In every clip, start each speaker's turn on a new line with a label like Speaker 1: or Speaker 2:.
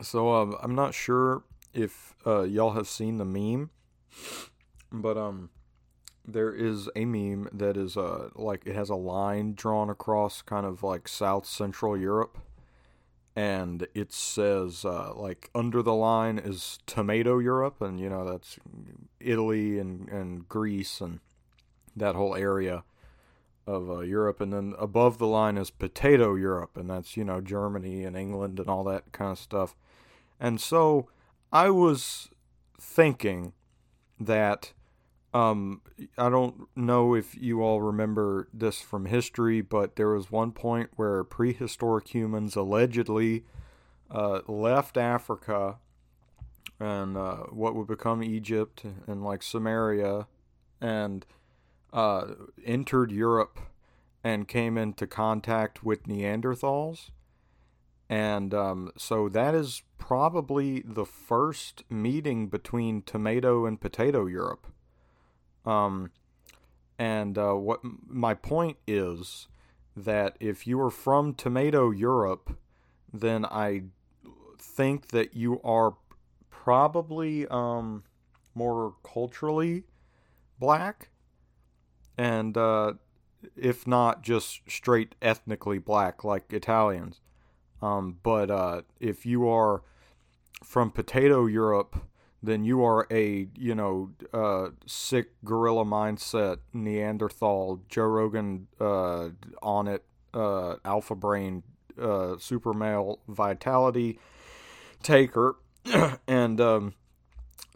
Speaker 1: So uh, I'm not sure if uh, y'all have seen the meme, but um, there is a meme that is uh like it has a line drawn across kind of like South Central Europe, and it says uh, like under the line is tomato Europe, and you know that's Italy and and Greece and that whole area of uh, Europe, and then above the line is potato Europe, and that's you know Germany and England and all that kind of stuff. And so I was thinking that um, I don't know if you all remember this from history, but there was one point where prehistoric humans allegedly uh, left Africa and uh, what would become Egypt and like Samaria and uh, entered Europe and came into contact with Neanderthals. And um, so that is probably the first meeting between tomato and potato Europe. Um, and uh, what my point is that if you are from tomato Europe, then I think that you are probably um, more culturally black and uh, if not just straight ethnically black like Italians. Um, but uh, if you are from potato Europe, then you are a you know uh, sick gorilla mindset Neanderthal Joe Rogan uh, on it uh, alpha brain uh, super male vitality taker and. Um,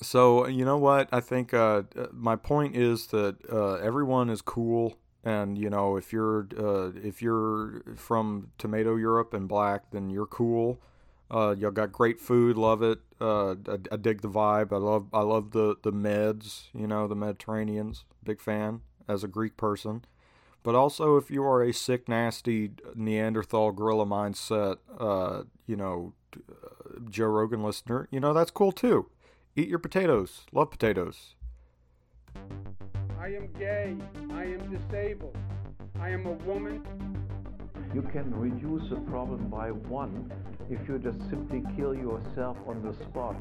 Speaker 1: so you know what i think uh, my point is that uh, everyone is cool and you know if you're uh, if you're from tomato europe and black then you're cool Uh, y'all got great food love it Uh, I, I, dig the vibe i love i love the the meds you know the mediterraneans big fan as a greek person but also if you are a sick nasty neanderthal gorilla mindset uh, you know joe rogan listener you know that's cool too Eat your potatoes. Love potatoes.
Speaker 2: I am gay. I am disabled. I am a woman.
Speaker 3: You can reduce a problem by one if you just simply kill yourself on the spot.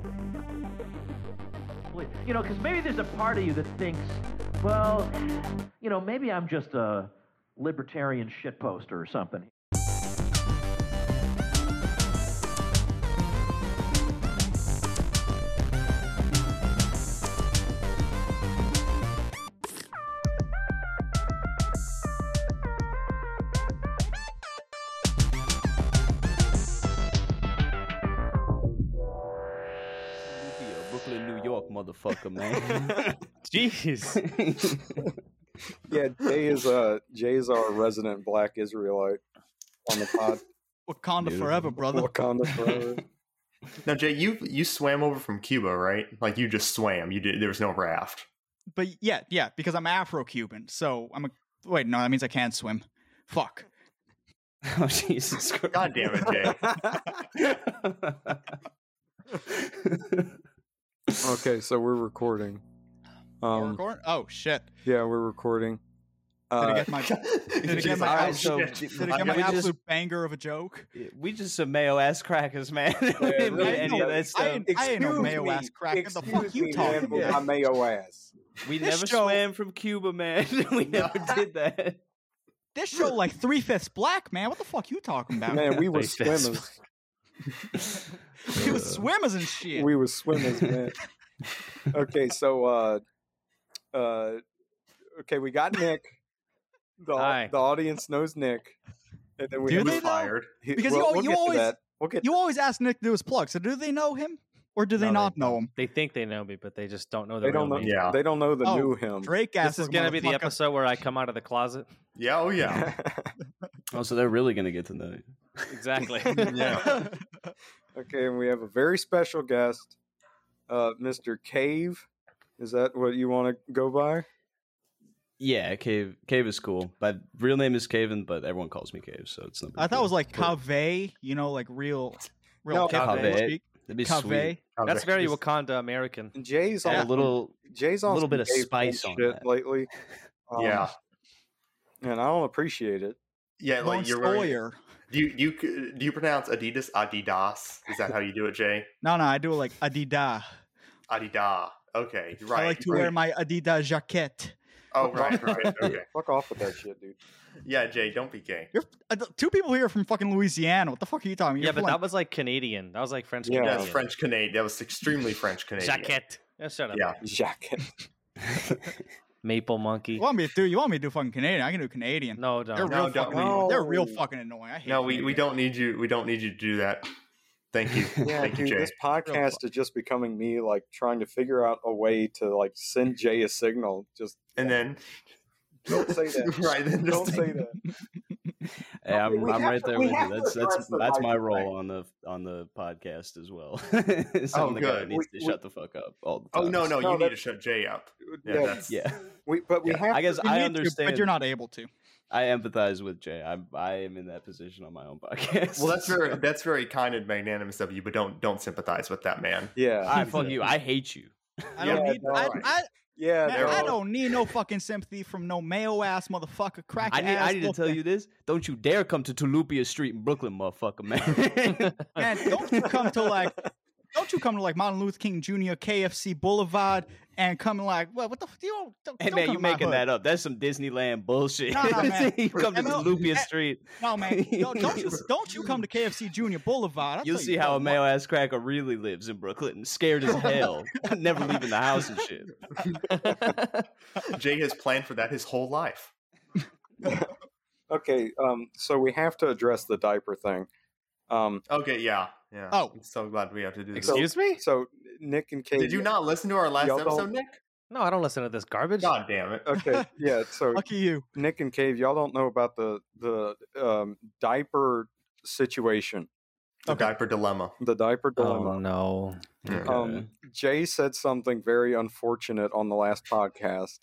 Speaker 4: You know, because maybe there's a part of you that thinks, well, you know, maybe I'm just a libertarian shitposter or something.
Speaker 5: motherfucker, man. Jeez.
Speaker 1: yeah, Jay is uh Jay is our resident black Israelite on the pod.
Speaker 6: Wakanda Dude. forever, brother.
Speaker 1: Wakanda forever.
Speaker 7: now, Jay, you you swam over from Cuba, right? Like you just swam. You did. There was no raft.
Speaker 6: But yeah, yeah, because I'm Afro-Cuban, so I'm a wait. No, that means I can't swim. Fuck.
Speaker 5: oh Jesus Christ!
Speaker 7: God damn it,
Speaker 1: Jay. okay, so we're recording.
Speaker 6: Um, we're recording? Oh shit!
Speaker 1: Yeah, we're recording.
Speaker 6: Uh, did I get my, did I get my, I, so, did I get my absolute just, banger of a joke?
Speaker 5: We just some mayo ass crackers, man. Yeah, we didn't
Speaker 6: mean any of that
Speaker 1: Uh,
Speaker 6: stuff. I ain't, I ain't no mayo ass cracker. Excuse the fuck you me, talking about? Yeah. My
Speaker 1: mayo ass.
Speaker 5: We this never show, swam from Cuba, man. we never did that.
Speaker 6: This show like three fifths black, man. What the fuck you talking about?
Speaker 1: Man, we were swimmers.
Speaker 6: we were swimmers and shit.
Speaker 1: We were swimmers, man. okay, so uh uh okay, we got Nick. The, Hi. the audience knows Nick.
Speaker 6: And then we do they fired. Know? Because we'll, you, we'll you always we'll you always ask Nick to do his plug. So do they know him? Or do they no, not
Speaker 8: they,
Speaker 6: know him?
Speaker 8: They think they know me, but they just don't know the they real
Speaker 1: know,
Speaker 8: me.
Speaker 1: Yeah, they don't know the oh, new him.
Speaker 6: Drake
Speaker 8: This is gonna be the episode where I come out of the closet.
Speaker 7: Yeah, oh yeah.
Speaker 5: oh, so they're really gonna get to know you.
Speaker 8: Exactly.
Speaker 1: yeah. Okay, and we have a very special guest, uh, Mr. Cave. Is that what you want to go by?
Speaker 5: Yeah, Cave. Cave is cool. My real name is Caven, but everyone calls me Cave, so it's not.
Speaker 6: I thought it was like Cave. You know, like real, real no,
Speaker 5: Cave. That'd be Cave. sweet.
Speaker 8: That's very Wakanda American.
Speaker 1: Jay's on
Speaker 5: yeah. a little.
Speaker 1: Jay's on
Speaker 5: a little bit of spice on
Speaker 1: shit
Speaker 5: that.
Speaker 1: lately.
Speaker 7: Um, yeah,
Speaker 1: and I don't appreciate it.
Speaker 7: Yeah, like you're
Speaker 6: lawyer.
Speaker 7: Right Do you, you c- do you pronounce Adidas Adidas? Is that how you do it, Jay?
Speaker 6: No, no, I do it like Adidas.
Speaker 7: Adidas. Okay, you're right.
Speaker 6: I like to
Speaker 7: you're
Speaker 6: wear
Speaker 7: right.
Speaker 6: my Adidas jacket.
Speaker 7: Oh, right, right. Okay.
Speaker 1: Fuck off with that shit, dude.
Speaker 7: Yeah, Jay, don't be gay.
Speaker 6: You're, uh, th- two people here are from fucking Louisiana. What the fuck are you talking?
Speaker 9: Yeah,
Speaker 6: You're
Speaker 9: but
Speaker 6: from,
Speaker 9: that
Speaker 6: like,
Speaker 9: was like Canadian. That was like French
Speaker 1: Yeah.
Speaker 9: Canadian.
Speaker 7: That's French Canadian. That was extremely French Canadian.
Speaker 9: Jacket. Yeah, shut up.
Speaker 7: Yeah.
Speaker 1: Jacket.
Speaker 9: Maple monkey.
Speaker 6: you want me to do? You want me to do fucking Canadian? I can do Canadian.
Speaker 9: No,
Speaker 6: they're
Speaker 9: don't.
Speaker 7: No,
Speaker 6: real
Speaker 7: don't.
Speaker 6: fucking. annoying. They're real fucking annoying. I hate
Speaker 7: No, we, we
Speaker 6: Canadians.
Speaker 7: don't need you. We don't need you to do that. Thank you.
Speaker 1: Yeah,
Speaker 7: Thank
Speaker 1: dude,
Speaker 7: you, Jay.
Speaker 1: this podcast is just becoming me like trying to figure out a way to like send Jay a signal. Just
Speaker 7: And then
Speaker 1: don't say that.
Speaker 7: right then
Speaker 1: Don't
Speaker 7: just-
Speaker 1: say that.
Speaker 5: Hey, I'm,
Speaker 1: we
Speaker 5: I'm
Speaker 1: have
Speaker 5: right
Speaker 1: to-
Speaker 5: there
Speaker 1: we
Speaker 5: with
Speaker 1: have
Speaker 5: you.
Speaker 1: to
Speaker 5: That's
Speaker 1: address
Speaker 5: that's
Speaker 1: the
Speaker 5: that's my
Speaker 1: Biden
Speaker 5: role
Speaker 1: thing. Oh,
Speaker 5: on the on the podcast as well. so I'm the guy
Speaker 7: good.
Speaker 5: that needs
Speaker 1: We-
Speaker 5: to
Speaker 1: we-
Speaker 5: shut the fuck up all the
Speaker 7: Oh
Speaker 5: time.
Speaker 7: no, no,
Speaker 1: No,
Speaker 7: you need to
Speaker 1: that's-
Speaker 7: shut Jay up. Yeah,
Speaker 1: Yeah,
Speaker 7: that's-
Speaker 5: Yeah,
Speaker 1: we, but we
Speaker 7: Yeah,
Speaker 1: have.
Speaker 5: I guess
Speaker 6: You
Speaker 5: I
Speaker 6: need to,
Speaker 5: understand.
Speaker 6: but you're not able to.
Speaker 5: I empathize with Jay. I'm I am in that position on my own podcast.
Speaker 7: Well, that's
Speaker 5: so-
Speaker 7: very that's very kind and magnanimous of you, but don't don't sympathize with that man.
Speaker 1: yeah,
Speaker 5: I fuck you. I hate you.
Speaker 6: I don't
Speaker 1: Yeah,
Speaker 6: need.
Speaker 1: no,
Speaker 6: I,
Speaker 1: right.
Speaker 6: I,
Speaker 1: yeah.
Speaker 6: man,
Speaker 1: they're
Speaker 6: I
Speaker 1: all-
Speaker 6: don't need no fucking sympathy from no mayo ass motherfucker. Crack.
Speaker 5: I need
Speaker 6: ass
Speaker 5: I need to tell you this. Don't you dare come to Tulupia Street in Brooklyn, motherfucker, man.
Speaker 6: man. Don't you come to like. Don't you come to like Martin Luther King Jr. KFC Boulevard and come like well, what the f- you don't, don't,
Speaker 5: Hey
Speaker 6: don't
Speaker 5: man,
Speaker 6: come
Speaker 5: you
Speaker 6: to my
Speaker 5: making
Speaker 6: hood.
Speaker 5: that up? That's some Disneyland bullshit.
Speaker 6: No, no, man.
Speaker 5: you come to
Speaker 6: ML
Speaker 5: Tulupia
Speaker 6: eh,
Speaker 5: Street,
Speaker 6: No man, don't, don't you don't you come to KFC Junior Boulevard. I'll
Speaker 5: you'll
Speaker 6: tell
Speaker 5: see
Speaker 6: you
Speaker 5: how a
Speaker 6: what.
Speaker 5: male ass cracker really lives in Brooklyn. Scared as hell, never leaving the house and shit.
Speaker 7: Jay has planned for that his whole life.
Speaker 1: Okay, um, so we have to address the diaper thing. Um,
Speaker 7: Okay, yeah, yeah.
Speaker 6: Oh.
Speaker 7: I'm so glad we have to do this.
Speaker 1: So-
Speaker 9: Excuse me?
Speaker 1: so Nick and Kate,
Speaker 7: Did you not listen to our last
Speaker 1: Y'all
Speaker 7: episode,
Speaker 1: don't-
Speaker 7: Nick?
Speaker 9: No, I don't listen to this garbage.
Speaker 7: God damn it!
Speaker 1: Okay, yeah. So
Speaker 6: Lucky you.
Speaker 1: Nick and Cave, y'all don't know about the the um, diaper situation,
Speaker 7: The diaper dilemma.
Speaker 1: the diaper dilemma.
Speaker 9: Oh no.
Speaker 7: Yeah.
Speaker 1: Um, Jay said something very unfortunate on the last podcast,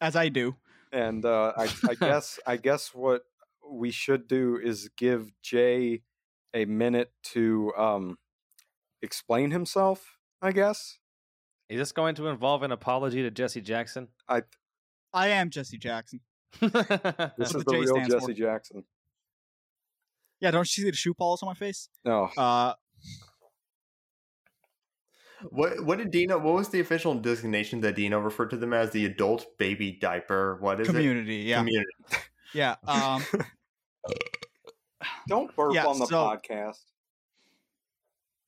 Speaker 6: As I do.
Speaker 1: and uh, I, I guess I guess what we should do is give Jay a minute to um, explain himself. I guess
Speaker 9: Is this going to involve an apology to Jesse Jackson?
Speaker 1: I
Speaker 6: I am Jesse Jackson.
Speaker 1: this
Speaker 6: what
Speaker 1: is
Speaker 6: the
Speaker 1: the
Speaker 6: J
Speaker 1: real
Speaker 6: stands for.
Speaker 1: Jesse Jackson.
Speaker 6: Yeah, don't you see the shoe polish on my face?
Speaker 1: No,
Speaker 6: Uh,
Speaker 7: What what did Dino? What was the official designation that Dino referred to them as? The adult baby diaper. What is
Speaker 6: community.
Speaker 7: it?
Speaker 6: Yeah,
Speaker 7: Community.
Speaker 6: yeah. Um,
Speaker 1: don't burp
Speaker 6: Yeah,
Speaker 1: on the
Speaker 6: so-
Speaker 1: podcast.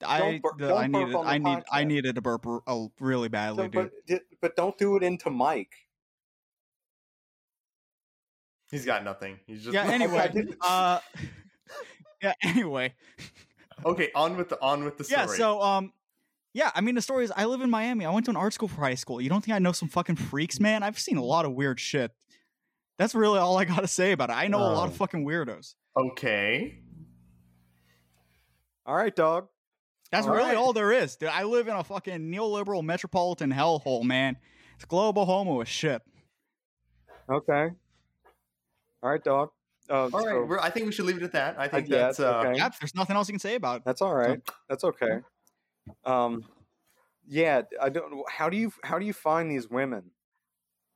Speaker 6: I
Speaker 1: bur-
Speaker 6: the-
Speaker 1: don't
Speaker 6: I
Speaker 1: burp
Speaker 6: needed
Speaker 1: on the
Speaker 6: I need I
Speaker 1: podcast.
Speaker 6: needed to burp r- oh, really badly,
Speaker 1: So,
Speaker 6: dude.
Speaker 1: but but don't do it into Mike.
Speaker 7: He's got nothing. He's just
Speaker 6: Yeah. Anyway. Uh, yeah. Anyway.
Speaker 7: okay. On with the on with the story.
Speaker 6: Yeah. So um. Yeah, I mean the story is I live in Miami. I went to an art school for high school. You don't think I know some fucking freaks, man? I've seen a lot of weird shit. That's really all I got to say about it. I know a lot of
Speaker 9: Oh.
Speaker 6: fucking weirdos.
Speaker 7: okay.
Speaker 1: All right, dog.
Speaker 6: That's
Speaker 1: All
Speaker 6: really
Speaker 1: right.
Speaker 6: all there is, dude. I live in a fucking neoliberal metropolitan hellhole, man. It's global homo as shit.
Speaker 1: Okay. All right, dog. Uh,
Speaker 7: All
Speaker 1: so-
Speaker 7: right. We're, I think we should leave it at that. I think
Speaker 1: yeah,
Speaker 7: that's uh,
Speaker 1: okay.
Speaker 6: Yep, there's nothing else you can say about it.
Speaker 1: That's all right. That's okay. Um, yeah, I don't. How do you how do you find these women?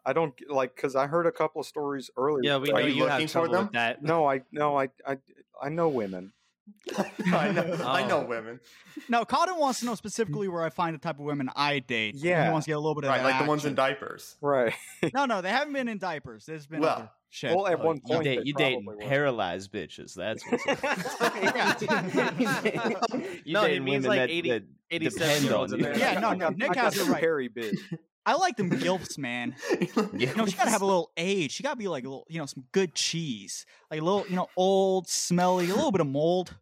Speaker 1: I don't get- like because I heard a couple of stories earlier.
Speaker 9: yeah, we
Speaker 1: but
Speaker 9: know
Speaker 7: Are
Speaker 1: I-
Speaker 7: you
Speaker 9: you
Speaker 7: looking
Speaker 9: have
Speaker 7: for
Speaker 9: trouble
Speaker 7: them?
Speaker 9: with that.
Speaker 1: No, I no, I I I know women.
Speaker 7: I know. I know
Speaker 9: Oh.
Speaker 7: women.
Speaker 6: Now, Cotton wants to know specifically where I find the type of women I date.
Speaker 1: Yeah.
Speaker 6: He wants to get a little bit of
Speaker 7: Right,
Speaker 6: that
Speaker 7: like the ones in
Speaker 6: action.
Speaker 7: diapers.
Speaker 1: Right.
Speaker 6: No, no, they haven't been in diapers. There's been
Speaker 7: Well,
Speaker 6: other shit.
Speaker 1: Well, at
Speaker 5: Oh,
Speaker 1: one
Speaker 5: you
Speaker 1: point
Speaker 5: date
Speaker 1: they
Speaker 5: you dating
Speaker 1: probably were.
Speaker 5: paralyzed bitches. That's what's up. you
Speaker 9: No, he
Speaker 5: dating
Speaker 9: means
Speaker 5: women
Speaker 9: like
Speaker 5: that,
Speaker 9: 80
Speaker 5: that
Speaker 9: 87
Speaker 5: depend
Speaker 9: year olds
Speaker 5: on
Speaker 9: in
Speaker 5: you.
Speaker 9: there.
Speaker 6: Yeah, no, no,
Speaker 1: Not-
Speaker 6: Nick
Speaker 1: not
Speaker 6: has it
Speaker 1: the
Speaker 6: right.
Speaker 1: Hairy bitch.
Speaker 6: I like them gilfs, man. You know, she gotta have a little age. She gotta be like a little, you know, some good cheese, like a little, you know, old, smelly, a little bit of mold.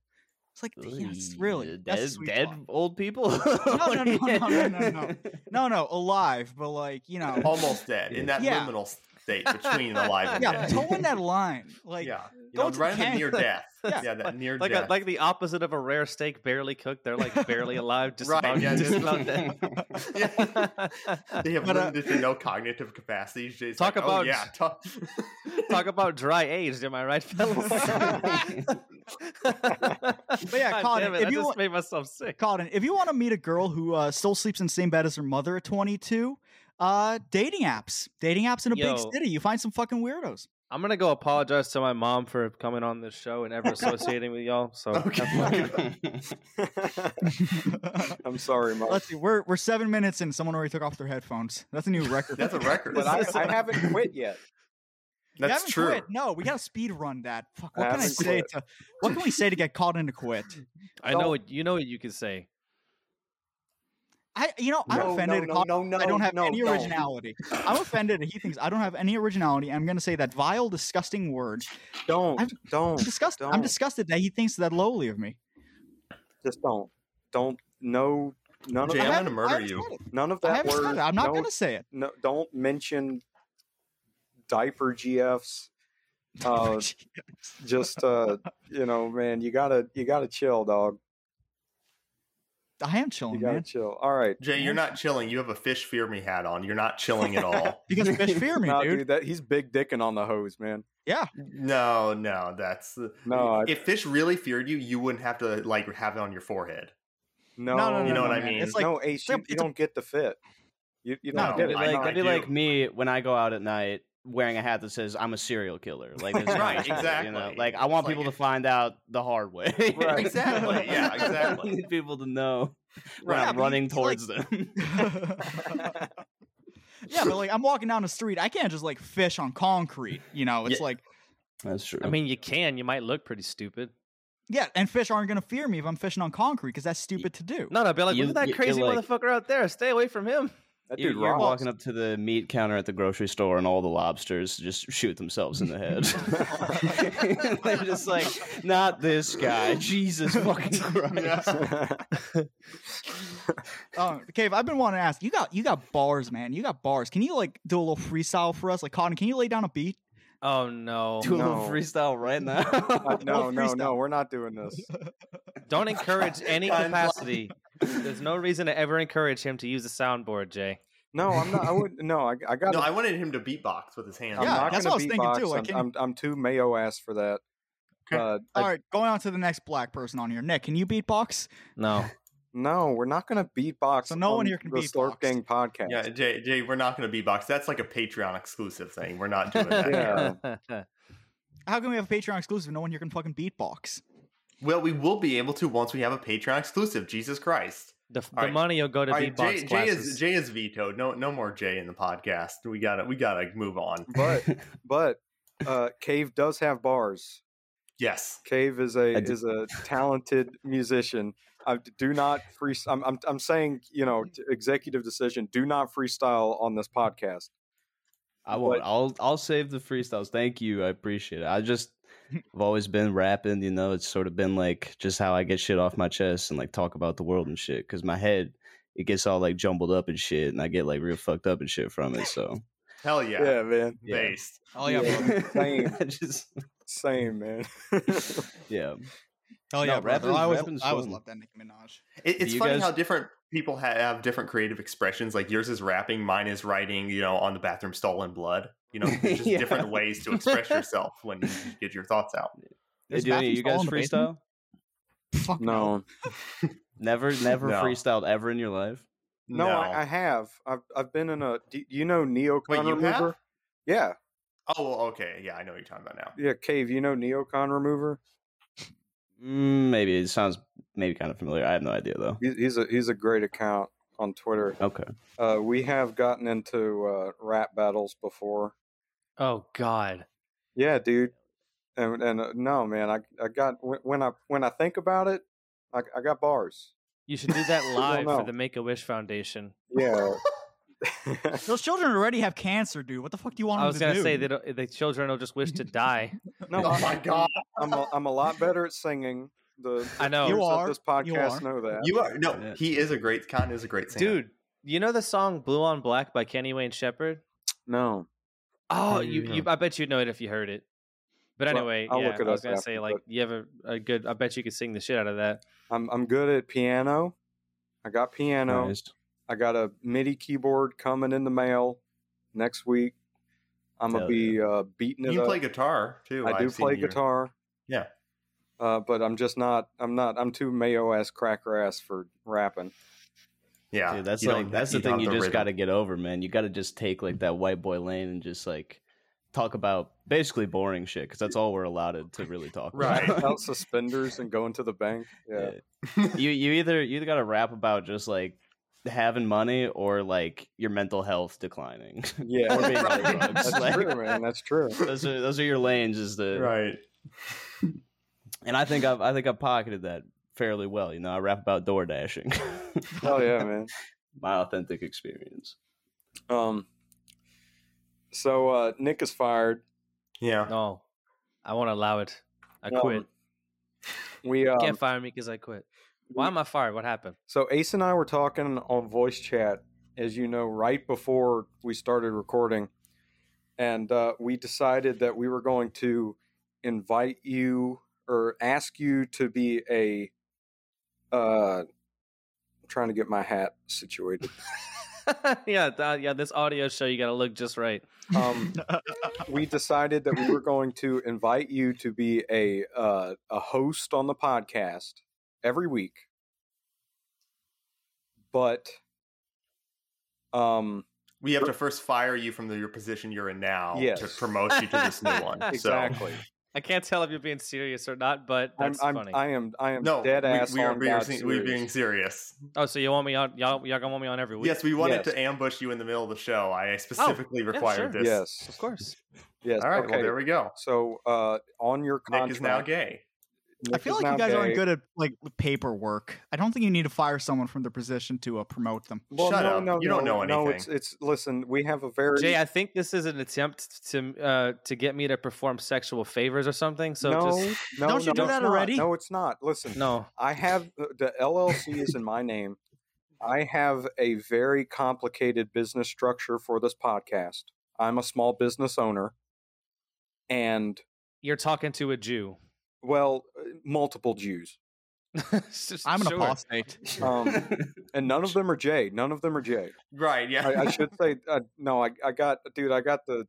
Speaker 6: It's like, yes, really,
Speaker 5: dead,
Speaker 6: that's the sweet
Speaker 5: dead
Speaker 6: spot.
Speaker 5: old people.
Speaker 6: no, no, no, no, no, no. No, no, alive, but like you know,
Speaker 7: almost dead in that
Speaker 6: Yeah.
Speaker 7: liminal state between alive and
Speaker 6: yeah,
Speaker 7: dead.
Speaker 6: toeing that line. Like,
Speaker 7: yeah, you
Speaker 6: go
Speaker 7: know,
Speaker 6: to
Speaker 7: right in
Speaker 6: Canada.
Speaker 7: the near death.
Speaker 6: Yeah.
Speaker 7: Yeah, that near
Speaker 9: Like a,
Speaker 7: death.
Speaker 9: like the opposite of a rare steak, barely cooked. They're like barely alive, just
Speaker 7: Right,
Speaker 9: about,
Speaker 7: yeah,
Speaker 9: just
Speaker 7: just-
Speaker 9: about dead.
Speaker 7: they have
Speaker 6: but, uh,
Speaker 7: limited to no cognitive capacity. Jay's
Speaker 9: Talk
Speaker 7: like,
Speaker 9: about-
Speaker 7: oh, yeah. talk-
Speaker 9: Talk about dry aged, am I right, fellas? but
Speaker 6: yeah, Colin,
Speaker 9: damn it,
Speaker 6: if
Speaker 9: I
Speaker 6: you
Speaker 9: just
Speaker 6: want-
Speaker 9: made myself sick.
Speaker 6: Cotton, if you want to meet a girl who uh, still sleeps in the same bed as her mother at 22, uh, dating apps, dating apps in a
Speaker 9: Yo.
Speaker 6: big city, you find some fucking weirdos.
Speaker 9: I'm gonna go apologize to my mom for coming on this show and ever associating with y'all. So
Speaker 7: Okay.
Speaker 9: have fun.
Speaker 3: I'm sorry, Mom.
Speaker 6: Let's see. We're we're seven minutes and someone already took off their headphones. That's a new record.
Speaker 7: That's a record.
Speaker 1: But I, I haven't quit yet.
Speaker 6: You
Speaker 7: That's
Speaker 6: haven't
Speaker 7: true.
Speaker 6: Quit. No, we gotta speed run that. Fuck. What can I
Speaker 1: Haven't
Speaker 6: say
Speaker 1: quit.
Speaker 6: to? What can we say to get caught into quit?
Speaker 9: I know what you know. What you could say.
Speaker 6: I, you know, I'm
Speaker 1: No,
Speaker 6: offended.
Speaker 1: no,
Speaker 6: at
Speaker 1: no,
Speaker 6: Colin-
Speaker 1: no, no,
Speaker 6: I don't have
Speaker 1: no,
Speaker 6: any
Speaker 1: don't.
Speaker 6: originality. I'm offended. that He thinks I don't have any originality. I'm gonna say that vile, disgusting word.
Speaker 1: Don't,
Speaker 6: I'm-
Speaker 1: don't,
Speaker 6: I'm disgusted. I'm
Speaker 1: Don't.
Speaker 6: disgusted that he thinks that lowly of me.
Speaker 1: just don't, don't. No, none of
Speaker 7: Jay, I'm
Speaker 1: that.
Speaker 6: I
Speaker 7: gonna
Speaker 6: haven't- I
Speaker 7: murder
Speaker 6: haven't
Speaker 7: you.
Speaker 6: said it.
Speaker 1: None of
Speaker 6: I
Speaker 1: that
Speaker 6: haven't said
Speaker 1: word.
Speaker 6: it. I'm not
Speaker 1: no,
Speaker 6: gonna say it.
Speaker 1: no, don't mention diaper GFs. Uh, just uh, you know, man, you gotta, you gotta chill, dog.
Speaker 6: I am
Speaker 1: You
Speaker 6: chilling,
Speaker 1: gotta
Speaker 6: man.
Speaker 1: chill. All right,
Speaker 7: Jay, you're not chilling. You have a fish fear me hat on. You're not chilling at all.
Speaker 6: Because fish fear me,
Speaker 1: Nah,
Speaker 6: dude.
Speaker 1: That he's big dicking on the hose, man.
Speaker 7: no, no, that's
Speaker 1: No, I,
Speaker 7: if fish really feared you, you wouldn't have to like have it on your forehead.
Speaker 1: no,
Speaker 6: no, no,
Speaker 7: You know what I
Speaker 6: man.
Speaker 7: mean?
Speaker 6: It's like
Speaker 1: no, Ace,
Speaker 6: a-
Speaker 1: you, you
Speaker 6: it's a-
Speaker 1: don't get the fit. You, you
Speaker 6: No,
Speaker 1: don't get
Speaker 7: I
Speaker 1: it.
Speaker 5: It'd be like,
Speaker 7: know I
Speaker 5: it'd be
Speaker 7: do.
Speaker 5: like me when I go out at night wearing a hat that says I'm a serial killer. Like, it's
Speaker 7: Right,
Speaker 5: nice, You know?
Speaker 7: exactly.
Speaker 5: Like, I want
Speaker 7: It's like-
Speaker 5: people to find out the hard way.
Speaker 1: Right.
Speaker 7: Exactly, yeah, exactly.
Speaker 5: I need people to know when
Speaker 6: Yeah,
Speaker 5: I'm
Speaker 6: but you-
Speaker 5: running
Speaker 6: it's like-
Speaker 5: towards them.
Speaker 6: yeah, but like I'm walking down the street, I can't just like fish on concrete. You know, it's
Speaker 7: Yeah.
Speaker 6: like
Speaker 5: That's true.
Speaker 9: I mean, you can. You might look pretty stupid.
Speaker 6: yeah, and fish aren't gonna fear me if I'm fishing on concrete because that's stupid to do.
Speaker 9: No, no. Be like,
Speaker 5: You-
Speaker 9: look at that
Speaker 5: you-
Speaker 9: crazy
Speaker 5: like-
Speaker 9: motherfucker out there. Stay away from him.
Speaker 1: That
Speaker 5: you're,
Speaker 1: dude
Speaker 5: you're
Speaker 1: rocks.
Speaker 5: walking up to the meat counter at the grocery store, and all the lobsters just shoot themselves in the head. They're just like, not this guy. Jesus fucking Christ.
Speaker 6: Um, Cave, I've been wanting to ask you got you got bars, man. You got bars. Can you like do a little freestyle for us? Like Cotton, can you lay down a beat?
Speaker 9: Oh no!
Speaker 5: Do a little
Speaker 1: No.
Speaker 5: freestyle right now.
Speaker 1: Uh, no, no,
Speaker 6: freestyle.
Speaker 1: no, we're not doing this.
Speaker 9: Don't encourage any
Speaker 7: I'm blind.
Speaker 9: capacity. There's no reason to ever encourage him to use the soundboard, Jay.
Speaker 1: No, I'm not. I would no. I, I got.
Speaker 7: No, I wanted him to beatbox with his hands.
Speaker 1: I'm
Speaker 6: Yeah,
Speaker 1: not
Speaker 6: that's
Speaker 1: gonna
Speaker 6: what I was thinking,
Speaker 1: beatbox.
Speaker 6: too. I
Speaker 1: I'm,
Speaker 6: can't-
Speaker 1: I'm, I'm too mayo ass for that.
Speaker 7: Okay.
Speaker 1: Uh,
Speaker 6: All right, going on to the next black person on here. Nick, can you beatbox?
Speaker 9: No.
Speaker 1: No, we're not going to beatbox.
Speaker 6: So no one
Speaker 1: on
Speaker 6: here can
Speaker 1: the
Speaker 6: beatbox.
Speaker 1: Slurp Gang podcast.
Speaker 7: Yeah, Jay, Jay, we're not going to beatbox. That's like a Patreon exclusive thing. We're not doing that.
Speaker 1: Yeah.
Speaker 6: How can we have a Patreon exclusive if no one here can fucking beatbox?
Speaker 7: Well, we will be able to once we have a Patreon exclusive. Jesus Christ!
Speaker 9: The, the
Speaker 7: right.
Speaker 9: money will go to
Speaker 7: All
Speaker 9: beatbox
Speaker 7: right, Jay, Jay
Speaker 9: classes.
Speaker 7: is Jay is vetoed. No, no more Jay in the podcast. We gotta, we gotta move on.
Speaker 1: But but uh, Cave does have bars.
Speaker 7: Yes,
Speaker 1: Cave is
Speaker 5: I
Speaker 1: a
Speaker 5: d-
Speaker 1: is a talented musician. I d- do not free. I'm, I'm I'm saying you know
Speaker 6: Mm.
Speaker 1: t- executive decision. Do not freestyle on this podcast.
Speaker 5: I won't. I'll I'll save the freestyles. Thank you. I appreciate it. I just I've always been rapping, you know, it's sort of been like just how I get shit off my chest and like talk about the world and shit cuz my head it gets all like jumbled up and shit and I get like real fucked up and shit from it. So
Speaker 7: hell yeah,
Speaker 1: man.
Speaker 5: yeah.
Speaker 7: based.
Speaker 6: Oh
Speaker 1: Same.
Speaker 5: I just
Speaker 1: Same man.
Speaker 5: yeah.
Speaker 6: oh
Speaker 5: No, rapping's-
Speaker 6: I always,
Speaker 5: rapping's
Speaker 6: I always
Speaker 5: fun.
Speaker 6: loved that Nicki Minaj.
Speaker 7: It,
Speaker 5: Do
Speaker 7: it's
Speaker 5: you
Speaker 7: funny
Speaker 5: guys-
Speaker 7: how different people ha- have different creative expressions. Like yours is rapping, mine is writing. You know, on the bathroom stall in blood. You know, there's just
Speaker 5: Yeah.
Speaker 7: different ways to express yourself when you get your thoughts out.
Speaker 5: Hey,
Speaker 6: Is
Speaker 5: do any
Speaker 6: Matthew
Speaker 5: of you
Speaker 6: still
Speaker 5: guys
Speaker 6: in the basement?
Speaker 5: freestyle?
Speaker 6: Fuck
Speaker 1: no,
Speaker 5: Never never
Speaker 7: No.
Speaker 5: freestyled ever in your life?
Speaker 1: no, I, I have. I've I've been in a. Do you know Neo
Speaker 7: Wait,
Speaker 1: Con
Speaker 7: you have?
Speaker 1: Remover? Yeah,
Speaker 7: Oh, well, okay. Yeah, I know what you're talking about now.
Speaker 1: yeah. Cave, you know Neo Con Remover?
Speaker 5: Mm, maybe it sounds maybe kind of familiar. I have no idea though.
Speaker 1: He's, he's a he's a great account on Twitter.
Speaker 5: Okay.
Speaker 1: Uh, we have gotten into uh, rap battles before.
Speaker 9: oh God.
Speaker 1: Yeah, dude. And and uh, no, man, I I got when when I when I think about it, I, I got bars.
Speaker 9: You should do that
Speaker 1: don't
Speaker 9: live for
Speaker 1: know.
Speaker 9: the Make a Wish Foundation.
Speaker 1: Yeah.
Speaker 6: Those children already have cancer, dude. What the fuck do you want
Speaker 9: I
Speaker 6: them
Speaker 9: was
Speaker 6: to
Speaker 9: gonna
Speaker 6: do?
Speaker 9: say that uh, the children will just wish to die.
Speaker 1: No,
Speaker 7: oh my
Speaker 1: I,
Speaker 7: god,
Speaker 1: I'm a, I'm a lot better at singing. The
Speaker 9: I know.
Speaker 6: You
Speaker 1: viewers of
Speaker 6: are.
Speaker 1: This
Speaker 6: You
Speaker 1: podcast
Speaker 6: are.
Speaker 1: know that.
Speaker 7: you are no.
Speaker 5: Yeah.
Speaker 7: He is a great. Cotton is a great singer.
Speaker 9: Dude, you know the song "Blue on Black" by Kenny Wayne Shepherd?
Speaker 1: no.
Speaker 9: Oh,
Speaker 7: do
Speaker 9: you,
Speaker 7: you
Speaker 9: you, I bet you'd know it if you heard it. But
Speaker 1: Well,
Speaker 9: anyway,
Speaker 1: I'll
Speaker 9: yeah,
Speaker 1: look it
Speaker 9: I was
Speaker 1: up
Speaker 9: gonna
Speaker 1: after,
Speaker 9: say like
Speaker 1: but-
Speaker 9: you have a, a good. I bet you could sing the shit out of that.
Speaker 1: I'm I'm good at piano. I got piano.
Speaker 5: Nice.
Speaker 1: I got a MIDI keyboard coming in the mail next week. I'm gonna
Speaker 5: Hell
Speaker 1: be uh, beating it
Speaker 7: you
Speaker 1: up.
Speaker 7: play guitar too.
Speaker 1: I do
Speaker 7: I've seen
Speaker 1: play
Speaker 7: your-
Speaker 1: guitar.
Speaker 7: Yeah.
Speaker 1: Uh, but I'm just not. I'm not. I'm too mayo ass cracker ass for rapping.
Speaker 7: Yeah,
Speaker 5: Dude, that's
Speaker 7: you don't-
Speaker 5: like that's the
Speaker 7: don't
Speaker 5: thing
Speaker 7: have
Speaker 5: you just
Speaker 7: rhythm.
Speaker 5: got to get over, man. You got to just take like that white boy lane and just like talk about basically boring shit because that's all we're allowed to really talk
Speaker 1: Right.
Speaker 5: about.
Speaker 1: Out suspenders and going to the bank. Yeah.
Speaker 5: you you either you either got to rap about just like having money or like your mental health declining.
Speaker 1: Yeah.
Speaker 5: Or being on drugs.
Speaker 1: That's
Speaker 5: Like,
Speaker 1: true, man. That's true.
Speaker 5: those are those are your lanes. Is the
Speaker 7: Right.
Speaker 5: and I think I've I think I pocketed that fairly well. You know, I rap about door dashing.
Speaker 1: Hell Oh, yeah, man.
Speaker 5: My authentic experience.
Speaker 1: Um. So uh, Nick is fired.
Speaker 7: Yeah.
Speaker 9: No, I won't allow it. I
Speaker 1: Um,
Speaker 9: quit.
Speaker 1: We um,
Speaker 9: Can't fire me because I quit. Why am I fired? What happened?
Speaker 1: So Ace and I were talking on voice chat, as you know, right before we started recording, and uh, we decided that we were going to invite you or ask you to be a. Uh, I'm trying to get my hat situated.
Speaker 9: yeah, th- yeah. This audio show, you gotta look just right.
Speaker 1: Um, we decided that we were going to invite you to be a uh, a host on the podcast every week, but um.
Speaker 7: We have to first fire you from the, your position you're in now to
Speaker 1: Yes.
Speaker 7: promote you to this new one. So.
Speaker 1: Exactly.
Speaker 9: I can't tell if you're being serious or not, but
Speaker 1: I'm,
Speaker 9: that's
Speaker 1: I'm,
Speaker 9: funny.
Speaker 1: I am. I am
Speaker 7: No,
Speaker 1: dead ass
Speaker 7: we, we, are,
Speaker 1: on
Speaker 7: we, are,
Speaker 1: God's
Speaker 7: se- we're
Speaker 1: serious.
Speaker 7: being serious.
Speaker 9: oh, so you want me on? Y'all, y'all gonna want me on every week?
Speaker 7: Yes, we wanted
Speaker 1: Yes.
Speaker 7: to ambush you in the middle of the show.
Speaker 5: Oh,
Speaker 7: I specifically
Speaker 9: yeah,
Speaker 7: required
Speaker 9: sure.
Speaker 7: this.
Speaker 1: Yes.
Speaker 9: of course.
Speaker 1: Yes.
Speaker 7: All right,
Speaker 1: Okay.
Speaker 7: well, there we go.
Speaker 1: So, uh, on your contract,
Speaker 7: Nick is now gay.
Speaker 1: Nick
Speaker 6: I feel
Speaker 1: is
Speaker 6: like
Speaker 1: now
Speaker 6: you guys aren't
Speaker 1: gay.
Speaker 6: good at like paperwork. I don't think you need to fire someone from their position to uh, promote them.
Speaker 1: Well,
Speaker 7: Shut
Speaker 1: no,
Speaker 7: up.
Speaker 1: No,
Speaker 7: You don't
Speaker 1: no,
Speaker 7: know
Speaker 1: No, it's
Speaker 7: anything.
Speaker 1: it's. Listen, we have a very.
Speaker 9: Jay, I think this is an attempt to uh, to get me to perform sexual favors or something. So
Speaker 1: no,
Speaker 9: just
Speaker 1: no,
Speaker 6: Don't you
Speaker 1: no,
Speaker 6: do
Speaker 1: it's
Speaker 6: that
Speaker 1: not.
Speaker 6: already?
Speaker 1: No, it's not. Listen,
Speaker 9: no,
Speaker 1: I have uh, the LLC is in my name. I have a very complicated business structure for this podcast. I'm a small business owner, and
Speaker 9: you're talking to a Jew.
Speaker 1: well, uh, multiple Jews.
Speaker 9: Just-
Speaker 6: I'm an
Speaker 9: sure.
Speaker 6: apostate.
Speaker 1: Um, and none of them are Jay. None of them are Jay.
Speaker 7: Right, yeah.
Speaker 1: I, I should say uh, no. I, I got dude. I got the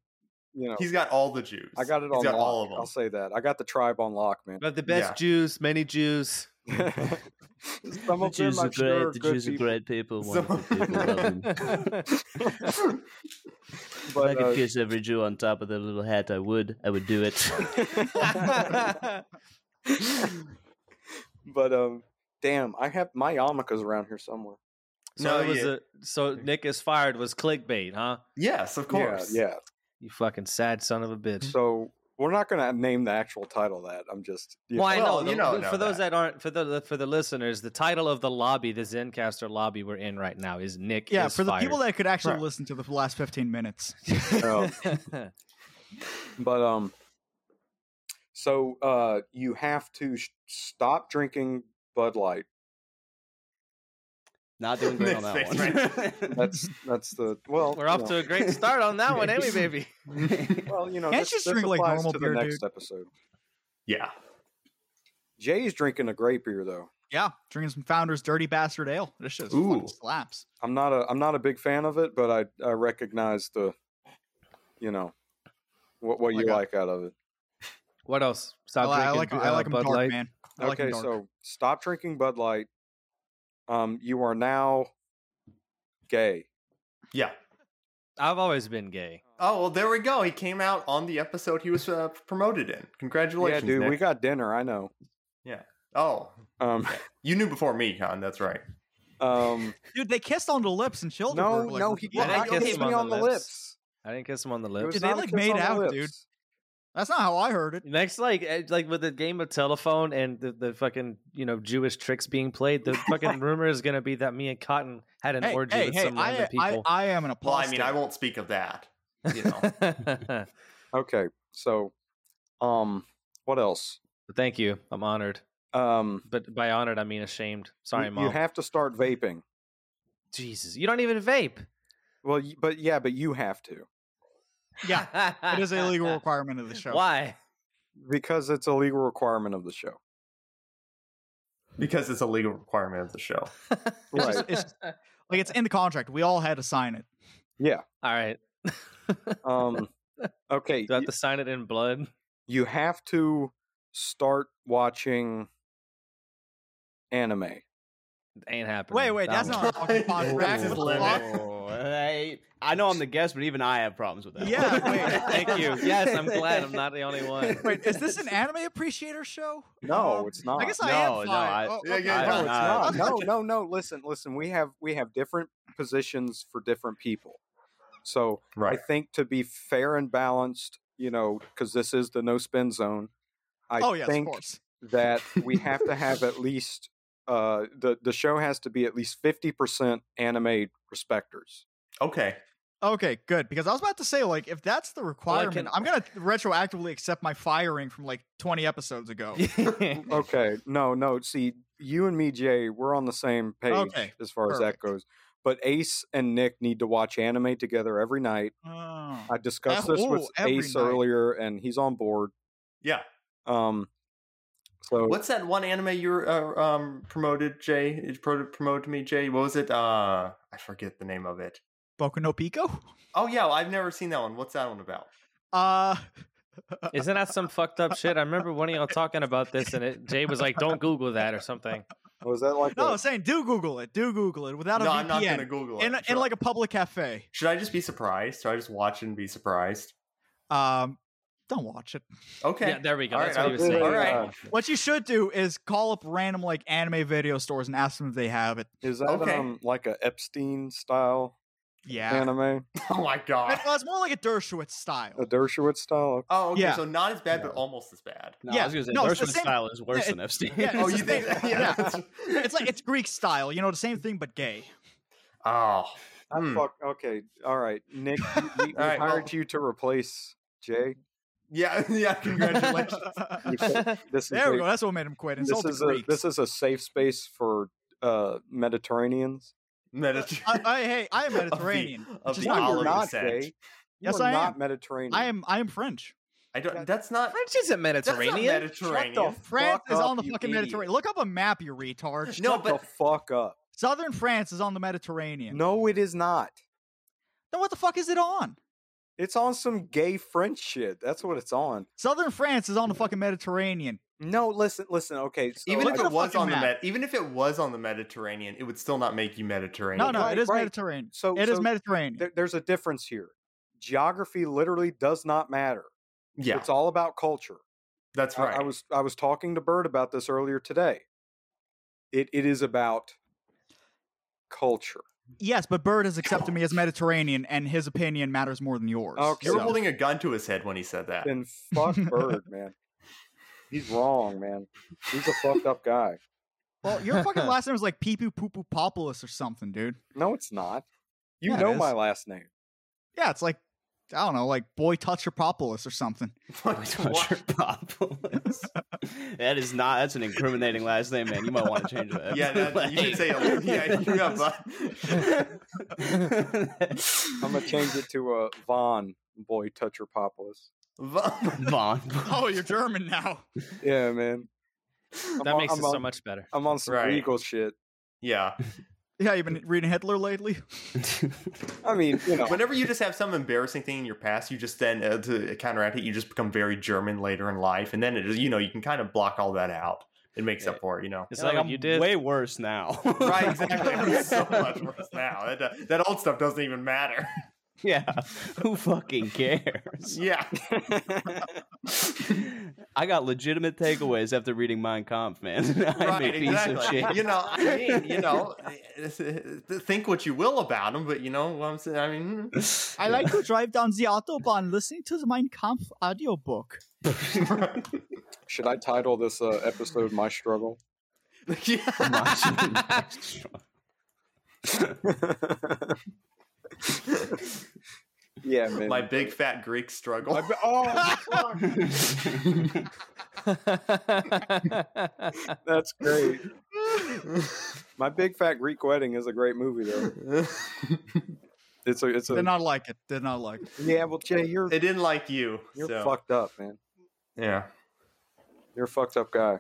Speaker 1: you know.
Speaker 7: He's got all the Jews.
Speaker 1: I got it
Speaker 7: He's
Speaker 1: on
Speaker 7: got
Speaker 1: lock.
Speaker 7: all of
Speaker 1: I'll
Speaker 7: them.
Speaker 1: say that. I got the tribe on lock, man.
Speaker 9: But the
Speaker 7: Yeah.
Speaker 9: best Jews, many Jews.
Speaker 1: Some
Speaker 5: The
Speaker 1: of them
Speaker 5: Jews
Speaker 1: I'm
Speaker 5: are
Speaker 1: sure are
Speaker 5: great. The
Speaker 1: good
Speaker 5: Jews are
Speaker 1: people,
Speaker 5: great people.
Speaker 7: Some-
Speaker 5: Wonderful people. love them. if I
Speaker 1: but
Speaker 5: could
Speaker 1: uh,
Speaker 5: kiss every Jew on top of their little hat, I would. I would do it.
Speaker 1: but um, damn, I have my yarmulkes around here somewhere.
Speaker 9: So
Speaker 7: No,
Speaker 9: it was
Speaker 7: yeah.
Speaker 9: a, so Nick is fired was clickbait, huh?
Speaker 7: yes, of course.
Speaker 1: Yeah,
Speaker 9: You fucking sad son of a
Speaker 1: yeah.
Speaker 9: bitch.
Speaker 1: So we're not gonna name the actual title of that. I'm just you
Speaker 9: Well, I know,
Speaker 7: Well,
Speaker 9: the-
Speaker 7: you don't
Speaker 9: for
Speaker 7: know
Speaker 9: those that aren't for the for the listeners, the title of the lobby, the Zencaster lobby we're in right now, is Nick.
Speaker 6: Yeah,
Speaker 9: is
Speaker 6: for the
Speaker 9: fired.
Speaker 6: people that could actually
Speaker 7: Right.
Speaker 6: listen to the last 15 minutes.
Speaker 9: that
Speaker 1: but um so uh you have to sh- stop drinking bud light
Speaker 5: Not doing great on that
Speaker 7: Nick's
Speaker 5: one.
Speaker 7: face,
Speaker 1: that's that's the well
Speaker 9: we're off
Speaker 1: you
Speaker 9: to
Speaker 1: know,
Speaker 9: a great start on that one, ain't we, baby?
Speaker 1: well you know
Speaker 6: Can't
Speaker 1: this,
Speaker 6: you just
Speaker 1: this
Speaker 6: drink, like,
Speaker 1: applies
Speaker 6: normal
Speaker 1: to
Speaker 6: beer,
Speaker 1: the next
Speaker 6: dude?
Speaker 1: episode
Speaker 7: yeah.
Speaker 1: jay's drinking a grape beer though
Speaker 6: Yeah, drinking some Founders Dirty Bastard Ale. This shit
Speaker 7: Ooh.
Speaker 6: fucking slaps.
Speaker 1: i'm not a i'm not a big fan of it but i i recognize the you know what what you
Speaker 6: Like a-
Speaker 1: like out of it
Speaker 9: What else?
Speaker 6: I,
Speaker 9: Stop
Speaker 6: li- I
Speaker 9: drinking.
Speaker 6: like 'em-
Speaker 9: uh,
Speaker 6: I like 'em
Speaker 9: Bud
Speaker 6: dark,
Speaker 9: Light.
Speaker 6: man. I like 'em
Speaker 1: okay
Speaker 6: dark.
Speaker 1: so stop drinking bud light um you are now gay
Speaker 7: Yeah.
Speaker 9: I've always been gay.
Speaker 7: Oh, well, there we go. He came out on the episode he was uh, promoted in.
Speaker 1: yeah
Speaker 7: Congratulations,
Speaker 1: dude we
Speaker 7: Nick.
Speaker 1: got dinner i know
Speaker 7: Oh,
Speaker 1: um
Speaker 7: you knew before me, Con. That's right.
Speaker 1: um
Speaker 6: Dude, they kissed on the lips and Schilderberg.
Speaker 1: No,
Speaker 6: like,
Speaker 1: no,
Speaker 6: were
Speaker 1: he
Speaker 6: together.
Speaker 9: I
Speaker 1: did not
Speaker 9: kissed
Speaker 1: kiss
Speaker 9: him
Speaker 1: me on the lips.
Speaker 9: I didn't kiss him on the
Speaker 1: It
Speaker 9: lips.
Speaker 1: was
Speaker 6: Dude, they,
Speaker 1: not a
Speaker 6: like,
Speaker 1: kiss
Speaker 6: made
Speaker 1: on the
Speaker 6: out,
Speaker 1: lips.
Speaker 6: dude. That's not how I heard it.
Speaker 9: Next, like eh, like with the game of telephone and the, the fucking you know Jewish tricks being played, the fucking rumor is going to be that me and Cotton had an
Speaker 6: hey,
Speaker 9: orgy
Speaker 6: hey,
Speaker 9: with
Speaker 6: hey,
Speaker 9: some
Speaker 6: I,
Speaker 9: random
Speaker 6: I,
Speaker 9: people.
Speaker 6: I am an
Speaker 7: Well, I
Speaker 6: apostate.
Speaker 7: mean, I won't speak of that. You know.
Speaker 1: Okay, so, um, what else?
Speaker 9: But Thank you. I'm honored,
Speaker 1: Um,
Speaker 9: but by honored I mean ashamed. Sorry,
Speaker 1: you,
Speaker 9: mom.
Speaker 1: you have to start vaping.
Speaker 9: Jesus, you don't even vape.
Speaker 1: Well, y- but yeah, but you have to
Speaker 6: yeah, it is a legal requirement of the show.
Speaker 9: Why?
Speaker 1: because it's a legal requirement of the show.
Speaker 7: because it's a legal requirement of the show.
Speaker 6: It's just-
Speaker 1: Right?
Speaker 6: it's just- like it's in the contract. We all had to sign it.
Speaker 1: yeah.
Speaker 9: All right. Do
Speaker 1: Um. Okay.
Speaker 9: I
Speaker 1: y-
Speaker 9: have to sign it in blood?
Speaker 1: you have to start watching anime.
Speaker 9: Ain't happening.
Speaker 6: Wait, wait, that's
Speaker 9: That
Speaker 6: not on the fucking
Speaker 7: That's
Speaker 6: contract.
Speaker 7: his
Speaker 6: What the fuck?
Speaker 7: limit.
Speaker 5: Oh, I, I know I'm the guest, but even I have problems with that.
Speaker 6: Yeah,
Speaker 5: one.
Speaker 6: wait,
Speaker 9: Thank you. Yes, I'm glad I'm not the only one.
Speaker 6: Wait, is this an anime appreciator show?
Speaker 1: No,
Speaker 6: Um,
Speaker 1: it's not.
Speaker 6: I guess I
Speaker 5: No,
Speaker 6: am
Speaker 5: no,
Speaker 6: fine.
Speaker 5: I-
Speaker 6: Oh,
Speaker 7: Yeah,
Speaker 6: okay.
Speaker 7: yeah,
Speaker 1: no,
Speaker 7: no,
Speaker 1: it's
Speaker 7: it's
Speaker 1: not. No, no, no. Listen, listen. We have we have different positions for different people. So
Speaker 7: Right.
Speaker 1: I think to be fair and balanced, you know, because this is the no spin zone. I
Speaker 6: oh yes,
Speaker 1: think
Speaker 6: of course.
Speaker 1: that we have to have at least uh, the the show has to be at least fifty percent anime respecters.
Speaker 7: Okay.
Speaker 6: Okay, good. Because I was about to say, like, if that's the requirement,
Speaker 9: can-
Speaker 6: I'm gonna retroactively accept my firing from like 20 episodes ago.
Speaker 1: Okay, no, no. See, you and me, Jay, we're on the same page
Speaker 6: Okay,
Speaker 1: as far as that
Speaker 6: perfect.
Speaker 1: goes. But Ace and Nick need to watch anime together every night.
Speaker 6: Oh.
Speaker 1: I discussed this
Speaker 6: Oh,
Speaker 1: with
Speaker 6: every
Speaker 1: Ace
Speaker 6: night.
Speaker 1: earlier, and he's on board.
Speaker 7: Yeah.
Speaker 1: Um, so
Speaker 7: What's that one anime you uh, um promoted, Jay? You pro- promoted to me, Jay. What was it? Uh, I forget the name of it.
Speaker 6: Boku no Pico?
Speaker 7: Oh yeah, well, I've never seen that one. What's that one about?
Speaker 6: Uh
Speaker 9: Isn't that some fucked up shit? I remember one of y'all talking about this, and it, Jay was like, "Don't Google that" or something.
Speaker 1: was that like?
Speaker 6: no,
Speaker 1: a-
Speaker 6: I'm saying do Google it. Do Google it without a
Speaker 7: no,
Speaker 6: VPN.
Speaker 7: I'm not gonna Google it.
Speaker 6: in,
Speaker 7: Should
Speaker 6: in
Speaker 7: I-
Speaker 6: like a public cafe.
Speaker 7: should I just be surprised? Should I just watch it and be surprised?
Speaker 6: Um, don't watch it.
Speaker 7: Okay.
Speaker 9: Yeah, there we go.
Speaker 7: All
Speaker 9: That's
Speaker 7: right,
Speaker 9: what he was
Speaker 7: I'll do
Speaker 9: saying.
Speaker 7: it. All right.
Speaker 6: What you should do is call up random like anime video stores and ask them if they have it.
Speaker 1: is that
Speaker 7: Okay.
Speaker 1: um like a Epstein style
Speaker 6: Yeah.
Speaker 1: anime,
Speaker 7: Oh my god.
Speaker 6: Well, it's more like a Dershowitz style.
Speaker 7: Uh,
Speaker 1: a Dershowitz style?
Speaker 7: Oh, okay.
Speaker 6: Yeah.
Speaker 7: So not as bad, but almost as bad.
Speaker 5: No,
Speaker 6: Yeah,
Speaker 5: I was gonna say
Speaker 6: no,
Speaker 5: no,
Speaker 6: it's the same-
Speaker 5: style is worse
Speaker 6: yeah,
Speaker 5: than Epstein.
Speaker 6: yeah,
Speaker 7: Oh,
Speaker 6: It's
Speaker 7: you
Speaker 6: the
Speaker 7: think?
Speaker 6: same- yeah. It's like it's Greek style, you know, the same thing but gay.
Speaker 7: oh,
Speaker 1: I
Speaker 7: Hmm.
Speaker 1: fuck. Okay, all right, Nick, we, we- we
Speaker 7: right,
Speaker 1: hired
Speaker 7: well-
Speaker 1: you to replace Jay.
Speaker 7: yeah, yeah. Congratulations.
Speaker 1: You said- This is
Speaker 6: There we
Speaker 1: a-
Speaker 6: go. That's what made him quit. Insult
Speaker 1: This
Speaker 6: the
Speaker 1: is a
Speaker 6: Greeks.
Speaker 1: this is a safe space for uh Mediterraneans.
Speaker 7: Mediterranean.
Speaker 6: I, I- hey, I am Mediterranean. which
Speaker 7: Of
Speaker 6: is
Speaker 7: the
Speaker 1: No,
Speaker 6: not
Speaker 1: you're
Speaker 7: olive
Speaker 6: Greek.
Speaker 1: not
Speaker 7: descent.
Speaker 1: Jay. You
Speaker 6: Yes,
Speaker 1: are
Speaker 6: I
Speaker 1: not
Speaker 6: am.
Speaker 1: Mediterranean.
Speaker 6: I am I am French.
Speaker 7: I don't. That's not.
Speaker 9: French isn't
Speaker 7: That's not
Speaker 9: Mediterranean.
Speaker 1: Shut
Speaker 7: Mediterranean.
Speaker 1: the
Speaker 6: France
Speaker 1: fuck
Speaker 6: is
Speaker 1: up,
Speaker 6: on the
Speaker 1: you
Speaker 6: fucking
Speaker 1: idiot.
Speaker 6: Mediterranean. Look up a map, you retard.
Speaker 7: No,
Speaker 1: Shut
Speaker 7: but
Speaker 1: the fuck up.
Speaker 6: Southern France is on the Mediterranean.
Speaker 1: No, it is not.
Speaker 6: Then what the fuck is it on?
Speaker 1: It's on some gay French shit. That's what it's on.
Speaker 6: Southern France is on the fucking Mediterranean.
Speaker 1: No, listen, listen. Okay, so
Speaker 7: even
Speaker 6: Look
Speaker 7: if
Speaker 6: at
Speaker 7: it
Speaker 6: the
Speaker 7: was
Speaker 6: fucking
Speaker 7: on the
Speaker 6: map.
Speaker 7: Med, even if it was on the Mediterranean, it would still not make you Mediterranean.
Speaker 6: No, no,
Speaker 1: Right,
Speaker 6: it is
Speaker 1: right.
Speaker 6: Mediterranean.
Speaker 1: So-
Speaker 6: it is
Speaker 1: so
Speaker 6: Mediterranean.
Speaker 1: there, there's a difference here. Geography literally does not matter.
Speaker 7: Yeah,
Speaker 1: It's all about culture.
Speaker 7: that's
Speaker 1: I-
Speaker 7: right.
Speaker 1: I, was I was talking to Bird about this earlier today. It it is about culture.
Speaker 6: yes, but Bird has accepted me as Mediterranean, and his opinion matters more than yours.
Speaker 1: Okay.
Speaker 7: you were
Speaker 6: so-
Speaker 7: holding a gun to his head when he said that.
Speaker 1: Then fuck Bird, man. He's wrong, man. He's a fucked up guy.
Speaker 6: well, your fucking last name is like Peepoo Poopoo Populus or something, dude.
Speaker 1: No, it's not. You
Speaker 6: Yeah, it
Speaker 1: know
Speaker 6: is.
Speaker 1: my last name.
Speaker 6: Yeah, it's like I don't know, like Boy Toucher Populus or something.
Speaker 5: Torture Populus. that is not. That's an incriminating last name, man. You might want to change that.
Speaker 7: yeah, that, you should say. A, yeah, you got bu-
Speaker 1: I'm gonna change it to a Von Boy Toucher Populous.
Speaker 7: Von-
Speaker 5: Vaughn.
Speaker 6: Oh, you're German now.
Speaker 1: Yeah, man. I'm
Speaker 9: That
Speaker 1: on-
Speaker 9: makes
Speaker 1: I'm
Speaker 9: it so
Speaker 1: on-
Speaker 9: much better.
Speaker 1: I'm on some
Speaker 7: Right.
Speaker 1: legal shit.
Speaker 7: yeah.
Speaker 6: Yeah, you've been reading Hitler lately.
Speaker 1: I mean, you know,
Speaker 7: Whenever you just have some embarrassing thing in your past, you just then uh, to counteract it, you just become very German later in life, and then it is you know you can kind of block all that out. It makes up for it, you know.
Speaker 9: It's
Speaker 5: Yeah, like,
Speaker 9: like,
Speaker 5: I'm
Speaker 9: you did.
Speaker 5: way worse now.
Speaker 7: Right, exactly. I'm so much worse now. That, uh, that old stuff doesn't even matter.
Speaker 5: yeah. Who fucking cares?
Speaker 7: Yeah.
Speaker 5: I got legitimate takeaways after reading Mein Kampf, man. I'm a piece of shit.
Speaker 7: You know, I mean, you know, uh, think what you will about them, but you know what I'm saying. I mean, hmm.
Speaker 6: I like to drive down the autobahn listening to the Mein Kampf audiobook.
Speaker 1: should I title this uh, episode "My Struggle"?
Speaker 7: yeah.
Speaker 1: Yeah, man.
Speaker 7: my big fat Greek struggle.
Speaker 1: My bi- oh, that's great. My Big Fat Greek Wedding is a great movie, though. It's a, it's a.
Speaker 6: Did not like it. Did not like it.
Speaker 1: yeah, well, Jay, you're
Speaker 7: They didn't like you.
Speaker 1: you're
Speaker 7: so.
Speaker 1: fucked up, man.
Speaker 7: Yeah.
Speaker 1: You're a fucked up guy.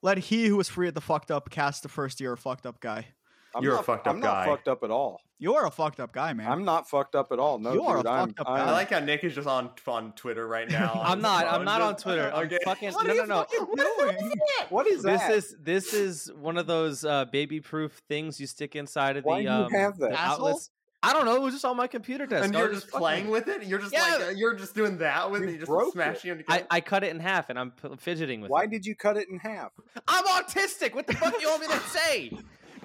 Speaker 6: Let he who is free of the fucked up cast the first year a fucked up guy.
Speaker 1: I'm
Speaker 7: You're a
Speaker 1: not,
Speaker 7: fucked up
Speaker 1: I'm not
Speaker 7: guy.
Speaker 1: fucked up at all.
Speaker 6: You are a fucked up guy, man.
Speaker 1: I'm not fucked up at all. No,
Speaker 6: You are a
Speaker 1: dude, I'm,
Speaker 6: fucked up
Speaker 1: I'm,
Speaker 7: I like how Nick is just on on Twitter right now.
Speaker 9: I'm not. I'm not on
Speaker 7: just-
Speaker 9: Twitter. I'm
Speaker 7: Okay.
Speaker 9: fucking.
Speaker 6: what
Speaker 9: no,
Speaker 6: are
Speaker 9: no,
Speaker 6: you
Speaker 9: no.
Speaker 6: fucking doing?
Speaker 1: What is
Speaker 9: This
Speaker 1: that?
Speaker 9: is this is one of those uh, baby-proof things you stick inside of
Speaker 1: Why do
Speaker 9: the,
Speaker 1: you
Speaker 9: um,
Speaker 1: have that?
Speaker 9: the
Speaker 6: Asshole?
Speaker 9: outlets. I don't know. It was just on my computer desk.
Speaker 7: and
Speaker 9: I
Speaker 7: you're
Speaker 9: was
Speaker 7: just
Speaker 9: fucking-
Speaker 7: playing with it. You're just
Speaker 9: Yeah.
Speaker 7: like uh, you're just doing that with
Speaker 1: You
Speaker 7: it. You
Speaker 1: broke
Speaker 7: just smashing it.
Speaker 9: I, I cut it in half and I'm p- fidgeting with
Speaker 1: Why
Speaker 9: it.
Speaker 1: did you cut it in half?
Speaker 9: I'm autistic. What the fuck do you want me to say?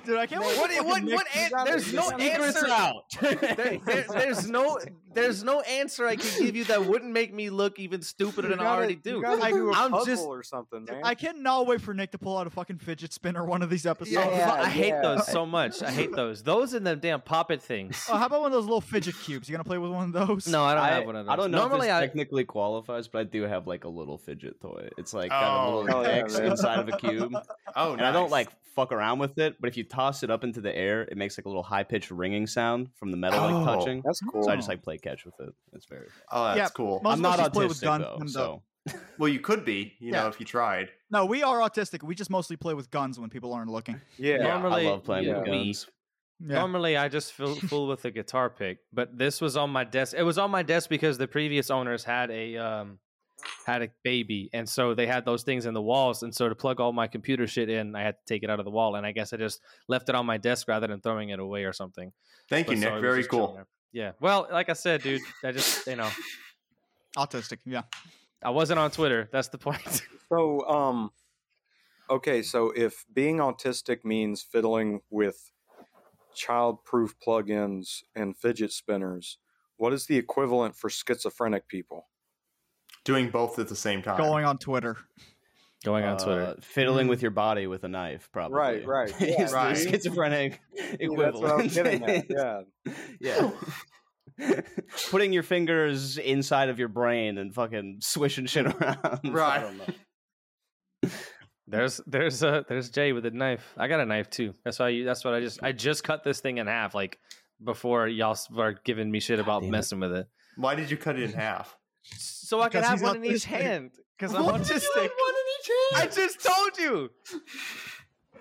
Speaker 6: Dude, I can't wait.
Speaker 9: What?
Speaker 6: for
Speaker 9: What?
Speaker 6: fucking
Speaker 9: What?
Speaker 6: Nick-
Speaker 9: an-
Speaker 1: gotta
Speaker 9: there's
Speaker 1: get
Speaker 9: no
Speaker 1: some
Speaker 9: answer.
Speaker 5: out.
Speaker 9: There- there- there's no. There's no answer I can give you that wouldn't make me look even stupider
Speaker 1: You
Speaker 9: than I
Speaker 1: gotta-
Speaker 9: already
Speaker 1: you
Speaker 9: do.
Speaker 1: gotta
Speaker 9: I,
Speaker 1: do a
Speaker 9: am
Speaker 1: puzzle
Speaker 9: just.
Speaker 1: or something, man.
Speaker 6: I cannot wait for Nick to pull out a fucking fidget spinner one of these episodes.
Speaker 1: Yeah,
Speaker 9: I hate
Speaker 1: yeah.
Speaker 9: those so much. I hate those. Those and them damn poppet things.
Speaker 6: Oh, how about one of those little fidget cubes? You gonna play with one of those?
Speaker 9: No, I don't
Speaker 5: I,
Speaker 9: have one of those.
Speaker 5: I don't know
Speaker 9: Normally,
Speaker 5: if this
Speaker 9: I
Speaker 5: technically qualifies, but I do have like a little fidget toy. It's like got a
Speaker 7: Oh,
Speaker 5: little
Speaker 1: hell yeah,
Speaker 5: X
Speaker 1: man.
Speaker 5: inside of a cube,
Speaker 7: oh,
Speaker 5: and I don't like fuck around with it. But if you toss it up into the air, it makes like a little high pitched ringing sound from the metal
Speaker 7: Oh.
Speaker 5: like touching.
Speaker 1: That's cool.
Speaker 5: So I just like play catch with it. It's very.
Speaker 7: Oh, that's
Speaker 6: Yeah.
Speaker 7: cool.
Speaker 6: Most
Speaker 5: I'm
Speaker 6: of us
Speaker 5: not
Speaker 6: just play with
Speaker 5: autistic
Speaker 6: gun-
Speaker 5: though,
Speaker 6: and the-
Speaker 5: so
Speaker 7: Well, you could be, you
Speaker 6: Yeah.
Speaker 7: know, if you tried.
Speaker 6: No, we are autistic. We just mostly play with guns when people aren't looking.
Speaker 1: yeah.
Speaker 7: Yeah.
Speaker 9: normally
Speaker 5: I love playing
Speaker 9: yeah,
Speaker 5: with
Speaker 9: we-
Speaker 5: guns.
Speaker 6: Yeah.
Speaker 9: Normally, I just fill, fool with a guitar pick, but this was on my desk. It was on my desk because the previous owners had a um, had a baby, and so they had those things in the walls. And so to plug all my computer shit in, I had to take it out of the wall. And I guess I just left it on my desk rather than throwing it away or something.
Speaker 7: Thank you,
Speaker 9: But so it
Speaker 7: Nick.
Speaker 9: was
Speaker 7: Very
Speaker 9: just chilling
Speaker 7: cool.
Speaker 9: there. Yeah. Well, like I said, dude, I just you know
Speaker 6: Autistic. Yeah.
Speaker 9: I wasn't on Twitter. That's the point.
Speaker 1: So, um, okay, so if being autistic means fiddling with child-proof plugins and fidget spinners, what is the equivalent for schizophrenic people?
Speaker 7: Doing both at the same time.
Speaker 6: Going on Twitter.
Speaker 9: Going on
Speaker 5: Uh,
Speaker 9: Twitter.
Speaker 5: fiddling with your body with a knife, probably.
Speaker 1: Right, right,
Speaker 5: Is
Speaker 1: yeah,
Speaker 5: the
Speaker 7: right.
Speaker 5: schizophrenic
Speaker 1: Yeah, that's what I'm
Speaker 5: equivalent.
Speaker 1: getting at. Yeah,
Speaker 5: Yeah. Putting your fingers inside of your brain and fucking swishing shit around.
Speaker 7: Right.
Speaker 9: There's there's uh there's Jay with a knife. I got a knife too. That's why you. That's what I just I just cut this thing in half like before y'all start giving me shit about
Speaker 5: damn it.
Speaker 9: messing with it.
Speaker 7: Why did you cut it in half?
Speaker 9: So I can
Speaker 6: Because
Speaker 9: have
Speaker 6: he's
Speaker 9: one in each
Speaker 6: autistic.
Speaker 9: hand because I'm autistic. I just told you.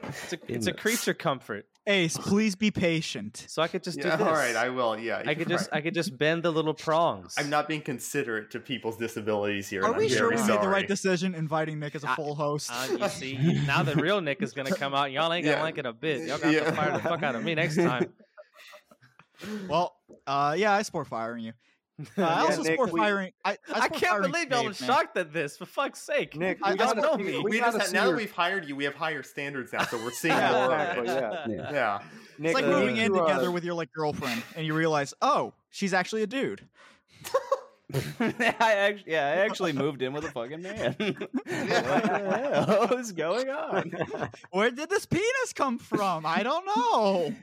Speaker 9: It's a, it's a
Speaker 5: Damn it.
Speaker 9: creature comfort.
Speaker 6: Ace, please be patient.
Speaker 9: So I could just
Speaker 7: Yeah,
Speaker 9: do this.
Speaker 7: all right, I will. Yeah,
Speaker 9: I could just I could just bend the little prongs.
Speaker 7: I'm not being considerate to people's disabilities here.
Speaker 6: Are
Speaker 7: and
Speaker 6: we
Speaker 7: I'm
Speaker 6: sure we
Speaker 7: very
Speaker 6: made the
Speaker 7: sorry.
Speaker 6: right decision inviting Nick as a
Speaker 9: I-
Speaker 6: full host?
Speaker 9: Uh, you see, now the real Nick is gonna come out. and Y'all ain't gonna
Speaker 7: Yeah.
Speaker 9: like it a bit. Y'all gonna have
Speaker 7: Yeah.
Speaker 9: to fire the fuck out of me next time.
Speaker 6: well, uh, yeah, I support firing you. Uh, I
Speaker 1: Yeah,
Speaker 6: also
Speaker 1: Nick,
Speaker 6: support
Speaker 1: we-
Speaker 6: firing. I, I,
Speaker 9: I
Speaker 6: support
Speaker 9: can't
Speaker 6: firing
Speaker 9: believe y'all are
Speaker 6: Dave, man.
Speaker 9: shocked at this. For fuck's sake,
Speaker 1: Nick,
Speaker 6: I-
Speaker 1: we
Speaker 6: I
Speaker 1: gotta
Speaker 9: don't know
Speaker 1: see-
Speaker 9: me.
Speaker 1: We,
Speaker 7: We just
Speaker 1: gotta
Speaker 7: had,
Speaker 1: see
Speaker 7: now
Speaker 1: your-
Speaker 7: that we've hired you, we have higher standards now, so we're seeing
Speaker 6: Yeah,
Speaker 7: more
Speaker 1: exactly,
Speaker 7: of it.
Speaker 1: yeah.
Speaker 7: Yeah,
Speaker 1: Nick,
Speaker 6: It's like
Speaker 1: we
Speaker 6: moving
Speaker 1: need
Speaker 6: in
Speaker 1: to, uh,
Speaker 6: together with your like girlfriend, and you realize, oh, she's actually a dude.
Speaker 5: I actually, yeah, I actually moved in with a fucking man. what the hell is going on?
Speaker 6: Where did this penis come from? I don't know.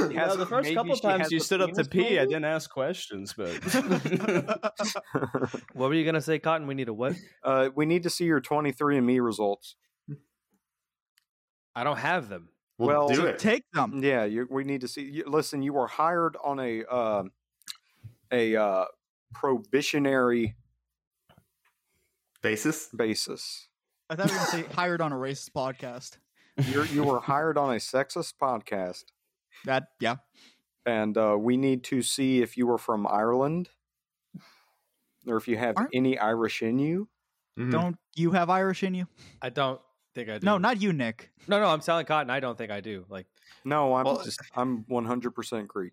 Speaker 5: You know, the first
Speaker 1: maybe
Speaker 5: couple
Speaker 1: she
Speaker 5: times
Speaker 1: has
Speaker 5: you
Speaker 1: the
Speaker 5: stood up to
Speaker 1: penis
Speaker 5: pee, I
Speaker 1: maybe?
Speaker 5: didn't ask questions, but
Speaker 9: What were you gonna say, Cotton? We need a what?
Speaker 1: uh, we need to see your 23andMe results.
Speaker 9: I don't have them.
Speaker 7: we'll,
Speaker 1: Well,
Speaker 7: do
Speaker 1: so
Speaker 7: it.
Speaker 6: Take them.
Speaker 1: Yeah, you, we need to see. You, listen, you were hired on a uh, a uh, probationary
Speaker 7: Basis.
Speaker 1: basis.
Speaker 6: I thought we were going to say hired on a racist podcast.
Speaker 1: You're, you were hired on a sexist podcast,
Speaker 6: That yeah.
Speaker 1: and uh, we need to see if you were from Ireland or if you have
Speaker 6: Aren't-
Speaker 1: any Irish in you.
Speaker 7: Hmm. Mm-hmm.
Speaker 6: Don't you have Irish in you?
Speaker 9: I don't think I do.
Speaker 6: No, not you, Nick.
Speaker 9: no, no. I'm telling Cotton. I don't think I do. Like,
Speaker 1: No, I'm
Speaker 7: Well-
Speaker 1: just I'm 100% Greek.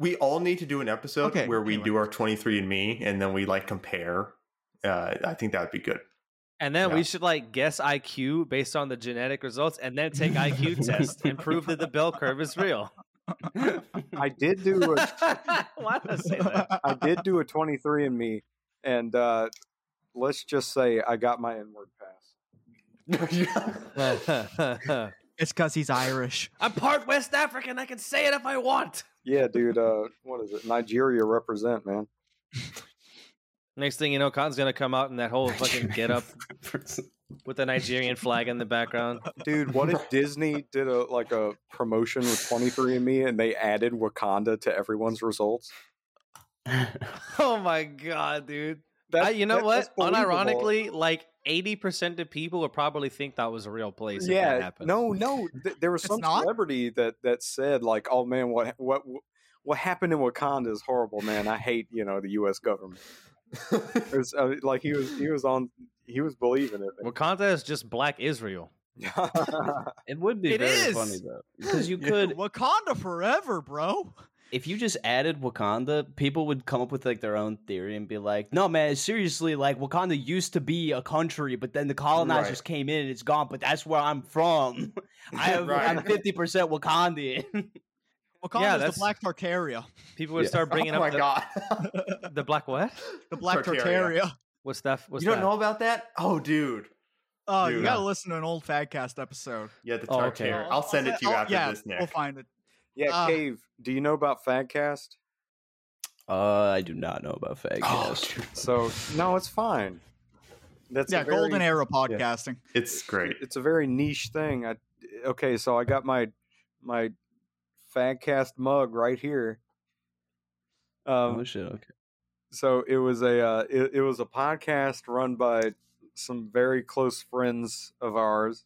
Speaker 7: We all need to do an episode
Speaker 6: Okay,
Speaker 7: where we
Speaker 6: anyway.
Speaker 7: do our 23andMe and then we like compare. Uh, I think that would be good.
Speaker 9: and then
Speaker 7: Yeah.
Speaker 9: we should like guess IQ based on the genetic results, and then take IQ test and prove that the bell curve is real.
Speaker 1: I did do a
Speaker 9: Why did I say that?
Speaker 1: I did do a 23andMe, and uh, let's just say I got my inward pass.
Speaker 6: It's because he's Irish.
Speaker 9: I'm part West African. I can say it if I want.
Speaker 1: Yeah, dude. Uh, what is it? Nigeria represent, man.
Speaker 9: Next thing you know, Cotton's gonna come out in that whole fucking get up with the Nigerian flag in the background.
Speaker 1: Dude, what if Disney did a like a promotion with 23andMe and they added Wakanda to everyone's results?
Speaker 9: Oh my god, dude.
Speaker 1: That,
Speaker 9: I, you know
Speaker 1: that-
Speaker 9: what?
Speaker 1: that's believable.
Speaker 9: Unironically, like eighty percent of people would probably think that was a real place. if that
Speaker 1: yeah,
Speaker 9: happened.
Speaker 1: no, no. Th- there was
Speaker 6: It's
Speaker 1: some
Speaker 6: not?
Speaker 1: celebrity that that said like, "Oh man, what what what happened in Wakanda is horrible, man. I hate you know the U.S. government." It was, uh, like he was he was on he was believing it.
Speaker 9: Wakanda is just Black Israel.
Speaker 5: It would be
Speaker 9: It
Speaker 5: very
Speaker 9: is.
Speaker 5: funny though, because you
Speaker 6: Yeah,
Speaker 5: could
Speaker 6: Wakanda forever, bro.
Speaker 5: if you just added Wakanda, people would come up with like their own theory and be like, "No, man, seriously, like Wakanda used to be a country, but then the colonizers
Speaker 7: Right.
Speaker 5: came in and it's gone. But that's where I'm from. I have, I'm
Speaker 7: Right.
Speaker 5: fifty percent Wakandian.
Speaker 6: Wakanda
Speaker 9: Yeah,
Speaker 6: is the
Speaker 9: that's-
Speaker 6: Black Tartaria.
Speaker 9: People would start bringing
Speaker 7: oh
Speaker 9: up
Speaker 7: my
Speaker 9: the,
Speaker 7: god.
Speaker 9: the black what?
Speaker 6: The Black Tartaria.
Speaker 7: Tartaria.
Speaker 9: What's that? What's
Speaker 7: you don't
Speaker 9: that?
Speaker 7: know about that? Oh, dude.
Speaker 6: Oh, you
Speaker 7: Dude. uh
Speaker 6: gotta listen to an old Fadcast episode.
Speaker 7: Yeah, the
Speaker 9: Oh,
Speaker 7: Tartaria.
Speaker 9: okay.
Speaker 6: Oh,
Speaker 7: I'll send it to you
Speaker 6: oh,
Speaker 7: after
Speaker 6: yeah,
Speaker 7: this, Nick.
Speaker 6: We'll find it.
Speaker 1: Yeah,
Speaker 6: Ah.
Speaker 1: Cave, do you know about Fadcast?
Speaker 5: Uh, I do not know about fake.
Speaker 7: Oh,
Speaker 5: news.
Speaker 7: dude,
Speaker 1: So no, it's fine. That's
Speaker 6: yeah,
Speaker 1: a very,
Speaker 6: Golden Era podcasting.
Speaker 7: it's great.
Speaker 1: It's a very niche thing. I okay, so I got my my Fadcast mug right here. Um,
Speaker 5: oh shit! Okay.
Speaker 1: so it was a uh, it, it was a podcast run by some very close friends of ours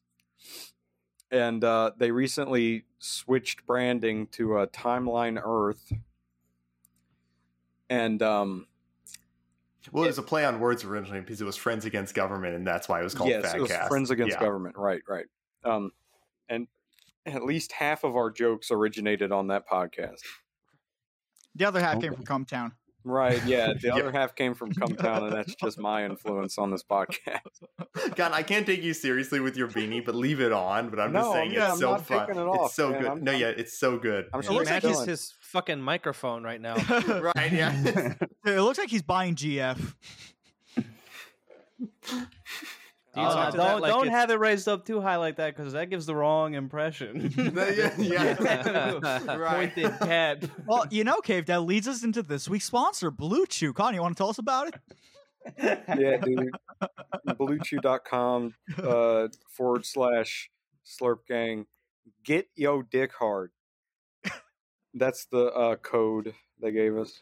Speaker 1: and uh, they recently switched branding to uh, timeline earth and um
Speaker 7: Well, it was a play on words originally because it was Friends Against Government, and that's why it was called
Speaker 1: yes, it was
Speaker 7: Fadcast.
Speaker 1: friends against
Speaker 7: Yeah.
Speaker 1: government right right um and at least half of our jokes originated on that podcast
Speaker 6: The other half came
Speaker 5: Okay.
Speaker 6: from Cumtown.
Speaker 1: right yeah the
Speaker 7: Yeah.
Speaker 1: other half came from cumtown and that's just my influence on this podcast
Speaker 7: God, I can't take you seriously with your beanie, but leave it on. But I'm
Speaker 1: No,
Speaker 7: just
Speaker 1: I'm-
Speaker 7: saying
Speaker 1: yeah,
Speaker 7: it's
Speaker 1: I'm
Speaker 7: so
Speaker 1: not
Speaker 7: fun.
Speaker 1: taking it off,
Speaker 7: it's so
Speaker 1: man.
Speaker 7: good.
Speaker 1: I'm-
Speaker 7: no,
Speaker 1: I'm-
Speaker 7: yeah, it's so good.
Speaker 1: I'm
Speaker 7: Yeah.
Speaker 9: He
Speaker 1: What's he
Speaker 9: matches
Speaker 1: doing?
Speaker 9: his fucking microphone right now.
Speaker 7: right, yeah.
Speaker 6: It looks like he's buying GF.
Speaker 9: Do
Speaker 5: Oh,
Speaker 9: you talk
Speaker 5: no,
Speaker 9: to
Speaker 5: don't
Speaker 9: that like
Speaker 5: don't
Speaker 9: it's-
Speaker 5: have it raised up too high like that because that gives the wrong impression.
Speaker 7: No, yeah, yeah. Right.
Speaker 5: Pointed cap.
Speaker 6: Well, you know, Cave, that leads us into this week's sponsor, Blue Chew. Con, you want to tell us about it?
Speaker 1: yeah, dude. Bluechew.com uh, forward slash slurp gang. Get yo dick hard. That's the uh, code they gave us.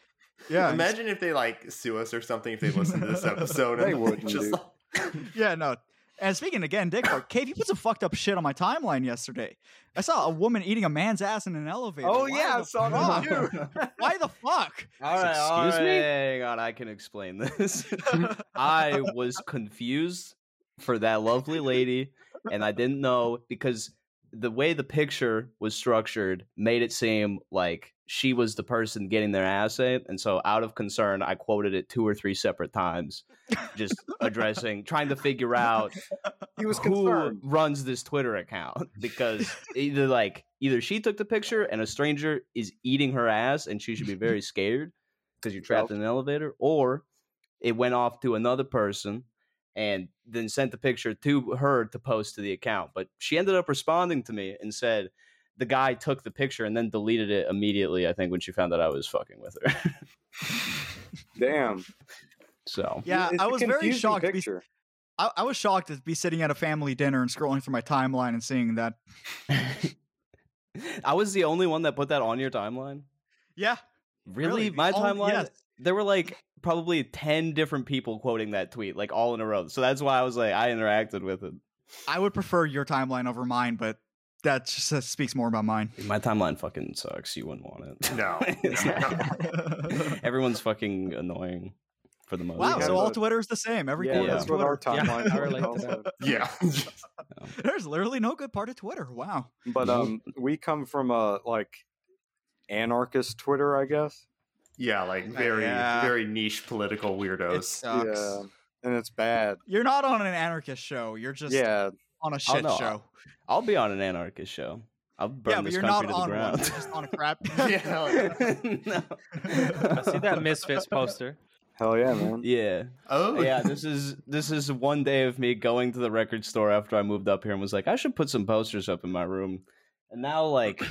Speaker 6: Yeah,
Speaker 7: Imagine if they like sue us or something if they listen to this episode.
Speaker 1: They
Speaker 7: and
Speaker 1: wouldn't, dude.
Speaker 7: Just like,
Speaker 6: Yeah, no. And speaking again, Dick, Clark, Cave, you put some fucked up shit on my timeline yesterday. I saw a woman eating a man's ass in an elevator.
Speaker 1: Oh,
Speaker 6: Why the fuck? Why the fuck?
Speaker 5: All right, all
Speaker 9: Excuse me?
Speaker 5: right, Hang on, I can explain this. I was confused for that lovely lady, and I didn't know because the way the picture was structured made it seem like she was the person getting their ass ate, and so out of concern, I quoted it two or three separate times, just addressing, trying to figure out
Speaker 1: He was
Speaker 5: who
Speaker 1: concerned.
Speaker 5: runs this Twitter account because either like either she took the picture and a stranger is eating her ass and she should be very scared because you're trapped in an elevator, or it went off to another person and then sent the picture to her to post to the account. But she ended up responding to me and said the guy took the picture and then deleted it immediately. I think when she found that I was fucking with her,
Speaker 1: Damn.
Speaker 5: so
Speaker 6: Yeah,
Speaker 1: It's
Speaker 6: I
Speaker 1: a
Speaker 6: was very
Speaker 1: confusing
Speaker 6: shocked. to be-
Speaker 1: Picture.
Speaker 6: I, I was shocked to be sitting at a family dinner and scrolling through my timeline and seeing that.
Speaker 5: I was the only one that put that on your timeline.
Speaker 6: Yeah,
Speaker 5: Really?
Speaker 6: the
Speaker 5: My
Speaker 6: only-
Speaker 5: timeline?
Speaker 6: Oh, yes.
Speaker 5: There were like probably 10 different people quoting that tweet, like all in a row. So that's why I was like, I interacted with it.
Speaker 6: I would prefer your timeline over mine, but that just uh, speaks more about mine.
Speaker 5: My timeline fucking sucks. You wouldn't want it.
Speaker 7: No.
Speaker 5: It's not- Everyone's fucking annoying for the most
Speaker 6: Wow,
Speaker 1: Yeah,
Speaker 5: part.
Speaker 6: so all
Speaker 1: but-
Speaker 6: Twitter is the same. Every
Speaker 1: Yeah,
Speaker 5: Oh,
Speaker 6: quarter
Speaker 5: yeah.
Speaker 6: is
Speaker 1: that's what our
Speaker 6: Twitter.
Speaker 1: timeline
Speaker 9: Yeah, I
Speaker 1: was
Speaker 9: relate to
Speaker 1: also.
Speaker 9: that.
Speaker 7: yeah.
Speaker 6: There's literally no good part of Twitter. Wow.
Speaker 1: But um, we come from a like anarchist Twitter, I guess.
Speaker 7: Yeah, like very,
Speaker 6: Yeah.
Speaker 7: very niche political
Speaker 6: It
Speaker 7: weirdos.
Speaker 6: sucks.
Speaker 1: Yeah. And it's bad.
Speaker 6: You're not on an anarchist show. You're just
Speaker 1: yeah.
Speaker 6: on a shit
Speaker 5: no,
Speaker 6: show.
Speaker 5: I'll be on an anarchist show. I'll burn
Speaker 6: Yeah, but
Speaker 5: this
Speaker 6: you're not
Speaker 5: country
Speaker 6: on one. You're
Speaker 5: to
Speaker 6: just on a crap.
Speaker 7: yeah. hell yeah.
Speaker 5: the ground.
Speaker 9: I see that Misfits poster.
Speaker 1: Hell yeah, man.
Speaker 5: Yeah.
Speaker 7: Oh,
Speaker 5: yeah, this is this is one day of me going to the record store after I moved up here and was like, I should put some posters up in my room. And now, like,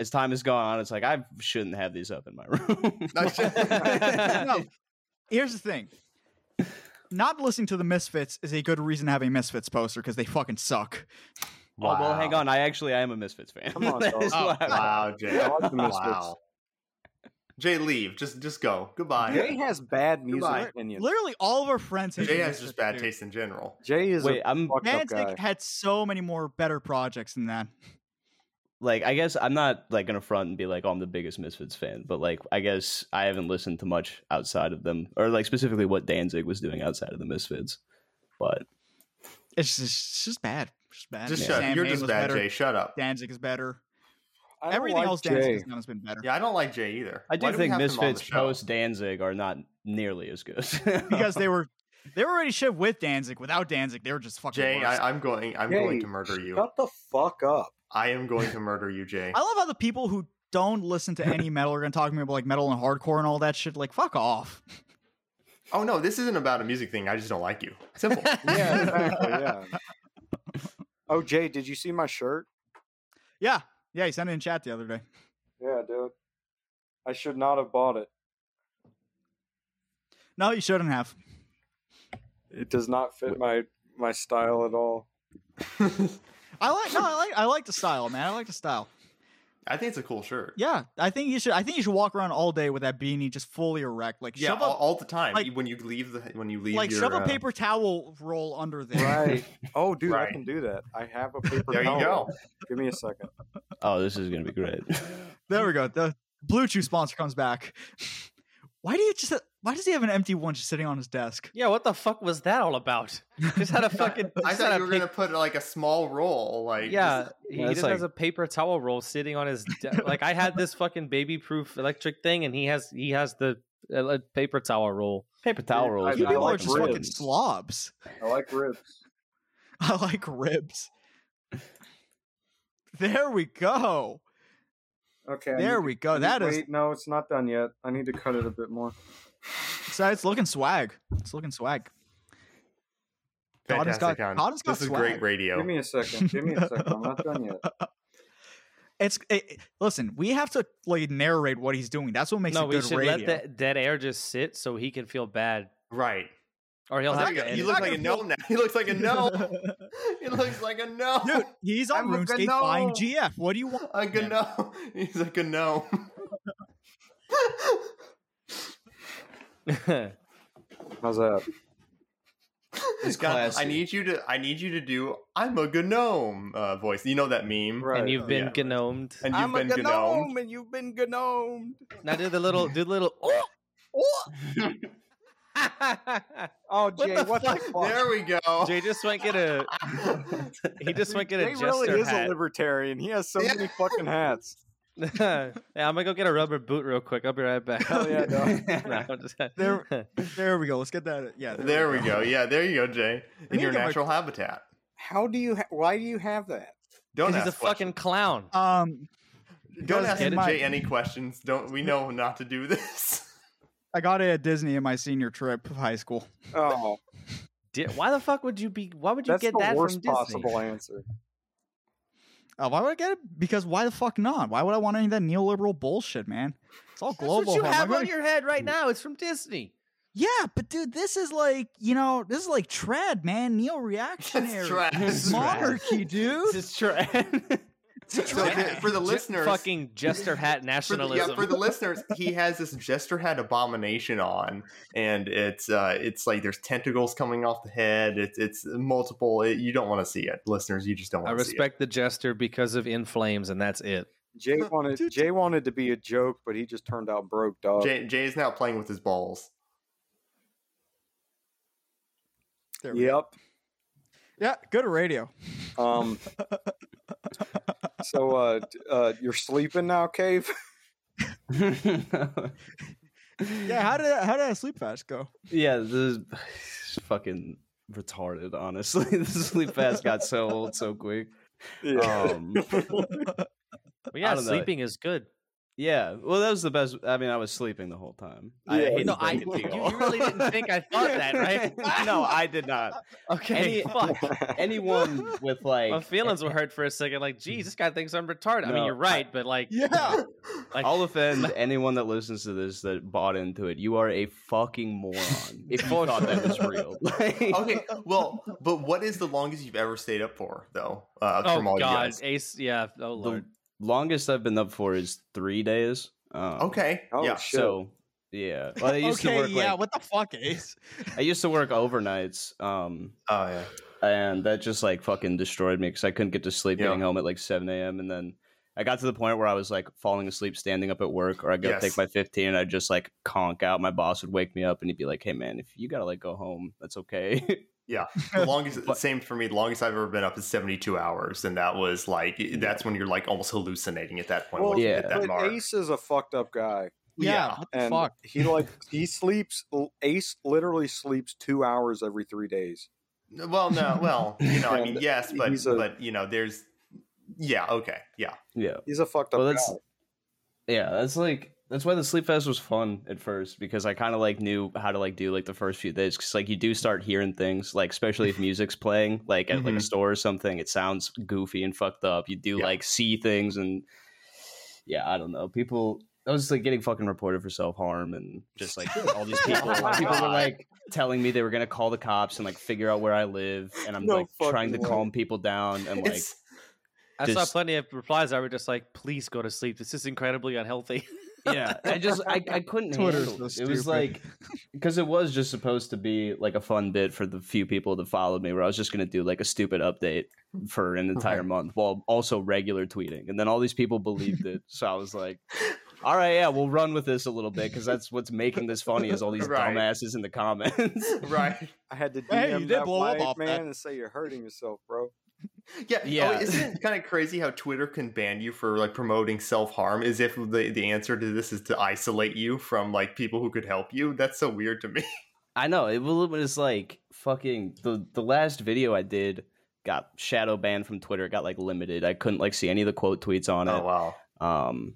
Speaker 5: as time has gone on, it's like I shouldn't have these up in my room.
Speaker 7: I should-
Speaker 6: no. Here's the thing. Not listening to the Misfits is a good reason to have a Misfits poster because they fucking suck.
Speaker 5: Oh, well, hang on. I actually I am a Misfits fan.
Speaker 1: Come on,
Speaker 5: That is
Speaker 1: dog.
Speaker 5: why-
Speaker 7: Wow, Jay.
Speaker 1: I like the Misfits.
Speaker 7: Wow. Jay, leave. Just, just go. Goodbye.
Speaker 1: Jay has bad music
Speaker 7: Goodbye.
Speaker 1: opinion.
Speaker 6: Literally, all of our friends. hate
Speaker 7: Jay
Speaker 6: the
Speaker 7: has just
Speaker 6: Misfits,
Speaker 7: bad
Speaker 6: dude.
Speaker 7: taste in general.
Speaker 1: Jay is
Speaker 5: Wait,
Speaker 1: a
Speaker 5: I'm
Speaker 1: fucked up guy.
Speaker 6: Danzig had so many more better projects than that.
Speaker 5: like, I guess I'm not like gonna front and be like, oh, I'm the biggest Misfits fan, but like, I guess I haven't listened to much outside of them, or like specifically what Danzig was doing outside of the Misfits. But
Speaker 6: It's just, it's just bad. just bad.
Speaker 7: Just shut.
Speaker 6: Sam
Speaker 7: You're
Speaker 6: Hain
Speaker 7: just
Speaker 6: was
Speaker 7: bad,
Speaker 6: better.
Speaker 7: Jay. Shut up.
Speaker 6: Danzig is better.
Speaker 1: I don't
Speaker 6: Everything
Speaker 1: like
Speaker 6: else Danzig
Speaker 1: Jay.
Speaker 6: has done has been better.
Speaker 7: Yeah, I don't like Jay either.
Speaker 5: I do
Speaker 7: Why we
Speaker 5: think
Speaker 7: have him on the
Speaker 5: Misfits
Speaker 7: show?
Speaker 5: post Danzig are not nearly as good.
Speaker 6: because they were they were already shit with Danzig. Without Danzig, they were just fucking.
Speaker 7: Jay,
Speaker 6: worse.
Speaker 7: I, I'm going. I'm
Speaker 1: Jay,
Speaker 7: going to murder you.
Speaker 1: Shut the fuck up.
Speaker 7: I am going to murder you, Jay.
Speaker 6: I love how the people who don't listen to any metal are gonna talk to me about like metal and hardcore and all that shit. Like, fuck off.
Speaker 7: Oh no, this isn't about a music thing. I just don't like you. Simple.
Speaker 1: yeah, exactly. Yeah. Oh, Jay, did you see my shirt?
Speaker 6: Yeah, yeah. He sent it in chat the other day.
Speaker 1: Yeah, dude. I should not have bought it.
Speaker 6: No, you shouldn't have.
Speaker 1: It does not fit my my style at all.
Speaker 6: I like no, I like I like the style, man. I like the style.
Speaker 7: I think it's a cool shirt.
Speaker 6: Yeah, I think you should. I think you should walk around all day with that beanie just fully erect. Like
Speaker 7: Yeah,
Speaker 6: shove
Speaker 7: all,
Speaker 6: a
Speaker 7: all the time.
Speaker 6: like-
Speaker 7: You- when you leave the when you leave
Speaker 6: like
Speaker 7: your,
Speaker 6: shove a
Speaker 7: uh,
Speaker 6: paper towel roll under there.
Speaker 1: Right. Oh, dude,
Speaker 7: Right.
Speaker 1: I can do that. I have a paper
Speaker 7: There you
Speaker 1: towel.
Speaker 7: go.
Speaker 1: Give me a second.
Speaker 5: oh, this is gonna be great.
Speaker 6: There we go. The Blue Chew sponsor comes back. Why do you just? Why does he have an empty one just sitting on his desk?
Speaker 9: Yeah, what the fuck was that all about? Just had a fucking.
Speaker 7: I
Speaker 9: just had
Speaker 7: thought
Speaker 9: a
Speaker 7: you were
Speaker 9: pic-
Speaker 7: gonna put like a small roll. Like
Speaker 9: Yeah,
Speaker 7: just-
Speaker 9: he
Speaker 5: Yeah, it's
Speaker 9: just has a
Speaker 5: like-
Speaker 9: paper towel roll sitting on his de- like. I had this fucking baby-proof electric thing, and he has he has the uh, paper towel roll.
Speaker 5: Paper towel
Speaker 1: Dude,
Speaker 5: rolls.
Speaker 1: I-
Speaker 5: man,
Speaker 1: I
Speaker 6: People
Speaker 1: like
Speaker 6: are just fucking
Speaker 5: ribs.
Speaker 6: slobs.
Speaker 1: I like ribs.
Speaker 6: I like ribs. There we go.
Speaker 1: Okay. I
Speaker 6: There
Speaker 1: need
Speaker 6: we
Speaker 1: to-
Speaker 6: go. That is
Speaker 1: Wait, no, it's not done yet. I need to cut it a bit more.
Speaker 6: so it's looking swag. It's looking swag. Cotton's got-
Speaker 7: fantastic. Cotton.
Speaker 6: Cotton's got
Speaker 7: this is
Speaker 6: swag.
Speaker 7: great radio.
Speaker 1: Give me a second. Give me a second. I'm not done yet.
Speaker 6: It's it, it- listen. We have to like narrate what he's doing. That's what makes
Speaker 9: no,
Speaker 6: it
Speaker 9: we
Speaker 6: good
Speaker 9: should
Speaker 6: radio.
Speaker 9: let that dead air just sit so he can feel bad,
Speaker 7: right.
Speaker 9: or he'll
Speaker 6: Oh,
Speaker 9: have
Speaker 6: that
Speaker 9: to.
Speaker 6: guy-
Speaker 9: edit
Speaker 7: He
Speaker 6: you
Speaker 9: it.
Speaker 6: look
Speaker 7: looks like a no now. He looks like a no. he looks like a no.
Speaker 6: Dude, he's on
Speaker 7: I'm a
Speaker 6: RuneScape buying
Speaker 7: gnome.
Speaker 6: GF. What do you want?
Speaker 7: a gnome. He's like a gnome.
Speaker 1: How's that?
Speaker 7: God, I
Speaker 5: classy.
Speaker 7: need you to. I need you to do. I'm a gnome uh, voice. You know that meme,
Speaker 1: Right.
Speaker 9: and you've been
Speaker 7: Yeah.
Speaker 9: gnomed.
Speaker 7: And you've been gnome.
Speaker 1: and you've been gnomed.
Speaker 9: Now do the little do the little. Oh, oh.
Speaker 1: Oh,
Speaker 9: What
Speaker 1: Jay,
Speaker 9: the
Speaker 1: what the fuck?
Speaker 7: There we go.
Speaker 9: Jay just went get a. He just went get a
Speaker 1: Jay really
Speaker 9: jester
Speaker 1: is
Speaker 9: hat.
Speaker 1: a libertarian. He has so
Speaker 7: Yeah.
Speaker 1: many fucking hats.
Speaker 9: yeah, I'm gonna go get a rubber boot real quick. I'll be right back.
Speaker 1: Hell Oh, yeah, dog.
Speaker 9: No, I'm just-
Speaker 6: There- There we go. Let's get that. Yeah.
Speaker 7: There we go. Yeah, there you go, Jay. In
Speaker 6: need
Speaker 7: your
Speaker 6: to get my-
Speaker 7: natural habitat.
Speaker 1: How do you? Ha- why do you have that?
Speaker 7: Don't
Speaker 9: 'Cause
Speaker 7: ask
Speaker 9: he's a fucking clown.
Speaker 6: Um,
Speaker 7: questions. Don't
Speaker 6: does
Speaker 7: ask
Speaker 6: get
Speaker 7: Jay
Speaker 6: it. my-
Speaker 7: any questions. Don't we know not to do this?
Speaker 6: I got it at Disney in my senior trip of high school.
Speaker 1: Oh,
Speaker 9: Di- why the fuck would you be? Why would you
Speaker 1: that's
Speaker 9: get
Speaker 1: the
Speaker 9: that from
Speaker 1: worst
Speaker 9: Disney?
Speaker 1: possible answer.
Speaker 6: Uh, why would I get it? Because why the fuck not? Why would I want any of that neoliberal bullshit, man? It's all
Speaker 9: That's
Speaker 6: global.
Speaker 9: what you
Speaker 6: home. I'm
Speaker 9: have
Speaker 6: gonna-
Speaker 9: on your head right now. It's from Disney.
Speaker 6: Yeah, but dude, this is like you know, this is like trad, man. Neo reactionary
Speaker 7: trash. This is trash.
Speaker 6: monarchy, dude.
Speaker 9: This is trash.
Speaker 7: So the- for the listeners,
Speaker 9: fucking jester hat
Speaker 7: for the,
Speaker 9: nationalism.
Speaker 7: yeah, for the listeners, he has this jester hat abomination on, and it's uh, it's like there's tentacles coming off the head. It's it's multiple. It, you don't want to see it, listeners. You just don't
Speaker 9: I
Speaker 7: want to see it.
Speaker 9: respect the jester because of In Flames, and that's it.
Speaker 1: Jay wanted
Speaker 6: Dude.
Speaker 1: Jay wanted to be a joke, but he just turned out broke, dog.
Speaker 7: Jay, Jay is now playing with his balls.
Speaker 6: There we go.
Speaker 1: yep.
Speaker 6: Yeah, good radio.
Speaker 1: Um. so, uh, d- uh, you're sleeping now, Cave.
Speaker 6: Yeah, how did how did I sleep fast go?
Speaker 5: yeah, this is it's fucking retarded. Honestly, this sleep fast got so old so quick. Um,
Speaker 9: But
Speaker 5: I
Speaker 9: yeah,
Speaker 5: don't know.
Speaker 9: sleeping is good.
Speaker 5: yeah, well, that was the best. I mean, I was sleeping the whole time. I
Speaker 1: Yeah.
Speaker 5: hate
Speaker 9: No, I,
Speaker 5: breaking
Speaker 9: you,
Speaker 5: the
Speaker 9: you
Speaker 5: all.
Speaker 9: really didn't think I thought that, right?
Speaker 5: no, I did not.
Speaker 9: Okay,
Speaker 5: Any-
Speaker 9: fuck.
Speaker 5: Anyone with like
Speaker 9: My feelings were hurt for a second. Like, geez, this guy thinks I'm retarded. I mean,
Speaker 5: No,
Speaker 9: you're right, but like,
Speaker 6: Yeah,
Speaker 9: like
Speaker 5: I'll offend anyone that listens to this that bought into it. You are a fucking moron if you thought that was real. Like,
Speaker 7: Okay, well, but what is the longest you've ever stayed up for though? Uh, from
Speaker 9: oh
Speaker 7: all you
Speaker 9: god,
Speaker 7: guys?
Speaker 9: Ace, yeah,
Speaker 5: the
Speaker 9: oh lord.
Speaker 5: longest I've been up for is three days. Um,
Speaker 7: Okay,
Speaker 1: Oh
Speaker 7: yeah.
Speaker 1: shit!
Speaker 5: So yeah, well, I used
Speaker 6: okay,
Speaker 5: to work
Speaker 6: yeah.
Speaker 5: like
Speaker 6: what the fuck, Ace?
Speaker 5: I used to work overnights, um,
Speaker 7: Oh yeah.
Speaker 5: and that just like fucking destroyed me because I couldn't get to sleep
Speaker 7: Yeah.
Speaker 5: getting home at like seven a.m. and then. I got to the point where I was like falling asleep standing up at work, or I go
Speaker 7: Yes.
Speaker 5: take my fifteen and I would just like conk out. My boss would wake me up and he'd be like, "Hey man, if you gotta like go home, that's okay."
Speaker 7: Yeah, the longest same for me. The longest I've ever been up is seventy two hours, and that was like that's when you're like almost hallucinating at that point.
Speaker 1: Well,
Speaker 7: once you
Speaker 5: yeah.
Speaker 7: hit that
Speaker 1: But
Speaker 7: mark.
Speaker 1: Ace is a fucked up guy.
Speaker 6: Yeah, what the
Speaker 1: and
Speaker 6: fuck?
Speaker 1: he like he sleeps ace literally sleeps two hours every three days
Speaker 7: Well, no, well, you know, I mean,
Speaker 1: And
Speaker 7: yes, but
Speaker 1: he's a-
Speaker 7: but you know, there's yeah, okay, yeah,
Speaker 5: Yeah.
Speaker 1: he's a fucked up
Speaker 5: Well,
Speaker 1: guy.
Speaker 5: that's- Yeah, that's like that's why the sleep fest was fun at first because I kind of like knew how to like do like the first few days because like you do start hearing things like especially if music's playing like at
Speaker 1: Mm-hmm.
Speaker 5: like a
Speaker 7: Mhm.
Speaker 5: store or something it sounds goofy and fucked up you do
Speaker 7: Yeah.
Speaker 5: like see things and yeah I don't know people I was like getting fucking reported for self harm and just like all these people
Speaker 1: Oh
Speaker 5: people were like telling me they were gonna call the cops and like figure out where I live and I'm
Speaker 1: No
Speaker 5: like trying to
Speaker 1: fucking way.
Speaker 5: calm people down and like
Speaker 7: It's-
Speaker 9: I saw
Speaker 5: Just-
Speaker 9: plenty of replies that were just like, "Please go to sleep. This is incredibly unhealthy."
Speaker 5: yeah i just i, I couldn't
Speaker 6: Twitter's
Speaker 5: handle it.
Speaker 6: so
Speaker 5: it was
Speaker 6: stupid.
Speaker 5: like because it was just supposed to be like a fun bit for the few people that followed me where i was just going to do like a stupid update for an entire
Speaker 7: Right.
Speaker 5: month while also regular tweeting and then all these people believed it so i was like all right yeah we'll run with this a little bit because that's what's making this funny is all these
Speaker 7: Right.
Speaker 5: dumbasses in the comments
Speaker 7: right.
Speaker 1: i had to DM
Speaker 6: Hey, you did
Speaker 1: that
Speaker 6: blow up
Speaker 1: white
Speaker 6: off that.
Speaker 1: man and say you're hurting yourself bro
Speaker 7: Yeah, oh,
Speaker 5: Yeah.
Speaker 7: isn't it kind of crazy how Twitter can ban you for like promoting self harm? As if the the answer to this is to isolate you from like people who could help you. That's so weird to me.
Speaker 5: I know it will- it was like fucking the the last video I did got shadow banned from Twitter. It got like limited. I couldn't like see any of the quote tweets on it.
Speaker 7: wow.
Speaker 5: um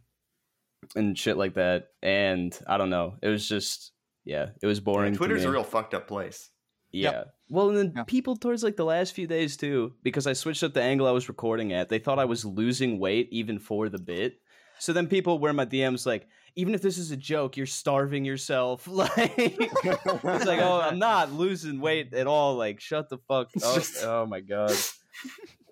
Speaker 5: and shit like that and i don't know it was just yeah it was boring to
Speaker 7: Twitter's
Speaker 5: me.
Speaker 7: a real fucked up place.
Speaker 5: yeah
Speaker 6: Yep.
Speaker 5: well and then
Speaker 6: Yeah.
Speaker 5: people towards like the last few days too because i switched up the angle i was recording at they thought i was losing weight even for the bit so then people were in my dms like even if this is a joke you're starving yourself like it's like oh i'm not losing weight at all like shut the fuck
Speaker 7: It's
Speaker 5: up
Speaker 7: just-
Speaker 5: oh my god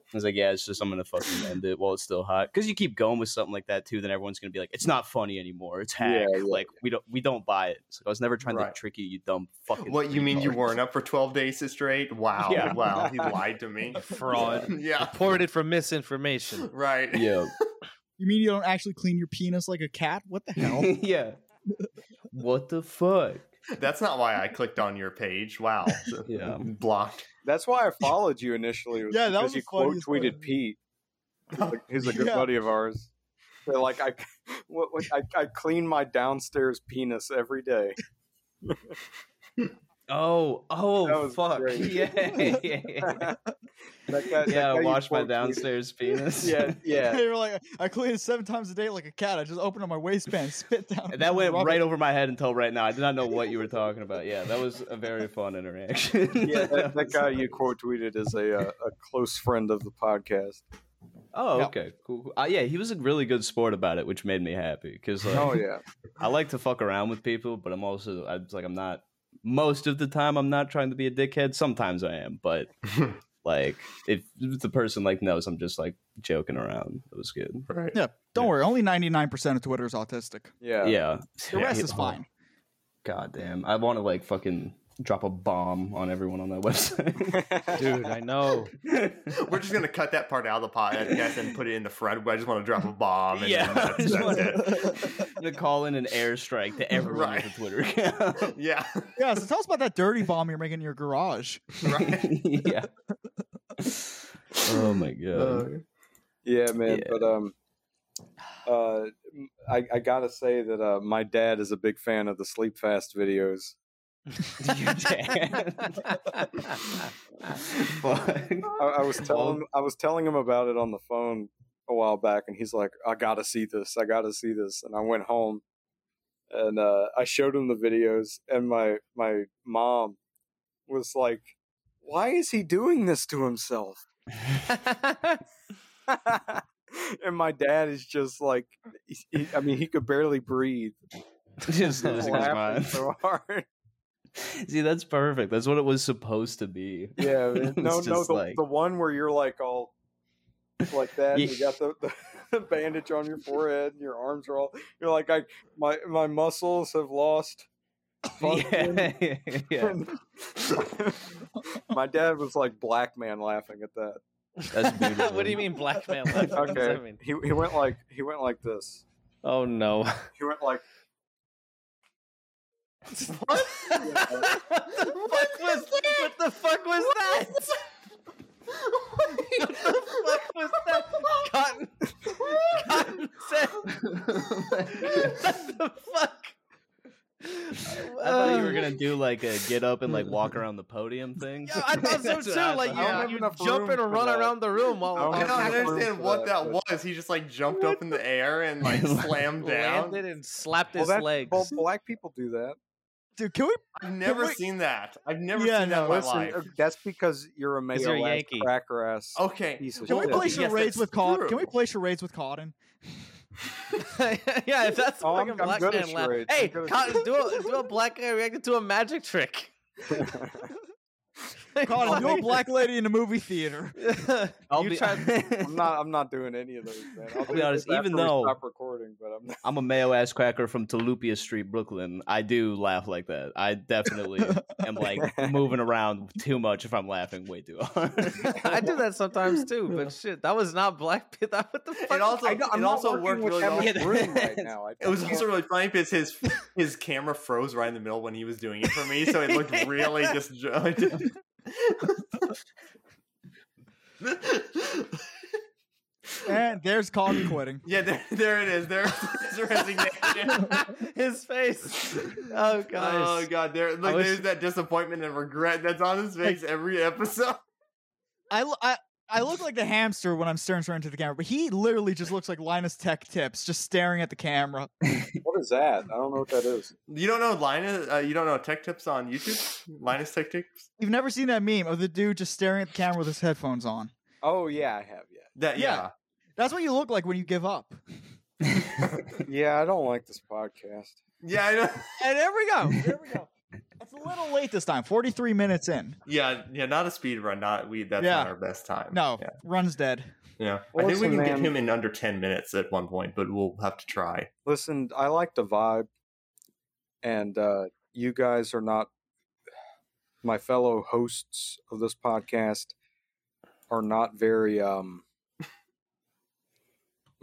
Speaker 5: I was like, yeah, it's just I'm gonna fucking end it while it's still hot. Because you keep going with something like that too, then everyone's gonna be like, it's not funny anymore. It's hack.
Speaker 1: Yeah, yeah.
Speaker 5: Like we don't we don't buy it. It's like I was never trying to
Speaker 7: Right.
Speaker 5: trick you, you dumb fucking.
Speaker 7: What you mean you
Speaker 5: retard.
Speaker 7: weren't up for twelve days straight? Wow,
Speaker 5: Yeah.
Speaker 7: wow, he lied to me.
Speaker 9: Fraud.
Speaker 7: yeah,
Speaker 9: Reported for misinformation.
Speaker 7: right.
Speaker 5: Yeah,
Speaker 6: You mean you don't actually clean your penis like a cat? What the hell?
Speaker 5: yeah. What the fuck?
Speaker 7: That's not why I clicked on your page. Wow,
Speaker 5: Yeah.
Speaker 7: blocked.
Speaker 1: that's why i followed you initially was
Speaker 6: Yeah, that
Speaker 1: because
Speaker 6: was
Speaker 1: you
Speaker 6: the funniest
Speaker 1: quote tweeted
Speaker 6: part.
Speaker 1: pete who's a good
Speaker 6: Yeah.
Speaker 1: buddy of ours They're like I, what, what, I, I clean my downstairs penis every day.
Speaker 5: Oh,
Speaker 1: That
Speaker 5: oh
Speaker 1: was
Speaker 5: fuck.
Speaker 1: great.
Speaker 5: Yeah.
Speaker 1: That That guy- that
Speaker 5: yeah,
Speaker 1: guy you
Speaker 5: wash my
Speaker 1: quote tweeted-
Speaker 5: downstairs penis.
Speaker 1: Yeah, yeah.
Speaker 6: they were like, I clean it seven times a day like a cat. I just open up my waistband, spit down.
Speaker 5: And That went
Speaker 6: rub it.
Speaker 5: right over my head until right now. I did not know what you were talking about. Yeah, that was a very fun interaction.
Speaker 1: Yeah, that, that
Speaker 5: was-
Speaker 1: guy you quote tweeted is a, uh, a close friend of the podcast.
Speaker 5: Oh,
Speaker 6: Yeah.
Speaker 5: okay, cool. cool. Uh, yeah, he was a really good sport about it, which made me happy because like,
Speaker 1: Oh yeah,
Speaker 5: I like to fuck around with people, but I'm also I was like I'm not most of the time I'm not trying to be a dickhead. Sometimes I am, but like if the person like knows I'm just like joking around, it was good.
Speaker 7: Right.
Speaker 6: Yeah, don't worry. Only 99% of Twitter is autistic.
Speaker 1: yeah,
Speaker 5: yeah,
Speaker 6: The rest is fine.
Speaker 5: God damn, I want to like fucking drop a bomb on everyone on that website.
Speaker 9: Dude, I know.
Speaker 7: We're just gonna cut that part out of the podcast and put it in the front. I just want to drop a bomb. And
Speaker 5: yeah,
Speaker 7: yeah,
Speaker 5: I
Speaker 7: that's,
Speaker 5: just
Speaker 7: that's it.
Speaker 5: wanna- I'm gonna call in an airstrike to everyone
Speaker 7: Right.
Speaker 5: with a Twitter account.
Speaker 7: Yeah,
Speaker 6: Yeah, so tell us about that dirty bomb you're making in your garage.
Speaker 7: right.
Speaker 5: yeah. Oh my god.
Speaker 1: yeah, man.
Speaker 5: Yeah.
Speaker 1: But um, uh, m- I, I gotta say that uh, my dad is a big fan of the sleep fast videos.
Speaker 5: Your dad.
Speaker 7: Uh,
Speaker 5: Fuck.
Speaker 1: I, I was telling I was telling him about it on the phone a while back, and he's like, "I gotta see this. I gotta see this." And I went home, and uh, I showed him the videos, and my my mom was like, "Why is he doing this to himself?" and my dad is just like, he- he, I mean, he could barely breathe.
Speaker 5: Just losing his
Speaker 1: Laughing
Speaker 5: mind.
Speaker 1: so hard.
Speaker 5: See, that's perfect. That's what it was supposed to be.
Speaker 1: Yeah, man.
Speaker 5: It's
Speaker 1: no, no,
Speaker 5: just
Speaker 1: the,
Speaker 5: like-
Speaker 1: the one where you're like all like that. and
Speaker 5: Ye-
Speaker 1: You got the, the, the bandage on your forehead, and your arms are all. You're like, I my my muscles have lost. function."
Speaker 5: Yeah. yeah.
Speaker 1: my dad was like black man laughing at that.
Speaker 5: That's beautiful.
Speaker 9: what do you mean blackmail? What does that
Speaker 1: Okay,
Speaker 9: mean?
Speaker 1: he he went like he went like this.
Speaker 9: Oh no.
Speaker 1: He went like
Speaker 7: What?
Speaker 9: What was what the fuck was that? What the fuck was that? Cotton, Cotton said, "What the fuck?"
Speaker 5: I thought you were gonna do like a get up and like walk around the podium thing.
Speaker 9: Yeah, I thought so
Speaker 5: That's
Speaker 9: too.
Speaker 5: what I
Speaker 9: Like
Speaker 5: thought.
Speaker 9: you,
Speaker 3: I don't have
Speaker 9: you
Speaker 3: enough
Speaker 9: jump
Speaker 3: room
Speaker 9: and
Speaker 3: for
Speaker 9: run
Speaker 3: that.
Speaker 9: around the room while
Speaker 3: I don't
Speaker 7: I
Speaker 3: have
Speaker 7: don't
Speaker 9: while
Speaker 3: enough room
Speaker 7: understand
Speaker 3: for
Speaker 7: what
Speaker 3: that,
Speaker 7: that
Speaker 3: but-
Speaker 7: was. He just like jumped up in the air and like slammed
Speaker 9: he
Speaker 7: down.
Speaker 9: landed and slapped
Speaker 3: Well,
Speaker 9: his
Speaker 3: that,
Speaker 9: legs.
Speaker 3: well, black people do that.
Speaker 6: Dude, can we?
Speaker 7: I've never
Speaker 6: wait.
Speaker 7: seen that. I've never
Speaker 6: Yeah,
Speaker 7: seen that
Speaker 6: no,
Speaker 7: in my
Speaker 3: Listen,
Speaker 7: life.
Speaker 3: uh, that's because you're a male
Speaker 9: you're a
Speaker 3: ass
Speaker 9: Yankee.
Speaker 3: cracker ass.
Speaker 7: Okay.
Speaker 3: piece of
Speaker 6: Can we
Speaker 3: shit.
Speaker 6: play
Speaker 7: Yes,
Speaker 6: charades
Speaker 7: that's
Speaker 6: with Cod? Can we
Speaker 7: true.
Speaker 6: play charades with Cotton?
Speaker 9: yeah, if that's a
Speaker 3: Oh, I'm-
Speaker 9: fucking
Speaker 3: I'm
Speaker 9: black
Speaker 3: good at
Speaker 9: man laugh.
Speaker 3: charades. I'm
Speaker 9: Hey,
Speaker 3: good at
Speaker 9: Cotton, do a do a black guy reacting to a magic trick.
Speaker 6: Cotton, you're a black lady in a movie theater.
Speaker 5: I'll
Speaker 9: you
Speaker 5: be-
Speaker 9: tried-
Speaker 3: I'm not. I'm not doing any of those. Man. I'll,
Speaker 5: be
Speaker 3: do
Speaker 5: honest,
Speaker 3: this
Speaker 5: even
Speaker 3: after we
Speaker 5: though-
Speaker 3: stop recording, but I'm not.
Speaker 5: I'm a mayo ass cracker from Tulupia Street, Brooklyn. I do laugh like that. I definitely am like moving around too much if I'm laughing way too hard.
Speaker 9: I do that sometimes too, but shit, that was not black. Pit. That what the fuck?
Speaker 7: It also
Speaker 3: I know, I'm
Speaker 7: it
Speaker 3: not
Speaker 7: also
Speaker 3: working
Speaker 7: worked
Speaker 3: with
Speaker 7: really
Speaker 3: that
Speaker 7: well.
Speaker 3: much
Speaker 5: Yeah,
Speaker 3: room right
Speaker 5: that's-
Speaker 3: now. I
Speaker 7: It was
Speaker 3: can't-
Speaker 7: also really funny because his his camera froze right in the middle when he was doing it for me, so it looked really disjointed.
Speaker 6: And there's Cotton quitting.
Speaker 7: yeah, there, there it is. There's his resignation.
Speaker 9: his face. Oh
Speaker 7: Oh
Speaker 9: god.
Speaker 7: god, there look,
Speaker 9: wish-
Speaker 7: there's that disappointment and regret that's on his face every episode.
Speaker 6: I, lo- I, I look like the hamster when I'm staring straight into the camera, but he literally just looks like Linus Tech Tips, just staring at the camera.
Speaker 3: What is that? I don't know what that is.
Speaker 7: You don't know Linus? Uh, you don't know Tech Tips on YouTube? Linus Tech Tips?
Speaker 6: You've never seen that meme of the dude just staring at the camera with his headphones on.
Speaker 3: Oh yeah, I have. Yeah,
Speaker 7: That yeah.
Speaker 6: Yeah. That's what you look like when you give up.
Speaker 3: yeah. I don't like this podcast.
Speaker 7: Yeah, I know.
Speaker 6: And there we go. There we go. It's a little late this time. Forty-three minutes in.
Speaker 7: Yeah, yeah, not a speed run. Not we. That's
Speaker 6: Yeah.
Speaker 7: not our best time.
Speaker 6: No,
Speaker 7: Yeah.
Speaker 6: run's dead.
Speaker 7: yeah.
Speaker 3: Well,
Speaker 7: I think we can
Speaker 3: listen,
Speaker 7: get
Speaker 3: man.
Speaker 7: him in under ten minutes at one point, but we'll have to try.
Speaker 3: Listen, I like the vibe, and uh, you guys are not my fellow hosts of this podcast are not very um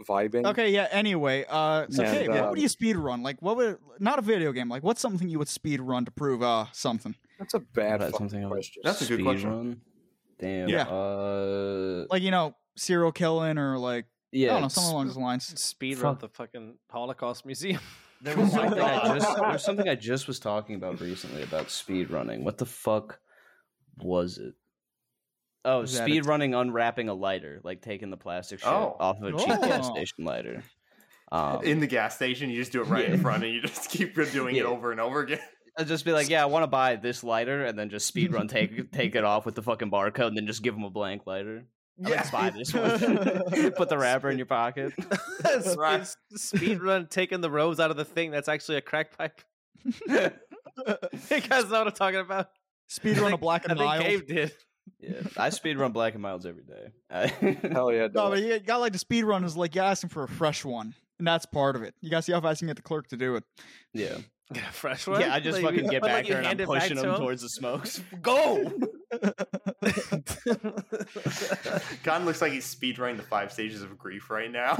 Speaker 3: vibing.
Speaker 6: Okay, yeah. Anyway, uh, so
Speaker 3: Yeah,
Speaker 6: Kay,
Speaker 3: and,
Speaker 6: what would
Speaker 3: um,
Speaker 6: you speed run? Like, what would not a video game? Like, what's something you would speed run to prove uh something?
Speaker 3: that's a bad
Speaker 5: That's
Speaker 3: fucking
Speaker 5: something I would-
Speaker 3: question.
Speaker 7: That's a good
Speaker 5: Speed
Speaker 7: question.
Speaker 5: run? Damn.
Speaker 6: Yeah.
Speaker 5: Uh,
Speaker 6: Like, you know, serial killing or like
Speaker 5: yeah.
Speaker 6: I don't know, something along those lines.
Speaker 9: Speed run the fucking Holocaust Museum.
Speaker 5: There was something I just there was something I just was talking about recently about speed running. What the fuck was it? Oh,
Speaker 6: Is that
Speaker 5: speed
Speaker 6: it?
Speaker 5: running unwrapping a lighter, like taking the plastic shit
Speaker 7: Oh.
Speaker 5: off of a cheap gas
Speaker 6: Oh.
Speaker 5: station lighter. Um,
Speaker 7: in the gas station, you just do it right in
Speaker 5: Yeah.
Speaker 7: front, and you just keep doing
Speaker 5: Yeah.
Speaker 7: it over and over again.
Speaker 5: I'd just be like, yeah, I want to buy this lighter, and then just speed run take take it off with the fucking barcode, and then just give them a blank lighter. I like to buy this one. Put the wrapper in your pocket.
Speaker 9: Speed-
Speaker 7: Right.
Speaker 9: Speed run taking the rose out of the thing that's actually a crack pipe. you guys know what I'm talking about?
Speaker 6: Speed
Speaker 9: I
Speaker 6: run a
Speaker 9: think-
Speaker 6: black
Speaker 9: I
Speaker 6: and
Speaker 9: think
Speaker 6: mild.
Speaker 9: Gabe did.
Speaker 5: Yeah, I speed run black and miles every day. I-
Speaker 3: Hell yeah,
Speaker 6: No,
Speaker 3: dude.
Speaker 6: but you got like the speed run is like you ask him for a fresh one, and that's part of it. You got to see how fast you can get the clerk to do it.
Speaker 5: yeah,
Speaker 9: Get a fresh one.
Speaker 5: yeah. I just
Speaker 9: Like,
Speaker 5: fucking get
Speaker 9: but, like,
Speaker 5: back
Speaker 9: you
Speaker 5: there and I'm
Speaker 9: hand it back
Speaker 5: pushing
Speaker 9: to
Speaker 5: them
Speaker 9: him.
Speaker 5: towards the smokes. Go.
Speaker 7: Con looks like he's speed running the five stages of grief right now.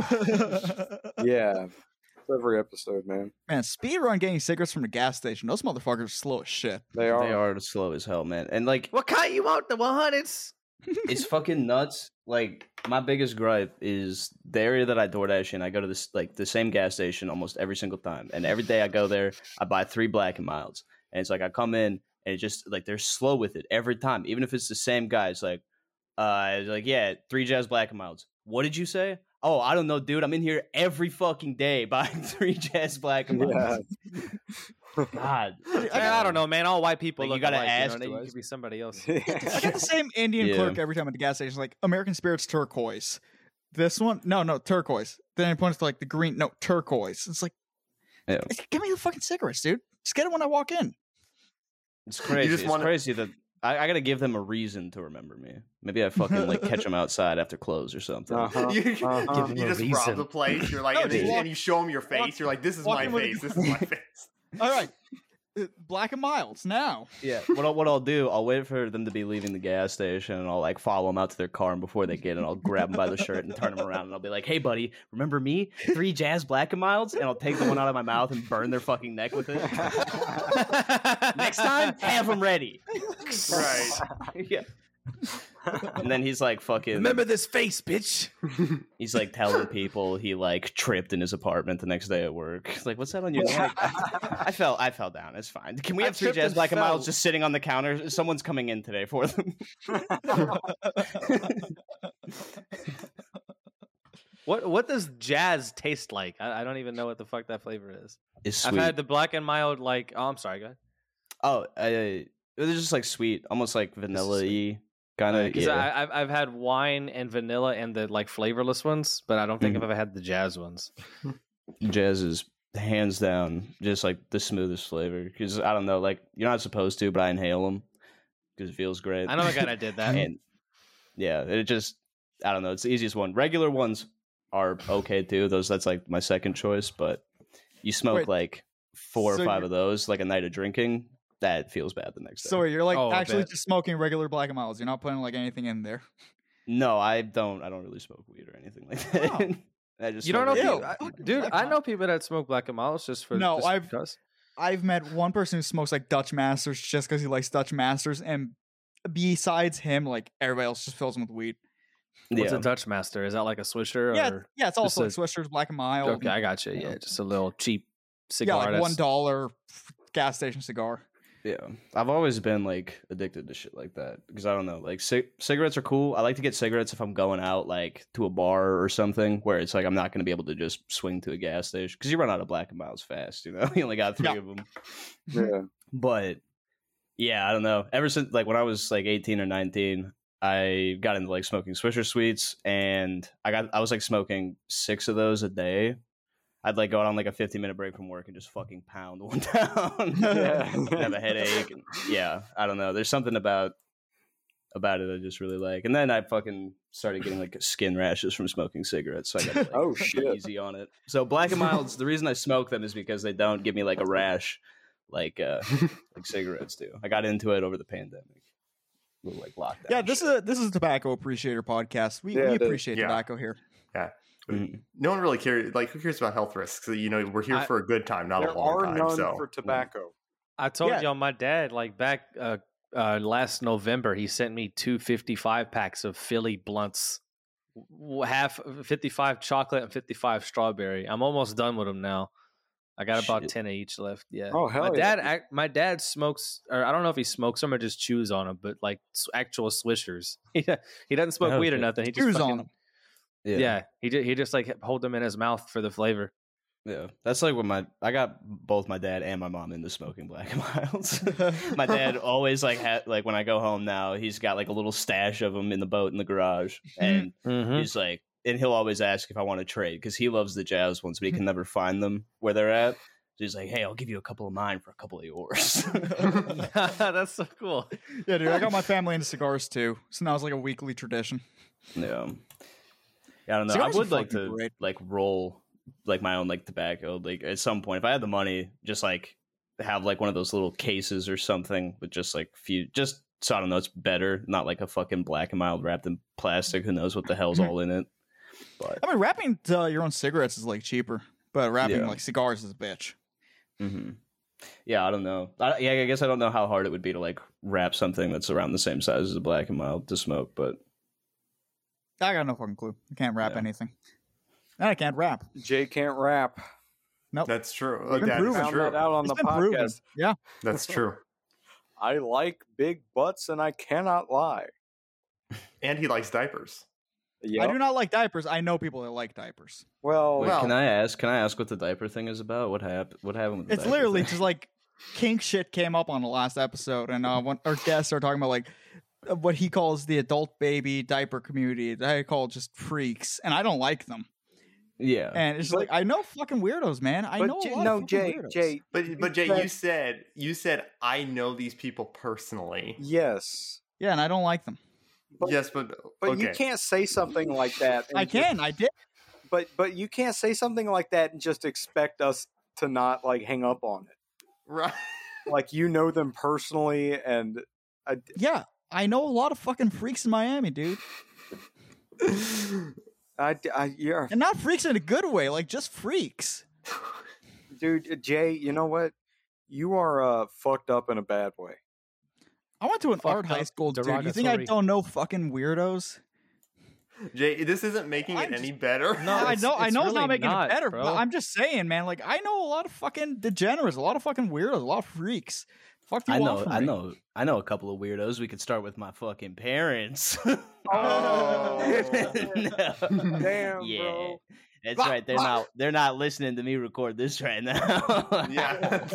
Speaker 3: yeah. It's every episode, man.
Speaker 6: Man, speed run getting cigarettes from the gas station. Those motherfuckers are slow as shit.
Speaker 3: They are.
Speaker 5: They are slow as hell, man. And like,
Speaker 9: What kind you want? The 100s?
Speaker 5: it's fucking nuts. Like, my biggest gripe is the area that I DoorDash in. I go to this like the same gas station almost every single time, and every day I go there, I buy three Black and Milds, and it's like I come in and it just like they're slow with it every time, even if it's the same guy. It's like, uh, it's like yeah, three Jazz Black and Milds. What did you say? Oh, I don't know, dude. I'm in here every fucking day buying three Jazz Black and
Speaker 3: Yeah.
Speaker 5: Milds. God,
Speaker 9: Man, I don't know, man. All white people
Speaker 5: Like, you
Speaker 9: look
Speaker 5: gotta
Speaker 9: alike, you
Speaker 5: ask
Speaker 9: know,
Speaker 5: to
Speaker 9: You
Speaker 5: us.
Speaker 9: could be somebody else.
Speaker 6: I get the same Indian
Speaker 5: Yeah.
Speaker 6: clerk every time at the gas station. Like American Spirits turquoise. This one, no, no turquoise. Then it points to like the green, no turquoise. It's like,
Speaker 5: Yeah.
Speaker 6: give me the fucking cigarettes, dude. Just get it when I walk in.
Speaker 5: It's crazy.
Speaker 7: just
Speaker 5: it's
Speaker 7: wanna-
Speaker 5: crazy that I, I got to give them a reason to remember me. Maybe I fucking like catch them outside after close or something.
Speaker 3: Uh-huh.
Speaker 7: you you
Speaker 3: Uh-huh.
Speaker 5: him a
Speaker 7: just
Speaker 5: reason.
Speaker 7: rob the place. You're like,
Speaker 6: No,
Speaker 7: and,
Speaker 6: just
Speaker 7: then-
Speaker 6: walk-
Speaker 7: and you show him your face.
Speaker 6: walk-
Speaker 7: You're like, this is
Speaker 6: walk
Speaker 7: my
Speaker 6: in with a-
Speaker 7: face. This is my face.
Speaker 6: All right. uh, Black and Milds now.
Speaker 5: Yeah. What I'll, what I'll do, I'll wait for them to be leaving the gas station, and I'll like follow them out to their car, and before they get in, I'll grab them by the shirt and turn them around, and I'll be like, "Hey, buddy, remember me? Three jazz black and milds," and I'll take the one out of my mouth and burn their fucking neck with it. Next time, have them ready.
Speaker 7: Right.
Speaker 5: yeah. and then he's like fucking.
Speaker 10: Remember this face, bitch.
Speaker 5: He's like telling people he like tripped in his apartment the next day at work. It's like, what's that on your neck? I, fell. I fell down. It's fine. Can we
Speaker 10: I
Speaker 5: have three
Speaker 10: tripped
Speaker 5: jazz
Speaker 10: and
Speaker 5: black and
Speaker 10: fell.
Speaker 5: miles just sitting on the counter? Someone's coming in today for them.
Speaker 9: What what does jazz taste like? I, I don't even know what the fuck that flavor is.
Speaker 5: It's
Speaker 9: I've had the black and mild like. Oh, I'm sorry, go ahead.
Speaker 5: oh, I, I- it was just like sweet, almost like vanilla y kind of.
Speaker 9: Because
Speaker 5: Yeah.
Speaker 9: I've I've had wine and vanilla and the like flavorless ones, but I don't think I've ever had the jazz ones.
Speaker 5: jazz is hands down just like the smoothest flavor. Because I don't know, like you're not supposed to, but I inhale them because it feels great.
Speaker 9: I know I kind of did that.
Speaker 5: and yeah, it just I don't know. It's the easiest one. Regular ones are okay too. Those that's like my second choice, but you smoke
Speaker 6: Wait,
Speaker 5: like four
Speaker 6: so
Speaker 5: or five
Speaker 6: you're-
Speaker 5: of those like a night of drinking. That feels bad the next day.
Speaker 6: So you're like
Speaker 9: Oh, I
Speaker 6: actually
Speaker 9: bet.
Speaker 6: just smoking regular Black and Milds. You're not putting like anything in there.
Speaker 5: no, I don't. I don't really smoke weed or anything like that. I just
Speaker 9: you uh,
Speaker 5: smoke
Speaker 9: don't know, people,
Speaker 5: regular-
Speaker 9: I-
Speaker 6: Fucking
Speaker 9: dude.
Speaker 6: Black
Speaker 9: I
Speaker 6: and
Speaker 9: know people that smoke black and miles just for
Speaker 6: No,
Speaker 9: just
Speaker 6: I've-
Speaker 9: because.
Speaker 6: I've met one person who smokes like Dutch Masters just because he likes Dutch Masters, and besides him, like everybody else just fills him with weed.
Speaker 9: What's
Speaker 5: Yeah.
Speaker 9: a Dutch master? Is that like a swisher?
Speaker 6: yeah,
Speaker 9: Or...
Speaker 6: yeah, it's also like
Speaker 9: just a-
Speaker 6: Swisher's Black and Mild.
Speaker 9: Okay, I got you. Yeah, just a little cheap
Speaker 6: yeah,
Speaker 9: cigar.
Speaker 6: like
Speaker 9: that's-
Speaker 6: one dollar gas station cigar.
Speaker 5: Yeah, I've always been like addicted to shit like that because I don't know, like c- cigarettes are cool. I like to get cigarettes if I'm going out like to a bar or something where it's like I'm not going to be able to just swing to a gas station because you run out of black and miles fast. You know, you only got three
Speaker 6: Yeah.
Speaker 5: of them.
Speaker 1: Yeah.
Speaker 5: But yeah, I don't know. Ever since like when I was like 18 or 19, I got into like smoking Swisher sweets, and I got I was like smoking six of those a day. I'd like go out on like a 15 minute break from work and just fucking pound one down.
Speaker 1: Yeah.
Speaker 5: I'd have a headache. and- yeah, I don't know. There's something about about it I just really like. And then I fucking started getting like skin rashes from smoking cigarettes. So I got like,
Speaker 1: Oh,
Speaker 5: pretty
Speaker 1: shit.
Speaker 5: easy on it. So black and milds. the reason I smoke them is because they don't give me like a rash like uh like cigarettes do. I got into it over the pandemic. Little, like lockdown.
Speaker 6: Yeah, this is a, this is a tobacco appreciator podcast. We,
Speaker 1: Yeah,
Speaker 6: we
Speaker 1: it is.
Speaker 6: appreciate
Speaker 7: Yeah.
Speaker 6: tobacco here.
Speaker 5: Mm.
Speaker 7: No one really cares. Like, who cares about health risks? You know, we're here
Speaker 9: I-
Speaker 7: for a good time, not
Speaker 1: There
Speaker 7: a long
Speaker 1: are
Speaker 7: time.
Speaker 1: none
Speaker 7: so,
Speaker 1: for tobacco.
Speaker 9: I told
Speaker 6: Yeah.
Speaker 9: y'all my dad like back uh, uh, last November he sent me two 55 packs of Philly blunts, W- half 55 chocolate and 55 strawberry. I'm almost done with them now. I got about
Speaker 5: Shit.
Speaker 9: 10 of each left. Yeah.
Speaker 1: Oh, hell
Speaker 9: my
Speaker 1: yeah.
Speaker 9: dad ac- my dad smokes or I don't know if he smokes them or just chews on them, but like s- actual swishers. Yeah. he doesn't smoke
Speaker 5: Oh,
Speaker 9: weed or
Speaker 5: shit.
Speaker 9: nothing. He just
Speaker 6: Chews on
Speaker 9: fucking-
Speaker 6: them.
Speaker 5: Yeah. yeah.
Speaker 9: Yeah, he ju- he just like hold them in his mouth for the flavor.
Speaker 5: That's like when my I got both my dad and my mom into smoking black and milds. my dad always like had like when I go home now, he's got like a little stash of them in the boat in the garage and
Speaker 9: Mm-hmm.
Speaker 5: He's like, and he'll always ask if I want to trade because he loves the jazz ones, but he can never find them where they're at. So he's like, hey, I'll give you a couple of mine for a couple of yours.
Speaker 9: That's so cool.
Speaker 6: Yeah, dude, I got my family into cigars too, so now it's like a weekly tradition.
Speaker 5: yeah. Yeah, I don't know.
Speaker 6: Cigars
Speaker 5: I
Speaker 6: are
Speaker 5: would like
Speaker 6: fucking
Speaker 5: to
Speaker 6: great.
Speaker 5: like roll like my own like tobacco. Like at some point, if I had the money, just like have like one of those little cases or something with just like few just so I don't know, it's better, not like a fucking black and mild wrapped in plastic. Who knows what the
Speaker 6: Mm-hmm.
Speaker 5: hell's all in it. But
Speaker 6: I mean, wrapping uh, your own cigarettes is like cheaper, but wrapping
Speaker 5: Yeah.
Speaker 6: like cigars is a bitch.
Speaker 5: hmm Yeah, I don't know. I, yeah, I guess I don't know how hard it would be to like wrap something that's around the same size as a black and mild to smoke, but
Speaker 6: I got no fucking clue. I can't wrap
Speaker 5: Yeah.
Speaker 6: anything. And I can't wrap.
Speaker 1: Jay can't rap.
Speaker 7: that's true. Uh,
Speaker 6: We've been
Speaker 7: That is
Speaker 6: proven.
Speaker 1: Found
Speaker 7: true.
Speaker 1: that out on
Speaker 6: It's
Speaker 1: the
Speaker 6: been proven.
Speaker 1: podcast.
Speaker 6: Yeah.
Speaker 7: That's true.
Speaker 1: I like big butts and I cannot lie.
Speaker 7: And he likes diapers.
Speaker 1: Yeah.
Speaker 6: I do not like diapers. I know people that like diapers.
Speaker 1: Oh, Well,
Speaker 5: Wait,
Speaker 7: Well-
Speaker 5: can I ask? Can I ask what the diaper thing is about? What happened? What happened? With the
Speaker 6: It's
Speaker 5: diaper
Speaker 6: literally
Speaker 5: thing?
Speaker 6: just like kink shit came up on the last episode, and uh, one, our guests are talking about like uh, what he calls the adult baby diaper community. That I call just freaks, and I don't like them.
Speaker 5: yeah.
Speaker 6: And it's just like I know fucking weirdos, man. I
Speaker 1: but
Speaker 6: know a
Speaker 1: Jay-
Speaker 6: lot
Speaker 1: no,
Speaker 6: of fucking
Speaker 1: Jay,
Speaker 6: weirdos.
Speaker 1: Jay,
Speaker 7: But but Jay,
Speaker 1: Exactly.
Speaker 7: you said you said I know these people personally.
Speaker 1: yes.
Speaker 6: Yeah, and I don't like them.
Speaker 1: But-
Speaker 7: yes, but
Speaker 1: But
Speaker 7: okay.
Speaker 1: you can't say something like that. and
Speaker 6: I
Speaker 1: just-
Speaker 6: can. I did.
Speaker 1: but but you can't say something like that and just expect us to not like hang up on it.
Speaker 7: Right.
Speaker 1: like you know them personally, and I,
Speaker 6: Yeah, I know a lot of fucking freaks in Miami, dude,
Speaker 1: I, I, you're
Speaker 6: and not freaks in a good way, like just freaks.
Speaker 1: dude, uh, Jay. You know what? You are uh, fucked up in a bad way.
Speaker 6: I went to an
Speaker 9: Fucked
Speaker 6: art high
Speaker 9: up,
Speaker 6: school, dude. You think I
Speaker 9: derogatory.
Speaker 6: don't know fucking weirdos?
Speaker 7: Jay, this isn't making
Speaker 6: I'm
Speaker 7: it any better.
Speaker 9: No,
Speaker 6: I
Speaker 9: it's-
Speaker 6: know, I
Speaker 9: it's
Speaker 6: know, it's
Speaker 9: really
Speaker 6: not making
Speaker 9: not,
Speaker 6: it better,
Speaker 9: bro.
Speaker 6: but I'm just saying, man. Like, I know a lot of fucking degenerates, a lot of fucking weirdos, a lot of freaks. Fuck you,
Speaker 5: I know,
Speaker 6: offering.
Speaker 5: I know, I know a couple of weirdos. We could start with my fucking parents. Oh. No.
Speaker 1: Damn,
Speaker 5: yeah,
Speaker 1: bro.
Speaker 5: that's right. They're not, they're not listening to me record this right now.
Speaker 7: yeah.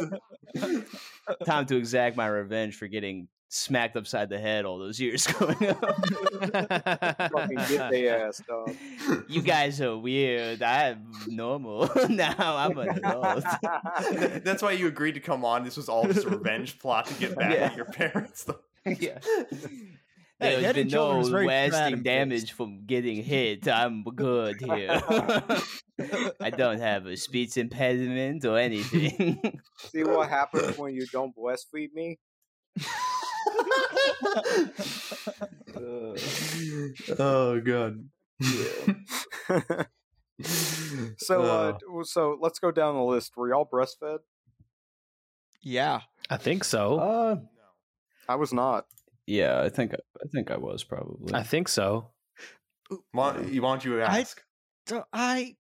Speaker 5: time to exact my revenge for getting smacked upside the head all those years going up.
Speaker 1: Fucking get they ass, dog.
Speaker 5: you guys are weird. I'm normal now. I'm an adult.
Speaker 7: That's why you agreed to come on. This was all just a revenge plot to get back
Speaker 5: Yeah.
Speaker 7: at your parents.
Speaker 5: yeah.
Speaker 6: Hey,
Speaker 5: There's
Speaker 6: hitting
Speaker 5: been
Speaker 6: children
Speaker 5: no
Speaker 6: is very bad
Speaker 5: lasting
Speaker 6: and
Speaker 5: damage from getting hit. I'm good here. I don't have a speech impediment or anything.
Speaker 1: See what happens when you don't breastfeed me?
Speaker 7: oh god.
Speaker 1: So, uh, so let's go down the list. Were y'all breastfed?
Speaker 6: Yeah,
Speaker 9: I think so.
Speaker 5: uh,
Speaker 1: I was not.
Speaker 5: yeah, I think I think I was probably.
Speaker 9: I think so.
Speaker 7: why, why don't you
Speaker 6: I-
Speaker 7: ask?
Speaker 6: So I.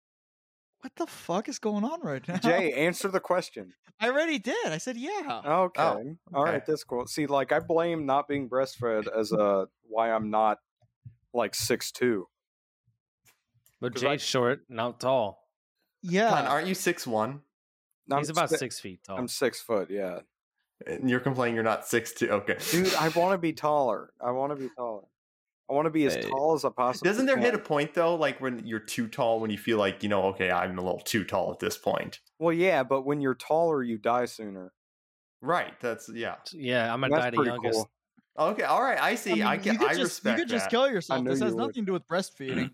Speaker 6: What the fuck is going on right now?
Speaker 1: Jay, Uh, answer the question.
Speaker 6: I already did. I said yeah.
Speaker 1: Okay. All
Speaker 7: okay.
Speaker 1: right, that's cool. See, like I blame not being breastfed as uh why I'm not like six two.
Speaker 9: But
Speaker 1: 'Cause
Speaker 9: Jay's
Speaker 1: I-
Speaker 9: short, not tall.
Speaker 6: yeah.
Speaker 7: Con, aren't you six one?
Speaker 9: He's about six feet tall.
Speaker 1: I'm six foot, yeah.
Speaker 7: And you're complaining you're not six two. Okay.
Speaker 1: Dude, I want to be taller. I want to be taller. I want to be as
Speaker 5: Hey.
Speaker 1: tall as I possibly.
Speaker 7: Doesn't there hit a
Speaker 1: can.
Speaker 7: point though, like when you're too tall, when you feel like you know, okay, I'm a little too tall at this point.
Speaker 1: Well, yeah, but when you're taller, you die sooner.
Speaker 7: Right. That's yeah.
Speaker 9: yeah, I'm gonna
Speaker 1: That's
Speaker 9: die the
Speaker 1: pretty
Speaker 9: youngest.
Speaker 1: cool.
Speaker 7: Okay. All right. I see. I,
Speaker 6: mean,
Speaker 7: can.
Speaker 6: You could
Speaker 7: I
Speaker 6: just,
Speaker 7: respect
Speaker 6: You could just
Speaker 7: that.
Speaker 6: kill yourself.
Speaker 1: knew
Speaker 6: This has
Speaker 1: you would.
Speaker 6: nothing to do with breastfeeding.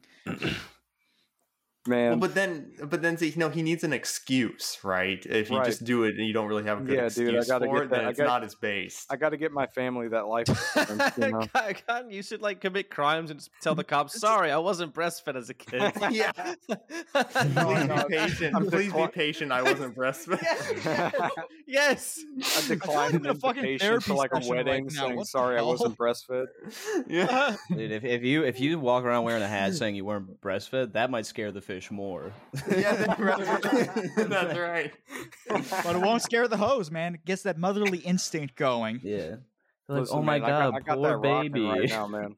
Speaker 1: Man,
Speaker 7: Well, but then, but then, see, no, he needs an excuse, right? If you
Speaker 1: Right.
Speaker 7: just do it and you don't really have a good
Speaker 1: Yeah, dude, I
Speaker 7: excuse
Speaker 1: gotta
Speaker 7: for
Speaker 1: get
Speaker 7: it,
Speaker 1: that-
Speaker 7: then
Speaker 1: I
Speaker 7: it's
Speaker 1: got-
Speaker 7: not as based.
Speaker 1: I got to get my family that life. insurance, you know?
Speaker 9: God, God, you should like commit crimes and tell the cops, sorry, I wasn't breastfed as a kid.
Speaker 7: yeah, please
Speaker 1: Oh, no,
Speaker 7: be patient.
Speaker 1: I'm
Speaker 7: please be
Speaker 1: decli-
Speaker 7: patient. I wasn't breastfed.
Speaker 9: yes.
Speaker 1: I declined
Speaker 6: I'm
Speaker 1: an
Speaker 6: in a fucking
Speaker 1: invitation
Speaker 6: therapy
Speaker 1: to like a
Speaker 6: session right
Speaker 1: wedding,
Speaker 6: now.
Speaker 1: saying
Speaker 6: What the
Speaker 1: sorry I
Speaker 6: hell?"
Speaker 1: wasn't breastfed.
Speaker 7: yeah.
Speaker 5: Dude, if, if you if you walk around wearing a hat saying you weren't breastfed, that might scare the fish more.
Speaker 7: yeah, that's right. that's right.
Speaker 6: but it won't scare the hose, man. It gets that motherly instinct going.
Speaker 5: Yeah. Like,
Speaker 1: Listen,
Speaker 5: oh my
Speaker 1: man,
Speaker 5: god,
Speaker 1: I got, I got
Speaker 5: poor
Speaker 1: that rocking
Speaker 5: baby.
Speaker 1: right now, man.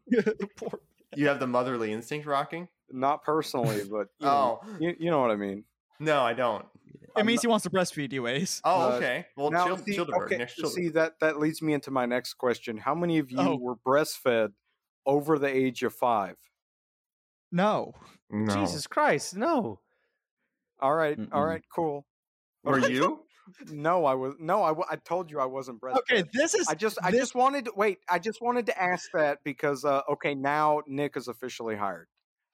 Speaker 6: Poor-
Speaker 7: You have the motherly instinct rocking.
Speaker 1: Not personally, but you know,
Speaker 7: Oh
Speaker 1: you, you know what I mean.
Speaker 7: no, I don't.
Speaker 6: It means he wants to breastfeed you, Ace.
Speaker 7: Oh,
Speaker 1: Uh,
Speaker 7: okay. Well,
Speaker 1: Now,
Speaker 7: chill,
Speaker 1: see,
Speaker 7: Childeberg,
Speaker 1: okay,
Speaker 7: next
Speaker 1: see
Speaker 7: Childeberg.
Speaker 1: that that leads me into my next question. How many of you
Speaker 6: Oh.
Speaker 1: were breastfed over the age of five?
Speaker 6: No.
Speaker 7: No.
Speaker 9: Jesus Christ, no.
Speaker 1: All right, all
Speaker 5: Mm-mm.
Speaker 1: right, cool.
Speaker 7: Were you?
Speaker 1: No, I was no, I, wa- I told you I wasn't breastfed.
Speaker 6: Okay, this is.
Speaker 1: I just I just wanted to wait. I just wanted to ask that because uh, okay, now Nick is officially hired.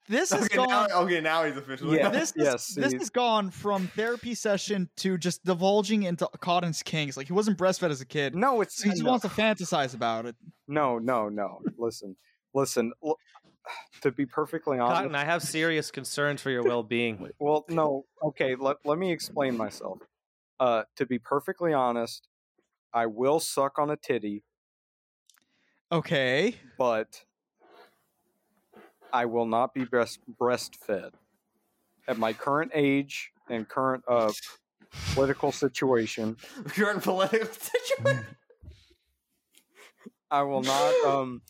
Speaker 6: This is
Speaker 7: Okay
Speaker 6: gone.
Speaker 7: now, okay, now he's officially.
Speaker 1: Yeah.
Speaker 6: this is
Speaker 1: Yes,
Speaker 6: this
Speaker 1: see-
Speaker 6: has gone from therapy session to just divulging into Cotton's kinks. Like he wasn't breastfed as a kid,
Speaker 1: No, it's
Speaker 6: so he just
Speaker 1: Mm, no,
Speaker 6: wants to fantasize about it.
Speaker 1: no, no, no. Listen, listen. l- to be perfectly honest,
Speaker 9: Cotton, I have serious concerns for your well being.
Speaker 1: Well, no. Okay, let, let me explain myself. Uh, to be perfectly honest, I will suck on a titty,
Speaker 6: Okay.
Speaker 1: but I will not be breast breastfed. At my current age and current uh, political situation,
Speaker 7: current political situation.
Speaker 1: I will not um,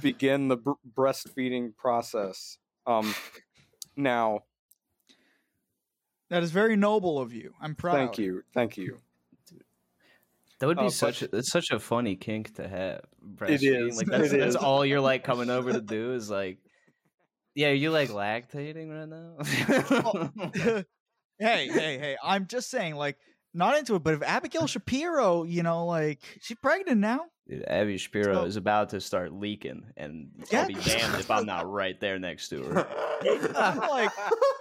Speaker 1: begin the br- breastfeeding process. Um, now,
Speaker 6: That is very noble of you. I'm proud.
Speaker 1: thank you, thank you.
Speaker 5: That would
Speaker 1: Uh,
Speaker 5: be
Speaker 1: but-
Speaker 5: such a, it's such a funny kink to have.
Speaker 1: It
Speaker 5: breastfeeding.
Speaker 1: is,
Speaker 5: Like
Speaker 1: it
Speaker 5: that's, that's
Speaker 1: is.
Speaker 5: all you're like coming over to do is like Yeah, you like lactating right
Speaker 1: Oh.
Speaker 5: now?
Speaker 6: hey, hey, hey! I'm just saying, like, not into it. But if Abigail Shapiro, you know, like, she's pregnant now.
Speaker 5: Dude, Abby Shapiro
Speaker 6: So-
Speaker 5: is about to start leaking and
Speaker 6: Yeah.
Speaker 5: I'll be damned if I'm not right there next to her.
Speaker 6: I'm like,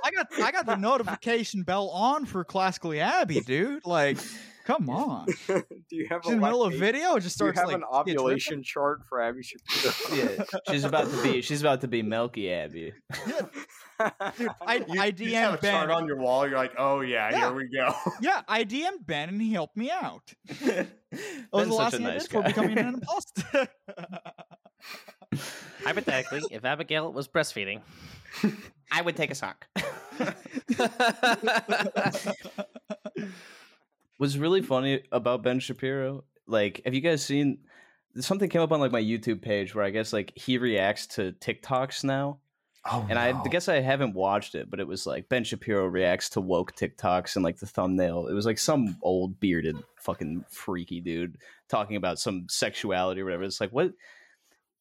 Speaker 6: I got, I got the notification bell on for Classically Abby, dude. Like, Come on.
Speaker 1: Do you have
Speaker 6: She's
Speaker 1: a
Speaker 6: in the middle of
Speaker 1: lactation-
Speaker 6: video. It just
Speaker 1: Do you
Speaker 6: starts
Speaker 1: have
Speaker 6: like
Speaker 1: an
Speaker 6: kids
Speaker 1: ovulation chart for Abby Shapiro?
Speaker 5: Yeah, she's about to be she's about to be Melky Abby.
Speaker 6: ripping- Dude, I, I
Speaker 7: You just have
Speaker 6: DM
Speaker 7: a chart
Speaker 6: Ben.
Speaker 7: on your wall. You're like, oh yeah,
Speaker 6: Yeah.
Speaker 7: here we go.
Speaker 6: yeah, I DM Ben and he helped me out.
Speaker 5: Ben's
Speaker 6: That was the last
Speaker 5: such a
Speaker 6: thing I
Speaker 5: nice
Speaker 6: did for
Speaker 5: guy.
Speaker 6: becoming an imposter.
Speaker 9: Hypothetically, if Abigail was breastfeeding,
Speaker 5: I would take a sock. What's really funny about Ben Shapiro, like, have you guys seen something came up on like my YouTube page where I guess like he reacts to TikToks now,
Speaker 7: Oh,
Speaker 5: and I guess I haven't watched it, but it was like Ben Shapiro reacts to woke TikToks and like the thumbnail. It was like some old bearded fucking freaky dude talking about some sexuality or whatever. It's like what.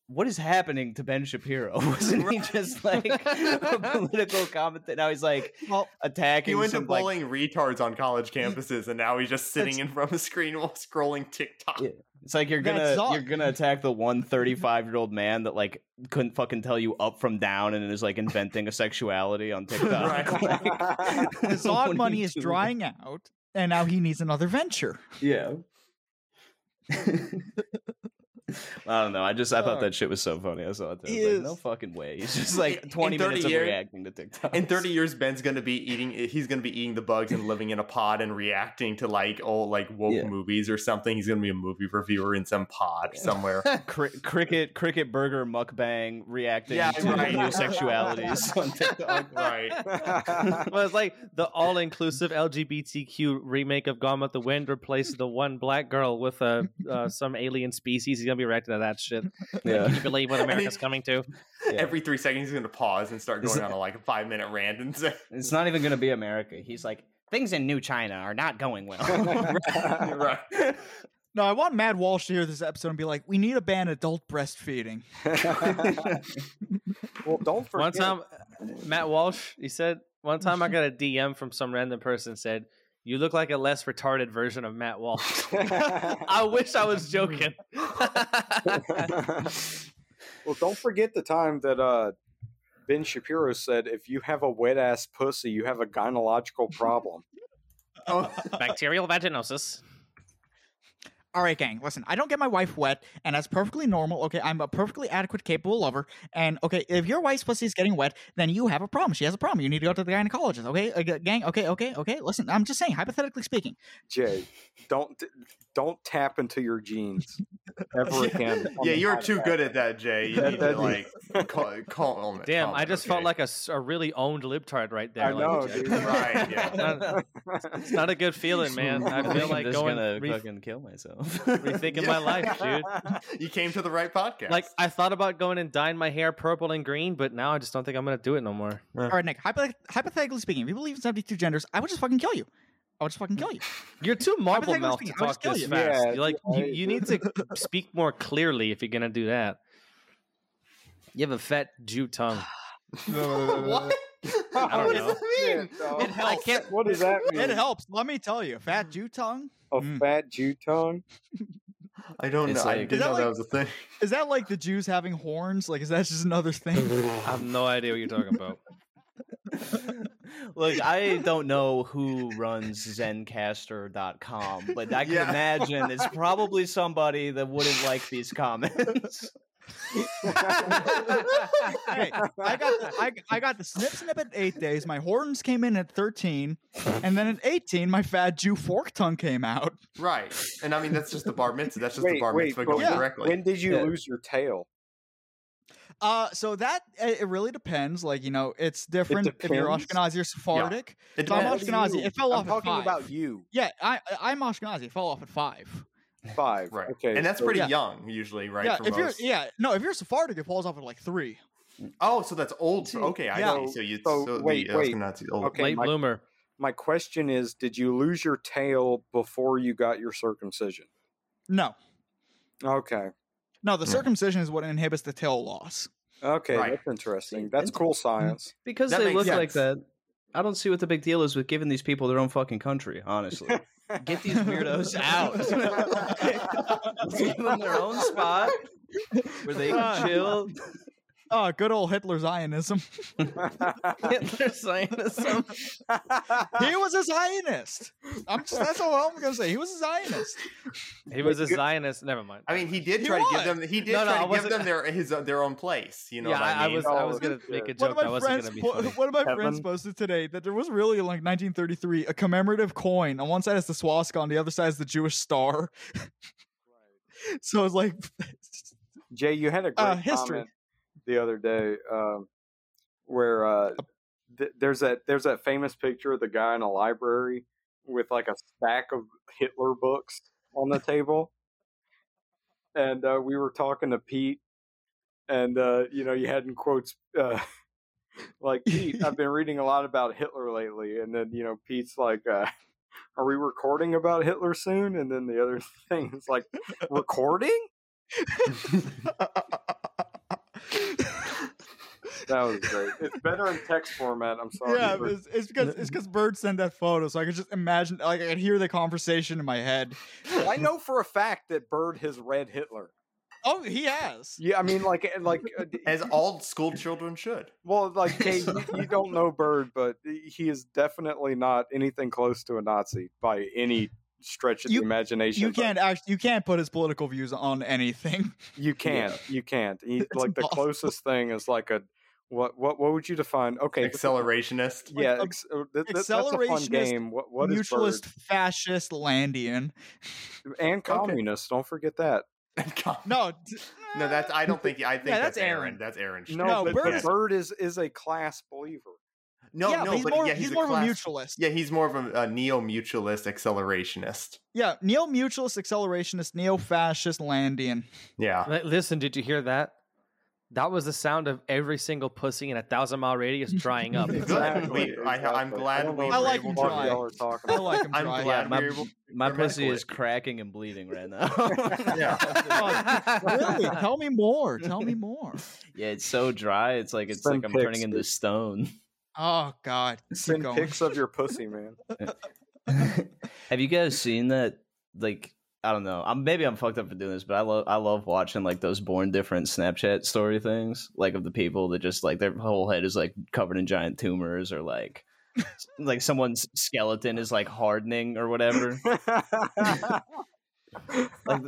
Speaker 5: What is happening to Ben Shapiro? Wasn't he just like a political commentator? Now he's like
Speaker 6: well,
Speaker 5: attacking.
Speaker 7: he went to
Speaker 5: some, like,
Speaker 7: bullying retards on college campuses, and now he's just sitting in front of a screen while scrolling TikTok.
Speaker 5: Yeah. It's like you're gonna
Speaker 6: That's all-
Speaker 5: you're gonna attack the one
Speaker 7: Mm-hmm.
Speaker 5: 35 year old man that like couldn't fucking tell you up from down and is like inventing a sexuality on TikTok.
Speaker 7: Right.
Speaker 5: Like,
Speaker 6: the
Speaker 5: what are
Speaker 6: Zod money
Speaker 5: you
Speaker 6: is
Speaker 5: doing?
Speaker 6: drying out, and now he needs another venture.
Speaker 5: Yeah. I don't know. I just I thought
Speaker 6: Fuck.
Speaker 5: that shit was so funny. I saw it. Too. I
Speaker 6: He
Speaker 5: was like, no
Speaker 6: is.
Speaker 5: fucking way. He's just
Speaker 7: In-
Speaker 5: like
Speaker 7: in
Speaker 5: 20
Speaker 7: 30
Speaker 5: minutes of
Speaker 7: years-
Speaker 5: reacting to TikTok.
Speaker 7: In 30 years, Ben's gonna be eating. He's gonna be eating the bugs and living in a pod and reacting to like old like woke
Speaker 5: Yeah.
Speaker 7: movies or something. He's gonna be a movie reviewer in some pod somewhere.
Speaker 5: Cri- cricket cricket burger mukbang reacting
Speaker 7: Yeah,
Speaker 5: to
Speaker 7: right.
Speaker 5: new sexualities on TikTok.
Speaker 7: right.
Speaker 9: well, it's like the all-inclusive LGBTQ remake of Gone with the Wind replaced the one black girl with a uh, some alien species. He's gonna be reacting to that shit. Can you believe what America's coming to?
Speaker 5: Yeah.
Speaker 7: Every three seconds, he's gonna pause and start
Speaker 5: Is
Speaker 7: going
Speaker 5: it-
Speaker 7: on a like five minute rant and say,
Speaker 5: It's not even going to be America. He's like, things in New China are not going well.
Speaker 7: right.
Speaker 6: No, I want Mad Walsh to hear this episode and be like, "We need to ban adult breastfeeding."
Speaker 1: well, don't forget.
Speaker 9: One time, uh, Matt Walsh, he said, one time I got a DM from some random person said, "You look like a less retarded version of Matt Walsh." I wish I was joking.
Speaker 1: well, don't forget the time that uh, Ben Shapiro said, "If you have a wet ass pussy, you have a gynecological problem."
Speaker 9: Bacterial vaginosis.
Speaker 6: All right, gang, listen, I don't get my wife wet, and that's perfectly normal. Okay, I'm a perfectly adequate, capable lover. And okay, if your wife's pussy is getting wet, then you have a problem. She has a problem. You need to go to the gynecologist. Okay, Uh, g- gang. Okay, okay, okay. Listen, I'm just saying, hypothetically speaking.
Speaker 1: Jay, don't don't tap into your genes ever again. on
Speaker 7: Yeah,
Speaker 1: the
Speaker 7: you're too
Speaker 1: podcast.
Speaker 7: good at that, Jay. You
Speaker 1: That-
Speaker 7: need
Speaker 1: that-
Speaker 7: to like call, call calm it-
Speaker 9: Damn,
Speaker 7: calm
Speaker 9: I
Speaker 7: it,
Speaker 9: just felt
Speaker 7: Oh, okay?
Speaker 9: like a, s- a really owned libtard right there.
Speaker 1: I
Speaker 9: Like,
Speaker 1: know,
Speaker 9: it's-
Speaker 1: dude.
Speaker 7: right. Yeah.
Speaker 9: not- it's not a good feeling, man. I feel like
Speaker 5: I'm just
Speaker 9: going
Speaker 5: gonna
Speaker 9: re-
Speaker 5: fucking kill myself.
Speaker 9: rethinking my life, dude.
Speaker 7: You came to the right podcast.
Speaker 9: Like I thought about going and dyeing my hair purple and green, but now I just don't think I'm gonna do it no more.
Speaker 6: All right, Nick. Hypoth- hypothetically speaking, if you believe in 72 genders, I would just fucking kill you. I would just fucking kill you.
Speaker 9: You're too marble
Speaker 6: Hypothetically
Speaker 9: mouth to
Speaker 6: speaking, I'll
Speaker 9: talk
Speaker 6: just kill
Speaker 9: this
Speaker 6: you.
Speaker 9: fast.
Speaker 1: Yeah,
Speaker 9: You're like you,
Speaker 1: I-
Speaker 9: you need to speak more clearly if you're gonna do that. You have a fat Jew tongue.
Speaker 7: what?
Speaker 9: I don't
Speaker 7: what
Speaker 9: know.
Speaker 7: does that mean?
Speaker 1: Shit, dog.
Speaker 6: It helps.
Speaker 9: I can't.
Speaker 1: What does that mean?
Speaker 6: It helps. Let me tell you, fat Jew tongue.
Speaker 1: A
Speaker 6: Mm.
Speaker 1: fat Jew tongue?
Speaker 7: I don't know.
Speaker 5: It's
Speaker 7: I
Speaker 5: like-
Speaker 7: didn't
Speaker 6: Is that
Speaker 7: know that
Speaker 6: like-
Speaker 7: was a thing.
Speaker 6: Is that like the Jews having horns? Like, is that just another thing?
Speaker 9: I have no idea what you're talking about.
Speaker 5: Look, I don't know who runs Zencaster.com, but I can
Speaker 7: Yeah.
Speaker 5: imagine it's probably somebody that wouldn't like these comments.
Speaker 6: hey, I got the, I, I got the snip snip at eight days. My horns came in at thirteen, and then at eighteen, my fat Jew fork tongue came out.
Speaker 7: Right. And I mean, that's just the bar mitzvah. That's just the
Speaker 1: Wait,
Speaker 7: bar
Speaker 1: wait,
Speaker 7: mitzvah
Speaker 1: but
Speaker 7: going
Speaker 6: yeah.
Speaker 7: directly.
Speaker 1: When did you
Speaker 5: Yeah.
Speaker 1: lose your tail?
Speaker 6: Uh, so that it it really depends. Like you know, it's different if you're
Speaker 1: depends?
Speaker 6: Ashkenazi or Sephardic.
Speaker 7: It
Speaker 6: So I'm
Speaker 7: depends.
Speaker 6: Ashkenazi. It fell
Speaker 1: I'm
Speaker 6: off.
Speaker 1: talking
Speaker 6: at five.
Speaker 1: about you.
Speaker 6: Yeah, I I- I'm Ashkenazi. It fell off at five.
Speaker 1: Five.
Speaker 7: Right.
Speaker 1: Okay.
Speaker 7: and that's
Speaker 1: so-
Speaker 7: pretty
Speaker 6: Yeah.
Speaker 7: young, usually, right?
Speaker 6: yeah,
Speaker 7: for
Speaker 6: if you're
Speaker 7: most.
Speaker 6: yeah no, if you're Sephardic, it falls off at like three.
Speaker 7: Oh, so that's old. Okay, I
Speaker 6: Yeah.
Speaker 7: see. So you.
Speaker 1: So,
Speaker 7: So, the
Speaker 1: wait, wait. Oh,
Speaker 7: Ashkenazi old.
Speaker 1: Okay,
Speaker 9: Late
Speaker 1: my-
Speaker 9: bloomer.
Speaker 1: My question is, did you lose your tail before you got your circumcision?
Speaker 6: No,
Speaker 1: Okay.
Speaker 6: no,
Speaker 9: Hmm.
Speaker 6: the circumcision is what inhibits the tail loss.
Speaker 1: Okay,
Speaker 7: Right.
Speaker 1: that's interesting.
Speaker 5: See,
Speaker 1: That's
Speaker 5: it's-
Speaker 1: cool science.
Speaker 5: Because
Speaker 7: That
Speaker 5: they look
Speaker 7: makes
Speaker 5: like
Speaker 7: sense.
Speaker 5: that, I don't see what the big deal is with giving these people their own fucking country, honestly. Get these weirdos out. Give them their own spot where they can chill.
Speaker 6: Oh, good old Hitler Zionism.
Speaker 5: Hitler Zionism.
Speaker 6: he was a Zionist. I'm just, that's all I'm gonna say. He was a Zionist.
Speaker 9: He was a Zionist. Never mind.
Speaker 7: I mean, he did
Speaker 6: He
Speaker 7: try to give
Speaker 6: was.
Speaker 7: them. He did
Speaker 9: No, no, I
Speaker 7: try to give
Speaker 9: wasn't-
Speaker 7: them their his uh, their own place. You know
Speaker 9: yeah,
Speaker 7: what I,
Speaker 9: I, I
Speaker 7: mean?
Speaker 9: was I was
Speaker 1: Oh,
Speaker 9: gonna
Speaker 1: shit.
Speaker 9: make a
Speaker 6: One
Speaker 9: joke
Speaker 6: of
Speaker 9: that
Speaker 6: my
Speaker 9: wasn't
Speaker 6: friends,
Speaker 9: gonna be
Speaker 6: po-
Speaker 9: funny.
Speaker 6: one of my friends
Speaker 1: Heaven.
Speaker 6: posted today that there was really like 1933 a commemorative coin. On one side is the swastika, on the other side is the Jewish star. so it's like
Speaker 1: Jay, you had a great
Speaker 6: Uh, history.
Speaker 1: comment the other day um, where uh, th- there's that there's that famous picture of the guy in a library with like a stack of Hitler books on the table, and uh, we were talking to Pete, and uh, you know you had in quotes. Uh, like Pete, I've been reading a lot about Hitler lately, and then you know Pete's like, uh, "Are we recording about Hitler soon?" And then the other thing is like, "Recording." That was great. It's better in text format. I'm sorry.
Speaker 6: yeah, it's, it's because it's because Bird sent that photo, so I could just imagine, like I could hear the conversation in my head.
Speaker 1: I know for a fact that Bird has read Hitler.
Speaker 6: Oh, he has.
Speaker 1: Yeah, I mean, like, like, uh, d-
Speaker 7: As all school children should.
Speaker 1: well, like, hey, you, you don't know Bird, but he is definitely not anything close to a Nazi by any stretch of
Speaker 6: You-
Speaker 1: the imagination.
Speaker 6: You
Speaker 1: but
Speaker 6: can't actually, you can't put his political views on anything.
Speaker 1: You can't. You can't. He,
Speaker 6: It's
Speaker 1: like, the
Speaker 6: impossible.
Speaker 1: closest thing is like a what? What? What would you define? Okay, this is-
Speaker 7: Accelerationist.
Speaker 1: Yeah,
Speaker 6: Like, um,
Speaker 1: ex- uh, th- th- that's a fun
Speaker 6: accelerationist,
Speaker 1: game. What? What is
Speaker 6: Mutualist, fascist, Landian.
Speaker 1: Bird? And communist. Don't forget that.
Speaker 6: No,
Speaker 7: no,
Speaker 6: t-
Speaker 7: that's. I don't think. I think
Speaker 6: Yeah,
Speaker 7: that's,
Speaker 6: that's
Speaker 7: Aaron.
Speaker 6: Aaron.
Speaker 7: That's Aaron.
Speaker 1: No,
Speaker 6: No,
Speaker 1: but
Speaker 6: Bird
Speaker 1: Bird,
Speaker 6: is-
Speaker 7: is,
Speaker 1: is is a class believer.
Speaker 7: no,
Speaker 6: yeah,
Speaker 7: no.
Speaker 6: but he's
Speaker 7: but
Speaker 6: more,
Speaker 7: yeah,
Speaker 6: he's
Speaker 7: he's
Speaker 6: more
Speaker 7: class-
Speaker 6: of a mutualist.
Speaker 7: Yeah, he's more of a, a neo-mutualist accelerationist.
Speaker 6: Yeah, neo mutualist accelerationist, neo fascist Landian.
Speaker 7: Yeah.
Speaker 9: Li- Listen, did you hear that? That was the sound of every single pussy in a thousand mile radius drying up.
Speaker 7: Good. We- I- I'm glad
Speaker 1: don't
Speaker 7: we
Speaker 1: know
Speaker 6: were
Speaker 1: what
Speaker 6: able
Speaker 1: the
Speaker 6: to-
Speaker 1: fuck y'all are talking
Speaker 6: I
Speaker 1: about.
Speaker 6: like him
Speaker 7: I'm
Speaker 6: dry.
Speaker 7: glad
Speaker 5: My-
Speaker 7: we we're able.
Speaker 5: My
Speaker 7: Grammatical
Speaker 5: pussy is
Speaker 7: it.
Speaker 5: cracking and bleeding right now.
Speaker 6: Really? Tell me more. Tell me more.
Speaker 5: yeah, it's so dry. It's like it's
Speaker 1: Send
Speaker 5: like I'm
Speaker 1: pics,
Speaker 5: turning into
Speaker 1: dude.
Speaker 5: stone.
Speaker 6: Oh God. Keep
Speaker 1: Send
Speaker 6: going.
Speaker 1: pics of your pussy, man.
Speaker 5: Have you guys seen that? Like, I don't know. I'm maybe I'm fucked up for doing this, but I love I love watching like those born different Snapchat story things, like of the people that just like their whole head is like covered in giant tumors or like. s- Like someone's skeleton is like hardening or whatever. like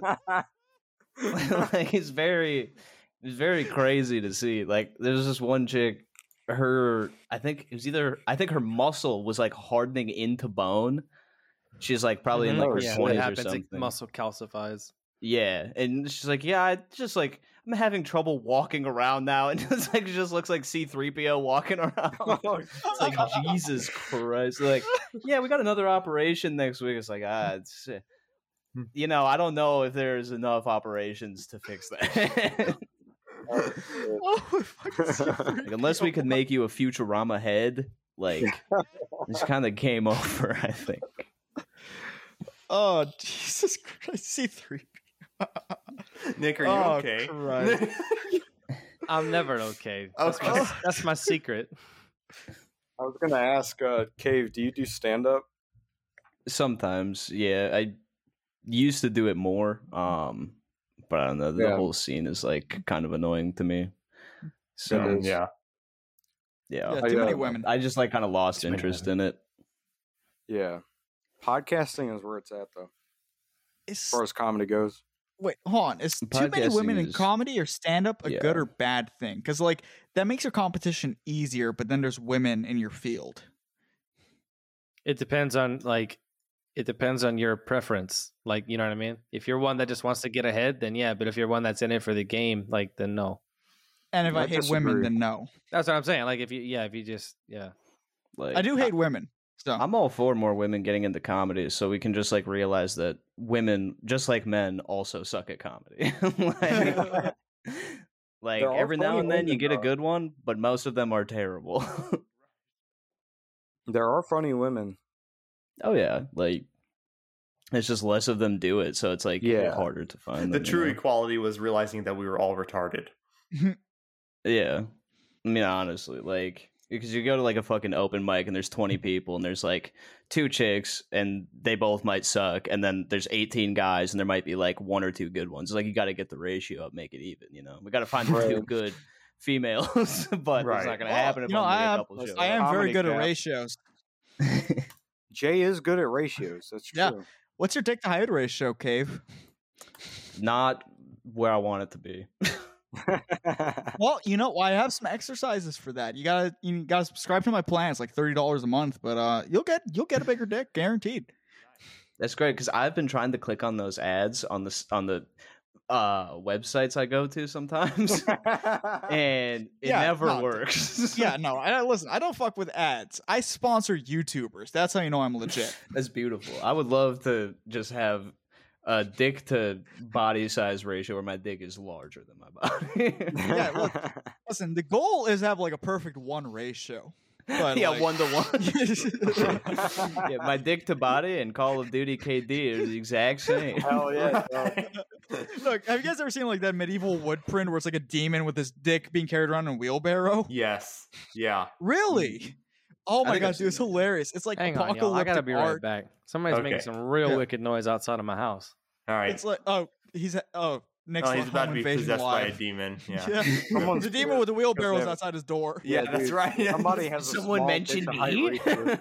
Speaker 5: it's very it's very crazy to see like there's this one chick her i think it was either i think her muscle was like hardening into bone she's like probably in
Speaker 9: Mhm.
Speaker 5: like her
Speaker 9: Yeah, what
Speaker 5: 20s or
Speaker 9: happens,
Speaker 5: something
Speaker 9: it muscle calcifies.
Speaker 5: yeah and she's like yeah i just like i'm having trouble walking around now and it's like she just looks like c3po walking around it's like jesus christ like yeah we got another operation next week it's like ah it's you know, I don't know if there's enough operations to fix that.
Speaker 6: Oh, if I could see through
Speaker 5: Like, unless we could make you a Futurama head, like this kind of came over. I think.
Speaker 6: Oh Jesus Christ! C three.
Speaker 7: Nick, are you
Speaker 6: Oh,
Speaker 7: okay?
Speaker 6: Christ.
Speaker 9: I'm never okay.
Speaker 7: I was
Speaker 9: That's my,
Speaker 7: gonna-
Speaker 9: that's my secret.
Speaker 1: I was gonna ask, uh, Cave, do you do stand up?
Speaker 5: Sometimes, yeah, I used to do it more, um, but I don't know. The
Speaker 1: Yeah.
Speaker 5: whole scene is like kind of annoying to me. So
Speaker 1: is.
Speaker 7: yeah. Oh,
Speaker 5: yeah,
Speaker 6: Yeah,
Speaker 1: I,
Speaker 6: too
Speaker 1: uh,
Speaker 6: many women.
Speaker 5: I just like kind of lost
Speaker 7: many
Speaker 5: interest in it.
Speaker 1: Yeah, podcasting is where it's at, though, as
Speaker 6: It's,
Speaker 1: far as comedy goes.
Speaker 6: wait, hold on. Is too many
Speaker 5: Podcasting
Speaker 6: women in
Speaker 5: is-
Speaker 6: comedy or stand up a
Speaker 5: Yeah.
Speaker 6: good or bad thing? Because like that makes your competition easier, but then there's women in your field.
Speaker 9: It depends on like it depends on your preference. Like, you know what I mean? If you're one that just wants to get ahead, then yeah, but if you're one that's in it for the game, like then no.
Speaker 6: And if
Speaker 1: I
Speaker 6: I, hate women,
Speaker 1: disagree.
Speaker 6: then no.
Speaker 9: That's what I'm saying. Like if you yeah, if you just yeah.
Speaker 5: Like
Speaker 6: I do hate uh, women. So
Speaker 5: I'm all for more women getting into comedy, so we can just like realize that women, just like men, also suck at comedy. like, like,
Speaker 1: There are
Speaker 5: every now
Speaker 1: funny
Speaker 5: and then you
Speaker 1: women,
Speaker 5: get a
Speaker 1: though.
Speaker 5: good one, but most of them are terrible.
Speaker 1: There are funny women.
Speaker 5: oh yeah, like it's just less of them do it, so it's like
Speaker 1: Yeah.
Speaker 5: harder to find
Speaker 7: The
Speaker 5: them, you
Speaker 7: true
Speaker 5: know?
Speaker 7: equality was realizing that we were all retarded.
Speaker 5: Yeah. I mean, honestly, like, because you go to like a fucking open mic and there's 20 people and there's like two chicks and they both might suck. And then there's 18 guys and there might be like one or two good ones. Like, you got to get the ratio up, make it even, you know? We got to find the two
Speaker 1: Right.
Speaker 5: good, females, but
Speaker 7: Right.
Speaker 5: it's not going to
Speaker 6: Well,
Speaker 5: happen if
Speaker 6: you know,
Speaker 5: only
Speaker 6: I
Speaker 5: a
Speaker 6: am-
Speaker 5: couple show
Speaker 6: I
Speaker 5: up.
Speaker 6: am
Speaker 1: Comedy
Speaker 6: very good at
Speaker 1: cap.
Speaker 6: ratios.
Speaker 1: Jay is good at ratios. That's true.
Speaker 6: Yeah. What's your dick to height ratio, Cave?
Speaker 5: Not where I want it to be.
Speaker 6: Well, you know, I have some exercises for that. You gotta you gotta subscribe to my plan. It's like thirty dollars a month, but uh, you'll get you'll get a bigger dick, guaranteed.
Speaker 5: That's great because I've been trying to click on those ads on the s- on the uh, websites I go to sometimes, and it
Speaker 6: Yeah,
Speaker 5: never
Speaker 6: no,
Speaker 5: works.
Speaker 6: yeah, no, I listen. I don't fuck with ads. I sponsor YouTubers. That's how you know I'm legit.
Speaker 5: That's beautiful. I would love to just have a dick to body size ratio where my dick is larger than my body.
Speaker 6: yeah, look, listen. The goal is to have like a perfect one ratio. But
Speaker 5: yeah,
Speaker 6: like-
Speaker 5: one to one. yeah, my dick to body and Call of Duty KD are the exact same.
Speaker 1: Hell yeah. dog.
Speaker 6: Look, have you guys ever seen like that medieval wood print where it's like a demon with his dick being carried around in a wheelbarrow?
Speaker 7: yes. Yeah.
Speaker 6: Really? Oh
Speaker 5: I
Speaker 6: my
Speaker 5: think
Speaker 6: god,
Speaker 5: I've
Speaker 6: dude, it's hilarious. It's like
Speaker 9: Hang on,
Speaker 6: apocalyptic
Speaker 9: y'all. I gotta be right
Speaker 6: art.
Speaker 9: back. Somebody's making
Speaker 7: Okay.
Speaker 9: some real
Speaker 6: Yeah.
Speaker 9: wicked noise outside of my house.
Speaker 7: All right.
Speaker 6: It's like oh, he's oh next
Speaker 7: oh, he's
Speaker 6: home
Speaker 7: about to be
Speaker 6: invasion
Speaker 7: possessed by a
Speaker 6: live.
Speaker 7: demon. Yeah.
Speaker 6: Yeah,
Speaker 1: Someone's
Speaker 6: the demon with the wheelbarrows
Speaker 1: damn it.
Speaker 6: outside his door.
Speaker 7: Yeah, that's
Speaker 1: dude.
Speaker 7: right.
Speaker 1: Somebody has a
Speaker 5: Someone
Speaker 1: small
Speaker 5: mentioned
Speaker 1: dick to height
Speaker 5: me.
Speaker 1: ratio.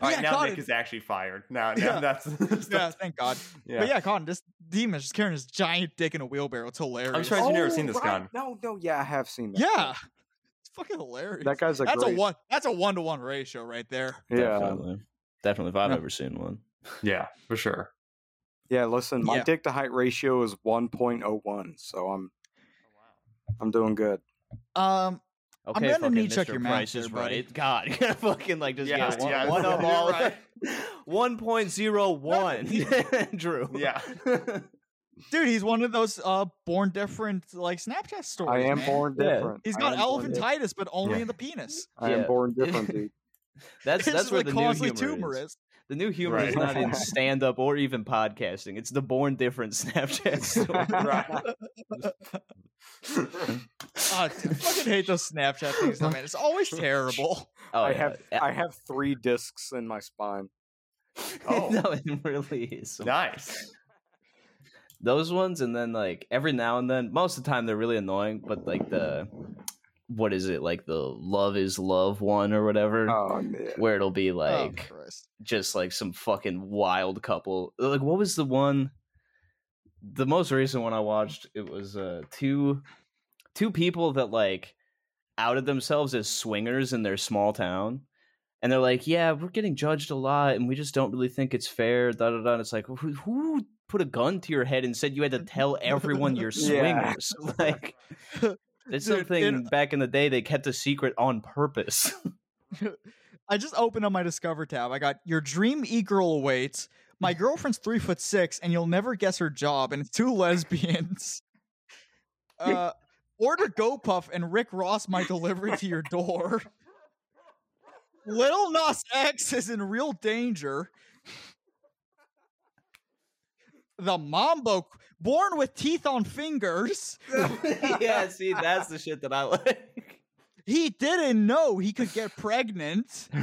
Speaker 7: All right,
Speaker 6: Yeah,
Speaker 7: Oh, now
Speaker 6: got
Speaker 7: Nick
Speaker 6: it.
Speaker 7: is actually fired. Now, now
Speaker 6: Yeah.
Speaker 7: that's
Speaker 6: Yeah, thank God.
Speaker 7: yeah.
Speaker 6: But yeah, Cotton, this demon's just carrying his giant dick in a wheelbarrow. It's hilarious. Oh,
Speaker 7: I'm surprised you've never seen this
Speaker 1: Oh, right.
Speaker 7: gun.
Speaker 1: No, no, yeah, I have seen that.
Speaker 6: Yeah, it's fucking hilarious.
Speaker 1: That guy's a
Speaker 6: that's
Speaker 1: great.
Speaker 6: a one. That's a one to one ratio right there.
Speaker 1: yeah.
Speaker 5: Definitely. Definitely if I've
Speaker 6: Yeah.
Speaker 5: ever seen one.
Speaker 7: Yeah, for sure.
Speaker 1: Yeah, listen, my
Speaker 6: Yeah.
Speaker 1: dick to height ratio is 1.01, so I'm I'm doing good.
Speaker 6: Um,
Speaker 5: Okay,
Speaker 6: gonna
Speaker 5: fucking
Speaker 6: need to check
Speaker 5: Mr.
Speaker 6: your math
Speaker 5: Price
Speaker 6: there,
Speaker 5: is
Speaker 6: buddy.
Speaker 5: right. God, you gotta fucking like just
Speaker 7: Yeah,
Speaker 5: get one,
Speaker 7: yeah,
Speaker 5: one of
Speaker 7: you're
Speaker 5: all.
Speaker 7: right.
Speaker 5: One point zero one, Drew.
Speaker 7: Yeah.
Speaker 6: dude, he's one of those uh born different like Snapchat stories.
Speaker 1: I am
Speaker 6: man.
Speaker 1: born
Speaker 5: Yeah.
Speaker 1: different.
Speaker 6: He's
Speaker 1: I
Speaker 6: got
Speaker 1: am born different.
Speaker 6: elephantitis, but only
Speaker 7: Yeah.
Speaker 6: in the penis.
Speaker 1: I
Speaker 5: Yeah.
Speaker 1: am born different, dude.
Speaker 5: That's
Speaker 6: It's
Speaker 5: that's where
Speaker 6: like
Speaker 5: the new
Speaker 6: causally
Speaker 5: humor
Speaker 6: tumor
Speaker 5: is. The new humor is
Speaker 7: Right.
Speaker 5: not in stand up or even podcasting. It's the born different Snapchat story.
Speaker 7: right.
Speaker 6: Ah, dude, I fucking hate those Snapchat things, though, man. It's always terrible.
Speaker 5: Oh,
Speaker 1: I
Speaker 5: yeah.
Speaker 1: have I have three discs in my spine.
Speaker 7: Oh.
Speaker 5: no, it really is. So-
Speaker 7: Nice.
Speaker 5: Those ones, and then like every now and then, most of the time they're really annoying. But like the, what is it like the love is love one or whatever,
Speaker 1: Oh, yeah.
Speaker 5: where it'll be
Speaker 6: Oh,
Speaker 5: like
Speaker 6: Christ.
Speaker 5: just like some fucking wild couple. Like what was the one the most recent one I watched, it was uh two two people that like outed themselves as swingers in their small town. And they're like, "Yeah, we're getting judged a lot and we just don't really think it's fair." Da da da. And It's like, who, who put a gun to your head and said you had to tell everyone you're
Speaker 1: Yeah.
Speaker 5: swingers? Like that's
Speaker 6: Dude,
Speaker 5: something
Speaker 6: in-
Speaker 5: back in the day they kept a secret on purpose.
Speaker 6: I just opened up my Discover tab. I got your dream e girl awaits. My girlfriend's three foot six, and you'll never guess her job. And it's two lesbians. Uh, order GoPuff and Rick Ross might deliver it to your door. Lil Nas X is in real danger. The Mambo, born with teeth on fingers.
Speaker 5: yeah, see, that's the shit that I like.
Speaker 6: He didn't know he could get pregnant.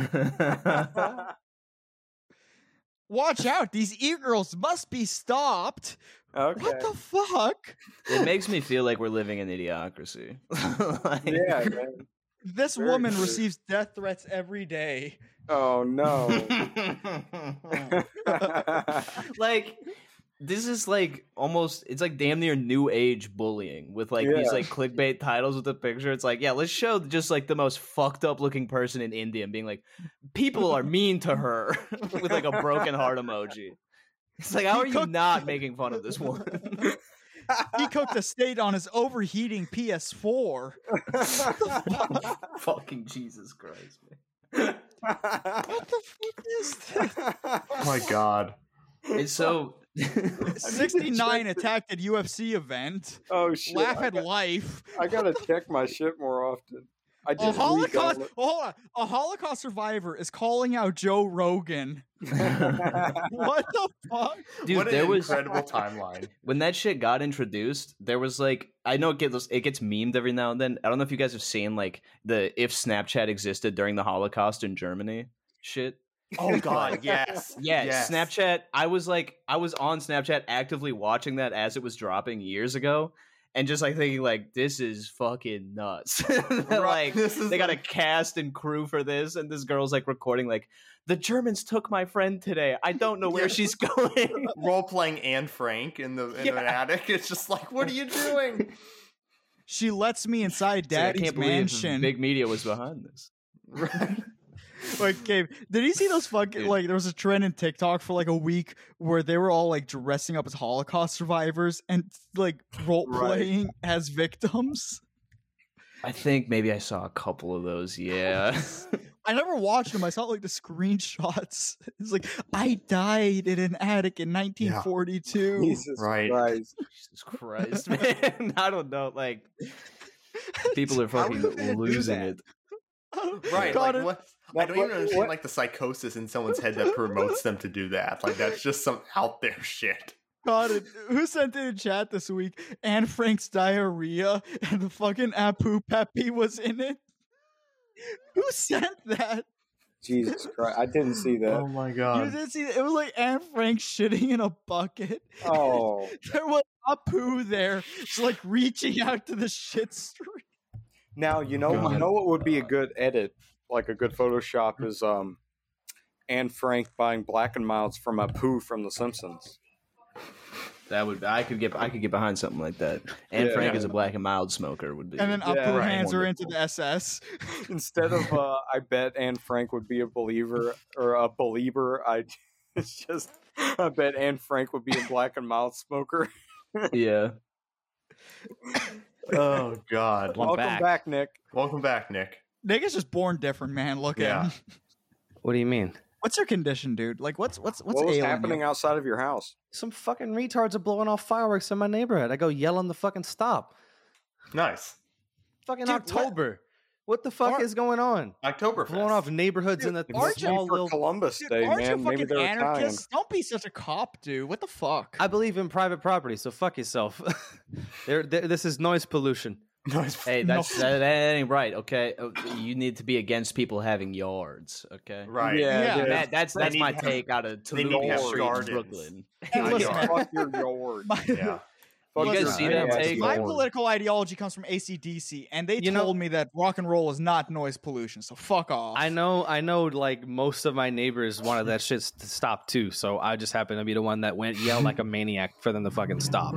Speaker 6: Watch out, these e girls must be stopped.
Speaker 1: Okay.
Speaker 6: What the fuck?
Speaker 5: it makes me feel like we're living in idiocracy. Like,
Speaker 1: yeah, man.
Speaker 6: This
Speaker 1: Very
Speaker 6: woman
Speaker 1: true.
Speaker 6: receives death threats every day.
Speaker 1: Oh no.
Speaker 5: like, this is like almost it's like damn near new age bullying with like these
Speaker 1: Yeah.
Speaker 5: like clickbait titles with the picture. It's like, yeah, let's show just like the most fucked up looking person in India and being like, people are mean to her with like a broken heart emoji. It's like, how
Speaker 6: He
Speaker 5: are you
Speaker 6: cooked-
Speaker 5: not making fun of this one?
Speaker 6: He cooked a steak on his overheating PS4.
Speaker 5: Fucking Jesus Christ, man.
Speaker 6: What the fuck is this?
Speaker 7: Oh my god.
Speaker 5: It's so
Speaker 6: 69 attacked at UFC event.
Speaker 1: oh shit.
Speaker 6: Laugh
Speaker 1: I,
Speaker 6: at
Speaker 1: got,
Speaker 6: life.
Speaker 1: I gotta check my shit more often. I
Speaker 6: A
Speaker 1: just read all
Speaker 6: Holocaust, oh, hold on. a Holocaust survivor is calling out Joe Rogan. What the fuck?
Speaker 5: dude.
Speaker 7: what an
Speaker 5: there was
Speaker 7: incredible timeline.
Speaker 5: when that shit got introduced. There was like I know it gets it gets memed every now and then. I don't know if you guys have seen like the if Snapchat existed during the Holocaust in Germany shit.
Speaker 7: Oh god, yes.
Speaker 5: Yeah,
Speaker 7: yes.
Speaker 5: Snapchat. I was like, I was on Snapchat actively watching that as it was dropping years ago, and just like thinking like this is fucking nuts. like
Speaker 7: This is
Speaker 5: they got a
Speaker 7: like-
Speaker 5: cast and crew for this, and this girl's like recording like the Germans took my friend today. I don't know where
Speaker 7: Yeah.
Speaker 5: she's going.
Speaker 7: role playing Anne Frank in the in
Speaker 5: Yeah.
Speaker 7: an attic. It's just like, what are you doing?
Speaker 6: She lets me inside
Speaker 5: It's like, I
Speaker 6: Daddy's
Speaker 5: can't believe
Speaker 6: mansion.
Speaker 5: Big media was behind this.
Speaker 7: right.
Speaker 6: like, Gabe, did you see those fucking
Speaker 5: Dude.
Speaker 6: like? There was a trend in TikTok for like a week where they were all like dressing up as Holocaust survivors and like role playing as victims.
Speaker 5: I think maybe I saw a couple of those. Yeah.
Speaker 6: I never watched them. I saw like the screenshots. It's like I died in an attic in 1942.
Speaker 1: Jesus
Speaker 7: Right.
Speaker 1: Christ.
Speaker 5: Jesus Christ, man! I don't know. Like people are
Speaker 6: How
Speaker 5: fucking
Speaker 6: would they do
Speaker 5: losing
Speaker 6: that?
Speaker 5: it.
Speaker 7: Right.
Speaker 6: God,
Speaker 7: Like,
Speaker 6: it-
Speaker 7: what? I
Speaker 1: What-
Speaker 7: don't even
Speaker 1: what-
Speaker 7: understand
Speaker 1: what-
Speaker 7: like the psychosis in someone's head that promotes them to do that. Like that's just some out there shit.
Speaker 6: God, it- who sent it in chat this week? Anne Frank's diarrhea and the fucking Apu Peppy was in it. Who sent that?
Speaker 1: Jesus Christ. I didn't see that.
Speaker 7: Oh my
Speaker 6: you didn't see it was like Anne Frank shitting in a bucket.
Speaker 1: Oh.
Speaker 6: There was Apu there, just like reaching out to the shit stream.
Speaker 1: Now you know you
Speaker 7: God.
Speaker 1: know what would be a good edit, like a good Photoshop, is um, Anne Frank buying black and milds from a poo from The Simpsons.
Speaker 5: That would I could get I could get behind something like that. And
Speaker 1: Yeah.
Speaker 5: Frank is a black and mild smoker would be.
Speaker 6: And then Apu
Speaker 1: right.
Speaker 6: hands her into the SS.
Speaker 1: Instead of uh, I bet Anne Frank would be a believer or a believer. I it's just I bet Anne Frank would be a black and mild smoker.
Speaker 5: yeah,
Speaker 7: Oh god.
Speaker 9: Well-
Speaker 1: Welcome
Speaker 9: back.
Speaker 1: back. Nick.
Speaker 7: Welcome back, Nick.
Speaker 6: Nick is just born different, man. Look at
Speaker 7: Yeah.
Speaker 6: him.
Speaker 9: What do you mean?
Speaker 6: What's your condition, dude? Like, what's what's what's
Speaker 1: what was
Speaker 6: ailing you?
Speaker 1: happening outside of your house?
Speaker 9: Some fucking retards are blowing off fireworks in my neighborhood. I go yell on the fucking stop.
Speaker 7: Nice.
Speaker 9: Fucking
Speaker 6: Dude, what-
Speaker 9: October. What, the fuck
Speaker 6: Ar-
Speaker 9: is going on?
Speaker 7: October
Speaker 9: Blowing off neighborhoods in the
Speaker 6: Dude, aren't you-
Speaker 9: small
Speaker 1: for
Speaker 9: little.
Speaker 1: Columbus
Speaker 6: Dude,
Speaker 1: Day,
Speaker 6: aren't
Speaker 1: man.
Speaker 6: you
Speaker 1: Maybe
Speaker 6: fucking
Speaker 1: they're Italian.
Speaker 6: anarchist? Don't be such a cop, dude. What the fuck?
Speaker 9: I believe in private property, so fuck yourself. there, there, this is noise pollution.
Speaker 7: Nice.
Speaker 5: hey,
Speaker 6: No.
Speaker 5: that's that, that ain't right. Okay, Uh, you need to be against people having yards. Okay,
Speaker 7: Right.
Speaker 1: Yeah,
Speaker 6: Yeah.
Speaker 1: dude.
Speaker 5: That, that's
Speaker 7: They
Speaker 5: that's
Speaker 7: need
Speaker 5: my
Speaker 7: to have-
Speaker 5: take out of
Speaker 7: they need to
Speaker 5: Toulouse
Speaker 7: have
Speaker 5: Street, in
Speaker 7: gardens.
Speaker 5: Brooklyn.
Speaker 6: Hey,
Speaker 7: Not
Speaker 6: listen,
Speaker 7: yard.
Speaker 1: fuck your yard.
Speaker 6: my,
Speaker 7: Yeah.
Speaker 1: Fuck
Speaker 5: You guys
Speaker 1: your
Speaker 5: see that
Speaker 1: ass
Speaker 5: take?
Speaker 6: my
Speaker 1: yard.
Speaker 6: political ideology comes from ACDC, and they
Speaker 9: You know-
Speaker 6: told me that rock and roll is not noise pollution, so fuck off.
Speaker 9: I know, I know. Like most of my neighbors wanted that shit to stop too, so I just happened to be the one that went yell like a maniac for them to fucking stop.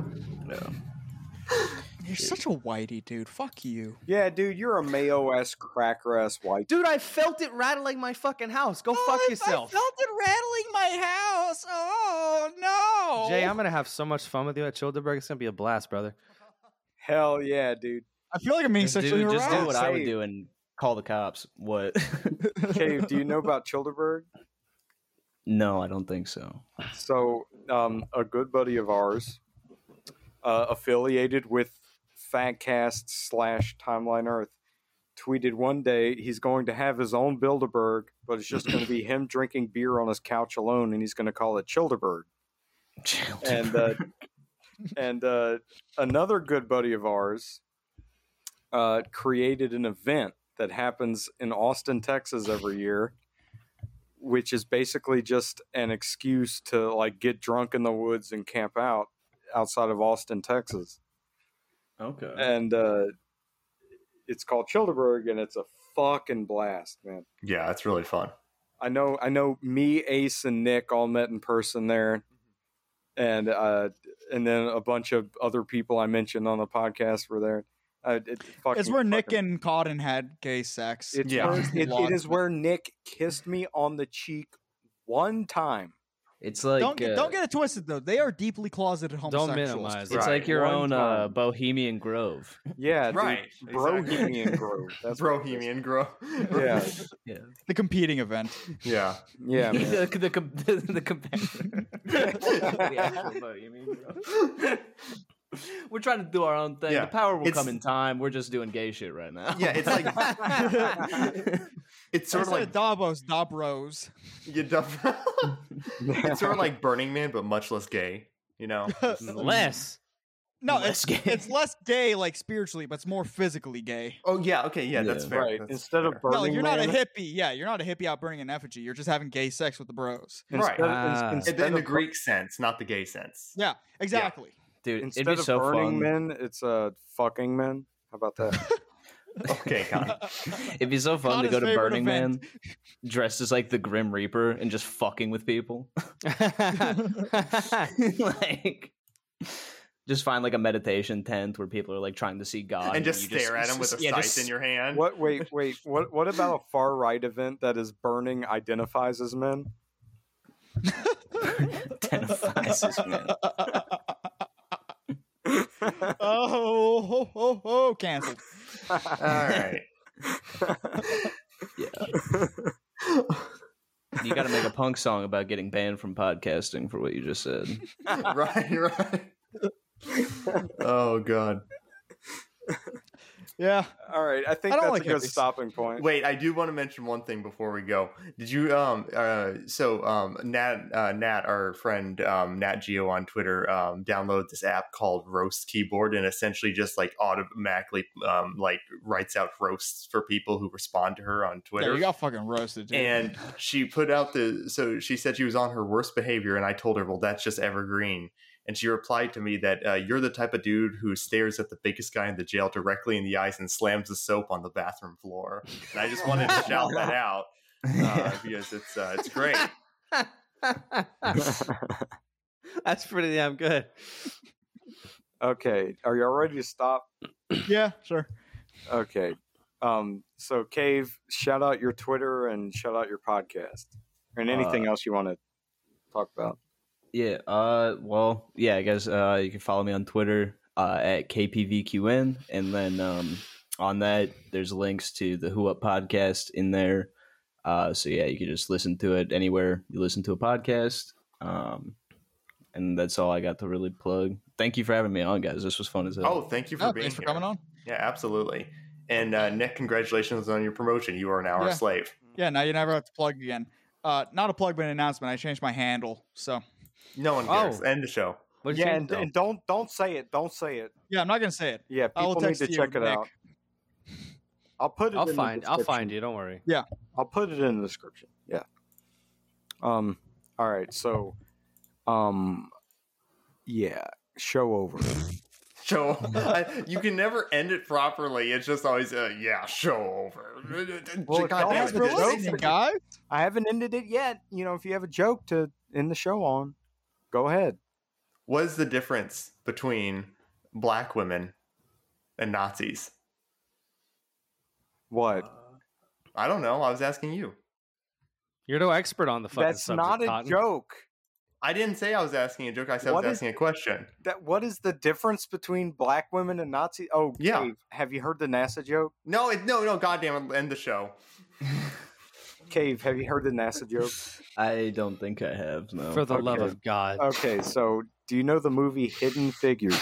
Speaker 6: You're such a whitey, dude. Fuck you.
Speaker 1: Yeah, dude, you're a mayo ass cracker ass white.
Speaker 9: Dude, I felt it rattling my fucking house. Go fuck
Speaker 6: I
Speaker 9: yourself,
Speaker 6: felt it rattling my house. Oh no,
Speaker 9: Jay. I'm gonna have so much fun with you at Childeberg. It's gonna be a blast, brother.
Speaker 1: Hell yeah, dude.
Speaker 6: I feel like I'm being
Speaker 5: Just,
Speaker 6: sexually
Speaker 5: do, just
Speaker 6: harassed.
Speaker 5: do what I would
Speaker 1: Say-
Speaker 5: do and call the cops. What?
Speaker 1: Cave, do you know about Childeberg?
Speaker 5: no, I don't think so.
Speaker 1: So, um, a good buddy of ours, uh, affiliated with Fagcast slash Timeline Earth, tweeted one day he's going to have his own Bilderberg, but it's just going to be him drinking beer on his couch alone, and he's going to call it Childeberg. and uh, and uh, another good buddy of ours uh, created an event that happens in Austin, Texas, every year, which is basically just an excuse to like get drunk in the woods and camp out outside of Austin, Texas,
Speaker 5: okay.
Speaker 1: and uh, it's called Childeberg, and it's a fucking blast, man.
Speaker 7: Yeah, it's really fun.
Speaker 1: I know, I know. Me, Ace, and Nick all met in person there, and uh, and then a bunch of other people I mentioned on the podcast were there. Uh, it, fucking,
Speaker 6: It's where Nick
Speaker 1: fucking-
Speaker 6: and Cotton had gay sex.
Speaker 1: it's
Speaker 7: Yeah.
Speaker 1: where- it- it is where Nick kissed me on the cheek one time.
Speaker 5: It's like
Speaker 6: don't get,
Speaker 5: uh,
Speaker 6: don't get it twisted though. They are deeply closeted homosexuals.
Speaker 9: minimize
Speaker 5: It's
Speaker 7: Right,
Speaker 5: like your
Speaker 1: one
Speaker 5: own uh,
Speaker 1: time.
Speaker 5: Bohemian Grove.
Speaker 1: Yeah, dude,
Speaker 7: Right, exactly.
Speaker 1: Brohemian Grove. That's what it is.
Speaker 7: Brohemian Grove.
Speaker 1: Yeah,
Speaker 6: The competing event.
Speaker 7: yeah.
Speaker 1: yeah, man.
Speaker 5: the, the, com- the, the competitor. The actual Bohemian Grove. We're trying to do our own thing.
Speaker 7: Yeah,
Speaker 5: the power will
Speaker 7: it's-
Speaker 5: come in time. We're just doing gay shit right now.
Speaker 7: Yeah, it's like- It's sort of
Speaker 6: Instead
Speaker 7: like
Speaker 6: of Davos, Dobros.
Speaker 7: you dumb- it's sort of like Burning Man, but much less gay. You know, This
Speaker 1: Mm-hmm.
Speaker 7: is-
Speaker 9: Less.
Speaker 6: No,
Speaker 5: Less
Speaker 6: it's
Speaker 5: gay.
Speaker 6: it's less gay, like spiritually, but it's more physically gay.
Speaker 7: Oh yeah, okay, yeah, that's
Speaker 5: Yeah.
Speaker 7: fair.
Speaker 1: right.
Speaker 7: that's
Speaker 1: Instead of
Speaker 7: fair.
Speaker 1: burning,
Speaker 6: no, like, you're not a
Speaker 1: man,
Speaker 6: hippie. Yeah, you're not a hippie out burning an effigy. You're just having gay sex with the bros.
Speaker 1: instead-
Speaker 7: right
Speaker 9: Ah.
Speaker 1: in-
Speaker 7: in,
Speaker 1: instead
Speaker 7: in the
Speaker 1: of-
Speaker 7: Greek sense, not the gay sense.
Speaker 6: Yeah, exactly.
Speaker 5: Dude,
Speaker 1: Instead
Speaker 5: it'd be
Speaker 1: of
Speaker 5: so
Speaker 1: burning
Speaker 5: fun.
Speaker 1: men, it's uh, fucking men. How about that?
Speaker 7: Okay, Con.
Speaker 5: It'd be so fun
Speaker 6: Not
Speaker 5: to go
Speaker 6: his
Speaker 5: to
Speaker 6: favorite
Speaker 5: Burning
Speaker 6: event.
Speaker 5: Man dressed as like the Grim Reaper and just fucking with people. like just find like a meditation tent where people are like trying to see God
Speaker 7: and just
Speaker 5: you
Speaker 7: stare at him with a
Speaker 5: yeah,
Speaker 7: scythe
Speaker 5: just-
Speaker 7: in your hand.
Speaker 1: what? Wait, wait. What? What about a far right event that is burning identifies as men?
Speaker 5: identifies this man.
Speaker 6: oh, ho, ho, ho, canceled.
Speaker 7: All right.
Speaker 5: You got to make a punk song about getting banned from podcasting for what you just said.
Speaker 7: right, right. oh god.
Speaker 6: Yeah.
Speaker 1: All right, I think
Speaker 6: I don't
Speaker 1: that's
Speaker 6: like
Speaker 1: a good
Speaker 6: hippies.
Speaker 1: stopping point.
Speaker 7: Wait, I do want to mention one thing before we go. Did you um uh so um Nat uh, Nat our friend um Nat Geo on Twitter um downloads this app called Roast Keyboard and essentially just like automatically um like writes out roasts for people who respond to her on Twitter.
Speaker 6: Yeah, you got fucking roasted, dude.
Speaker 7: and she put out the so she said she was on her worst behavior and i told her well that's just evergreen and she replied to me that uh, you're the type of dude who stares at the biggest guy in the jail directly in the eyes and slams the soap on the bathroom floor and i just wanted to shout that out uh, because it's uh, it's great
Speaker 9: That's pretty damn good.
Speaker 1: Okay, are y'all ready to stop?
Speaker 6: yeah, sure.
Speaker 1: Okay. Um, so, Cave, shout out your Twitter and shout out your podcast and
Speaker 9: Uh,
Speaker 1: anything else you want to talk about.
Speaker 5: Yeah. Uh. Well. Yeah. I guess. Uh. You can follow me on Twitter. Uh. At kpvqn, and then um. On that, there's links to the Who Up podcast in there. Uh. So yeah, you can just listen to it anywhere you listen to a podcast. Um. And that's all I got to really plug. Thank you for having me on, guys. This was fun as hell.
Speaker 7: oh thank you for
Speaker 6: Oh,
Speaker 7: being
Speaker 6: thanks for
Speaker 7: here.
Speaker 6: coming on.
Speaker 7: yeah absolutely and uh, nick congratulations on your promotion you are now our
Speaker 6: Yeah.
Speaker 7: slave
Speaker 6: Yeah, now you never have to plug again. Uh, not a plug, but an announcement. I changed my handle, so
Speaker 7: no one cares
Speaker 9: Oh.
Speaker 7: end the show
Speaker 9: What'd you
Speaker 1: Yeah,
Speaker 9: change,
Speaker 1: and,
Speaker 9: though?
Speaker 1: and don't don't say it. Don't say it.
Speaker 6: yeah, I'm not gonna say it.
Speaker 1: Yeah,
Speaker 6: I will
Speaker 1: people need
Speaker 6: text
Speaker 1: to
Speaker 6: you,
Speaker 1: check it
Speaker 6: Nick.
Speaker 1: out. I'll put it.
Speaker 9: I'll
Speaker 1: in
Speaker 9: find
Speaker 1: The
Speaker 9: I'll
Speaker 1: description.
Speaker 9: find you. Don't worry.
Speaker 1: I'll put it in the description. Yeah. Um. All right. So, um, yeah. Show over.
Speaker 7: show I, you can never end it properly it's just always uh, yeah show over
Speaker 1: Well, don't
Speaker 7: God damn
Speaker 6: Thanks
Speaker 7: it,
Speaker 1: ask
Speaker 6: for
Speaker 1: for
Speaker 7: just-
Speaker 1: jokes.
Speaker 6: listening, guys.
Speaker 1: I haven't ended it yet. You know, if you have a joke to end the show on, go ahead.
Speaker 7: what is the difference between black women and nazis
Speaker 1: What?
Speaker 9: Uh,
Speaker 7: i don't know i was asking you
Speaker 9: You're no expert on the fucking
Speaker 1: That's
Speaker 9: subject,
Speaker 1: not a
Speaker 9: Cotton.
Speaker 1: joke.
Speaker 7: i didn't say i was asking a joke i said
Speaker 1: What
Speaker 7: i
Speaker 1: is-
Speaker 7: was asking a question
Speaker 1: That what is the difference between black women and Nazi? Oh,
Speaker 7: Yeah.
Speaker 1: Cave, have you heard the NASA joke?
Speaker 7: no it, no no goddamn it, end the show
Speaker 1: Cave, have you heard the NASA joke?
Speaker 5: I don't think I have. No.
Speaker 9: For the love
Speaker 1: Okay.
Speaker 9: of God.
Speaker 1: Okay, so do you know the movie Hidden Figures?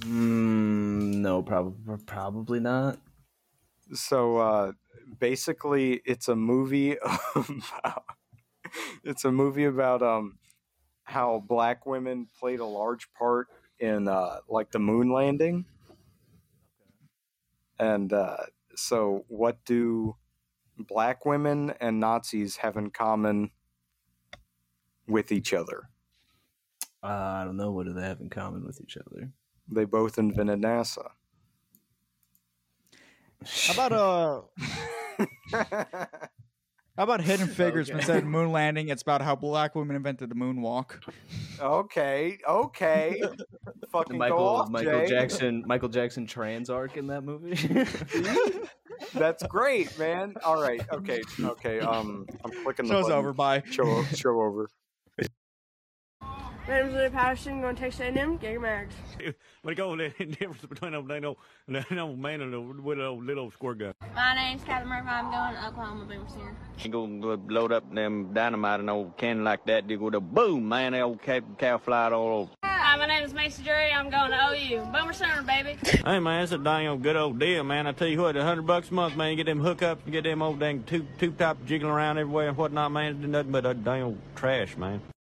Speaker 5: Mm, no. Probably. Probably not.
Speaker 1: So uh, basically, it's a movie about it's a movie about um how black women played a large part in uh, like the moon landing. And uh, so, what do black women and Nazis have in common with each other?
Speaker 5: Uh, I don't know. What do they have in common with each other?
Speaker 1: They both invented NASA.
Speaker 6: How about uh, how about Hidden Figures?
Speaker 7: Okay.
Speaker 6: Instead of moon landing, it's about how black women invented the moonwalk.
Speaker 1: Okay, okay.
Speaker 5: The
Speaker 1: Fucking
Speaker 5: Michael
Speaker 1: go off,
Speaker 5: Michael
Speaker 1: Jay.
Speaker 5: Jackson Michael Jackson trans arc in that movie.
Speaker 1: That's great, man. All right, okay, okay. Um, I'm clicking the
Speaker 6: Show's
Speaker 1: button.
Speaker 6: over. Bye.
Speaker 1: Show, show over.
Speaker 10: My name's Lily Patterson, going to Texas A&M, get your marriage.
Speaker 11: But go the difference between a little, little man and a little, little squirt gun.
Speaker 10: My name's Kyler Murphy, I'm going to Oklahoma Boomer Senior.
Speaker 11: You gonna load up them dynamite and old can like that, they go to boom, man, that old cow, cow flied all over.
Speaker 10: Hi, my name's Macy Drury, I'm going to OU. Boomer Sooner, baby.
Speaker 11: Hey man, that's a dang old good old deal, man. I tell you what, a hundred bucks a month, man, you get them hookups, you get them old dang tube tube top jiggling around everywhere and whatnot, man, it's nothing but a dang old trash, man.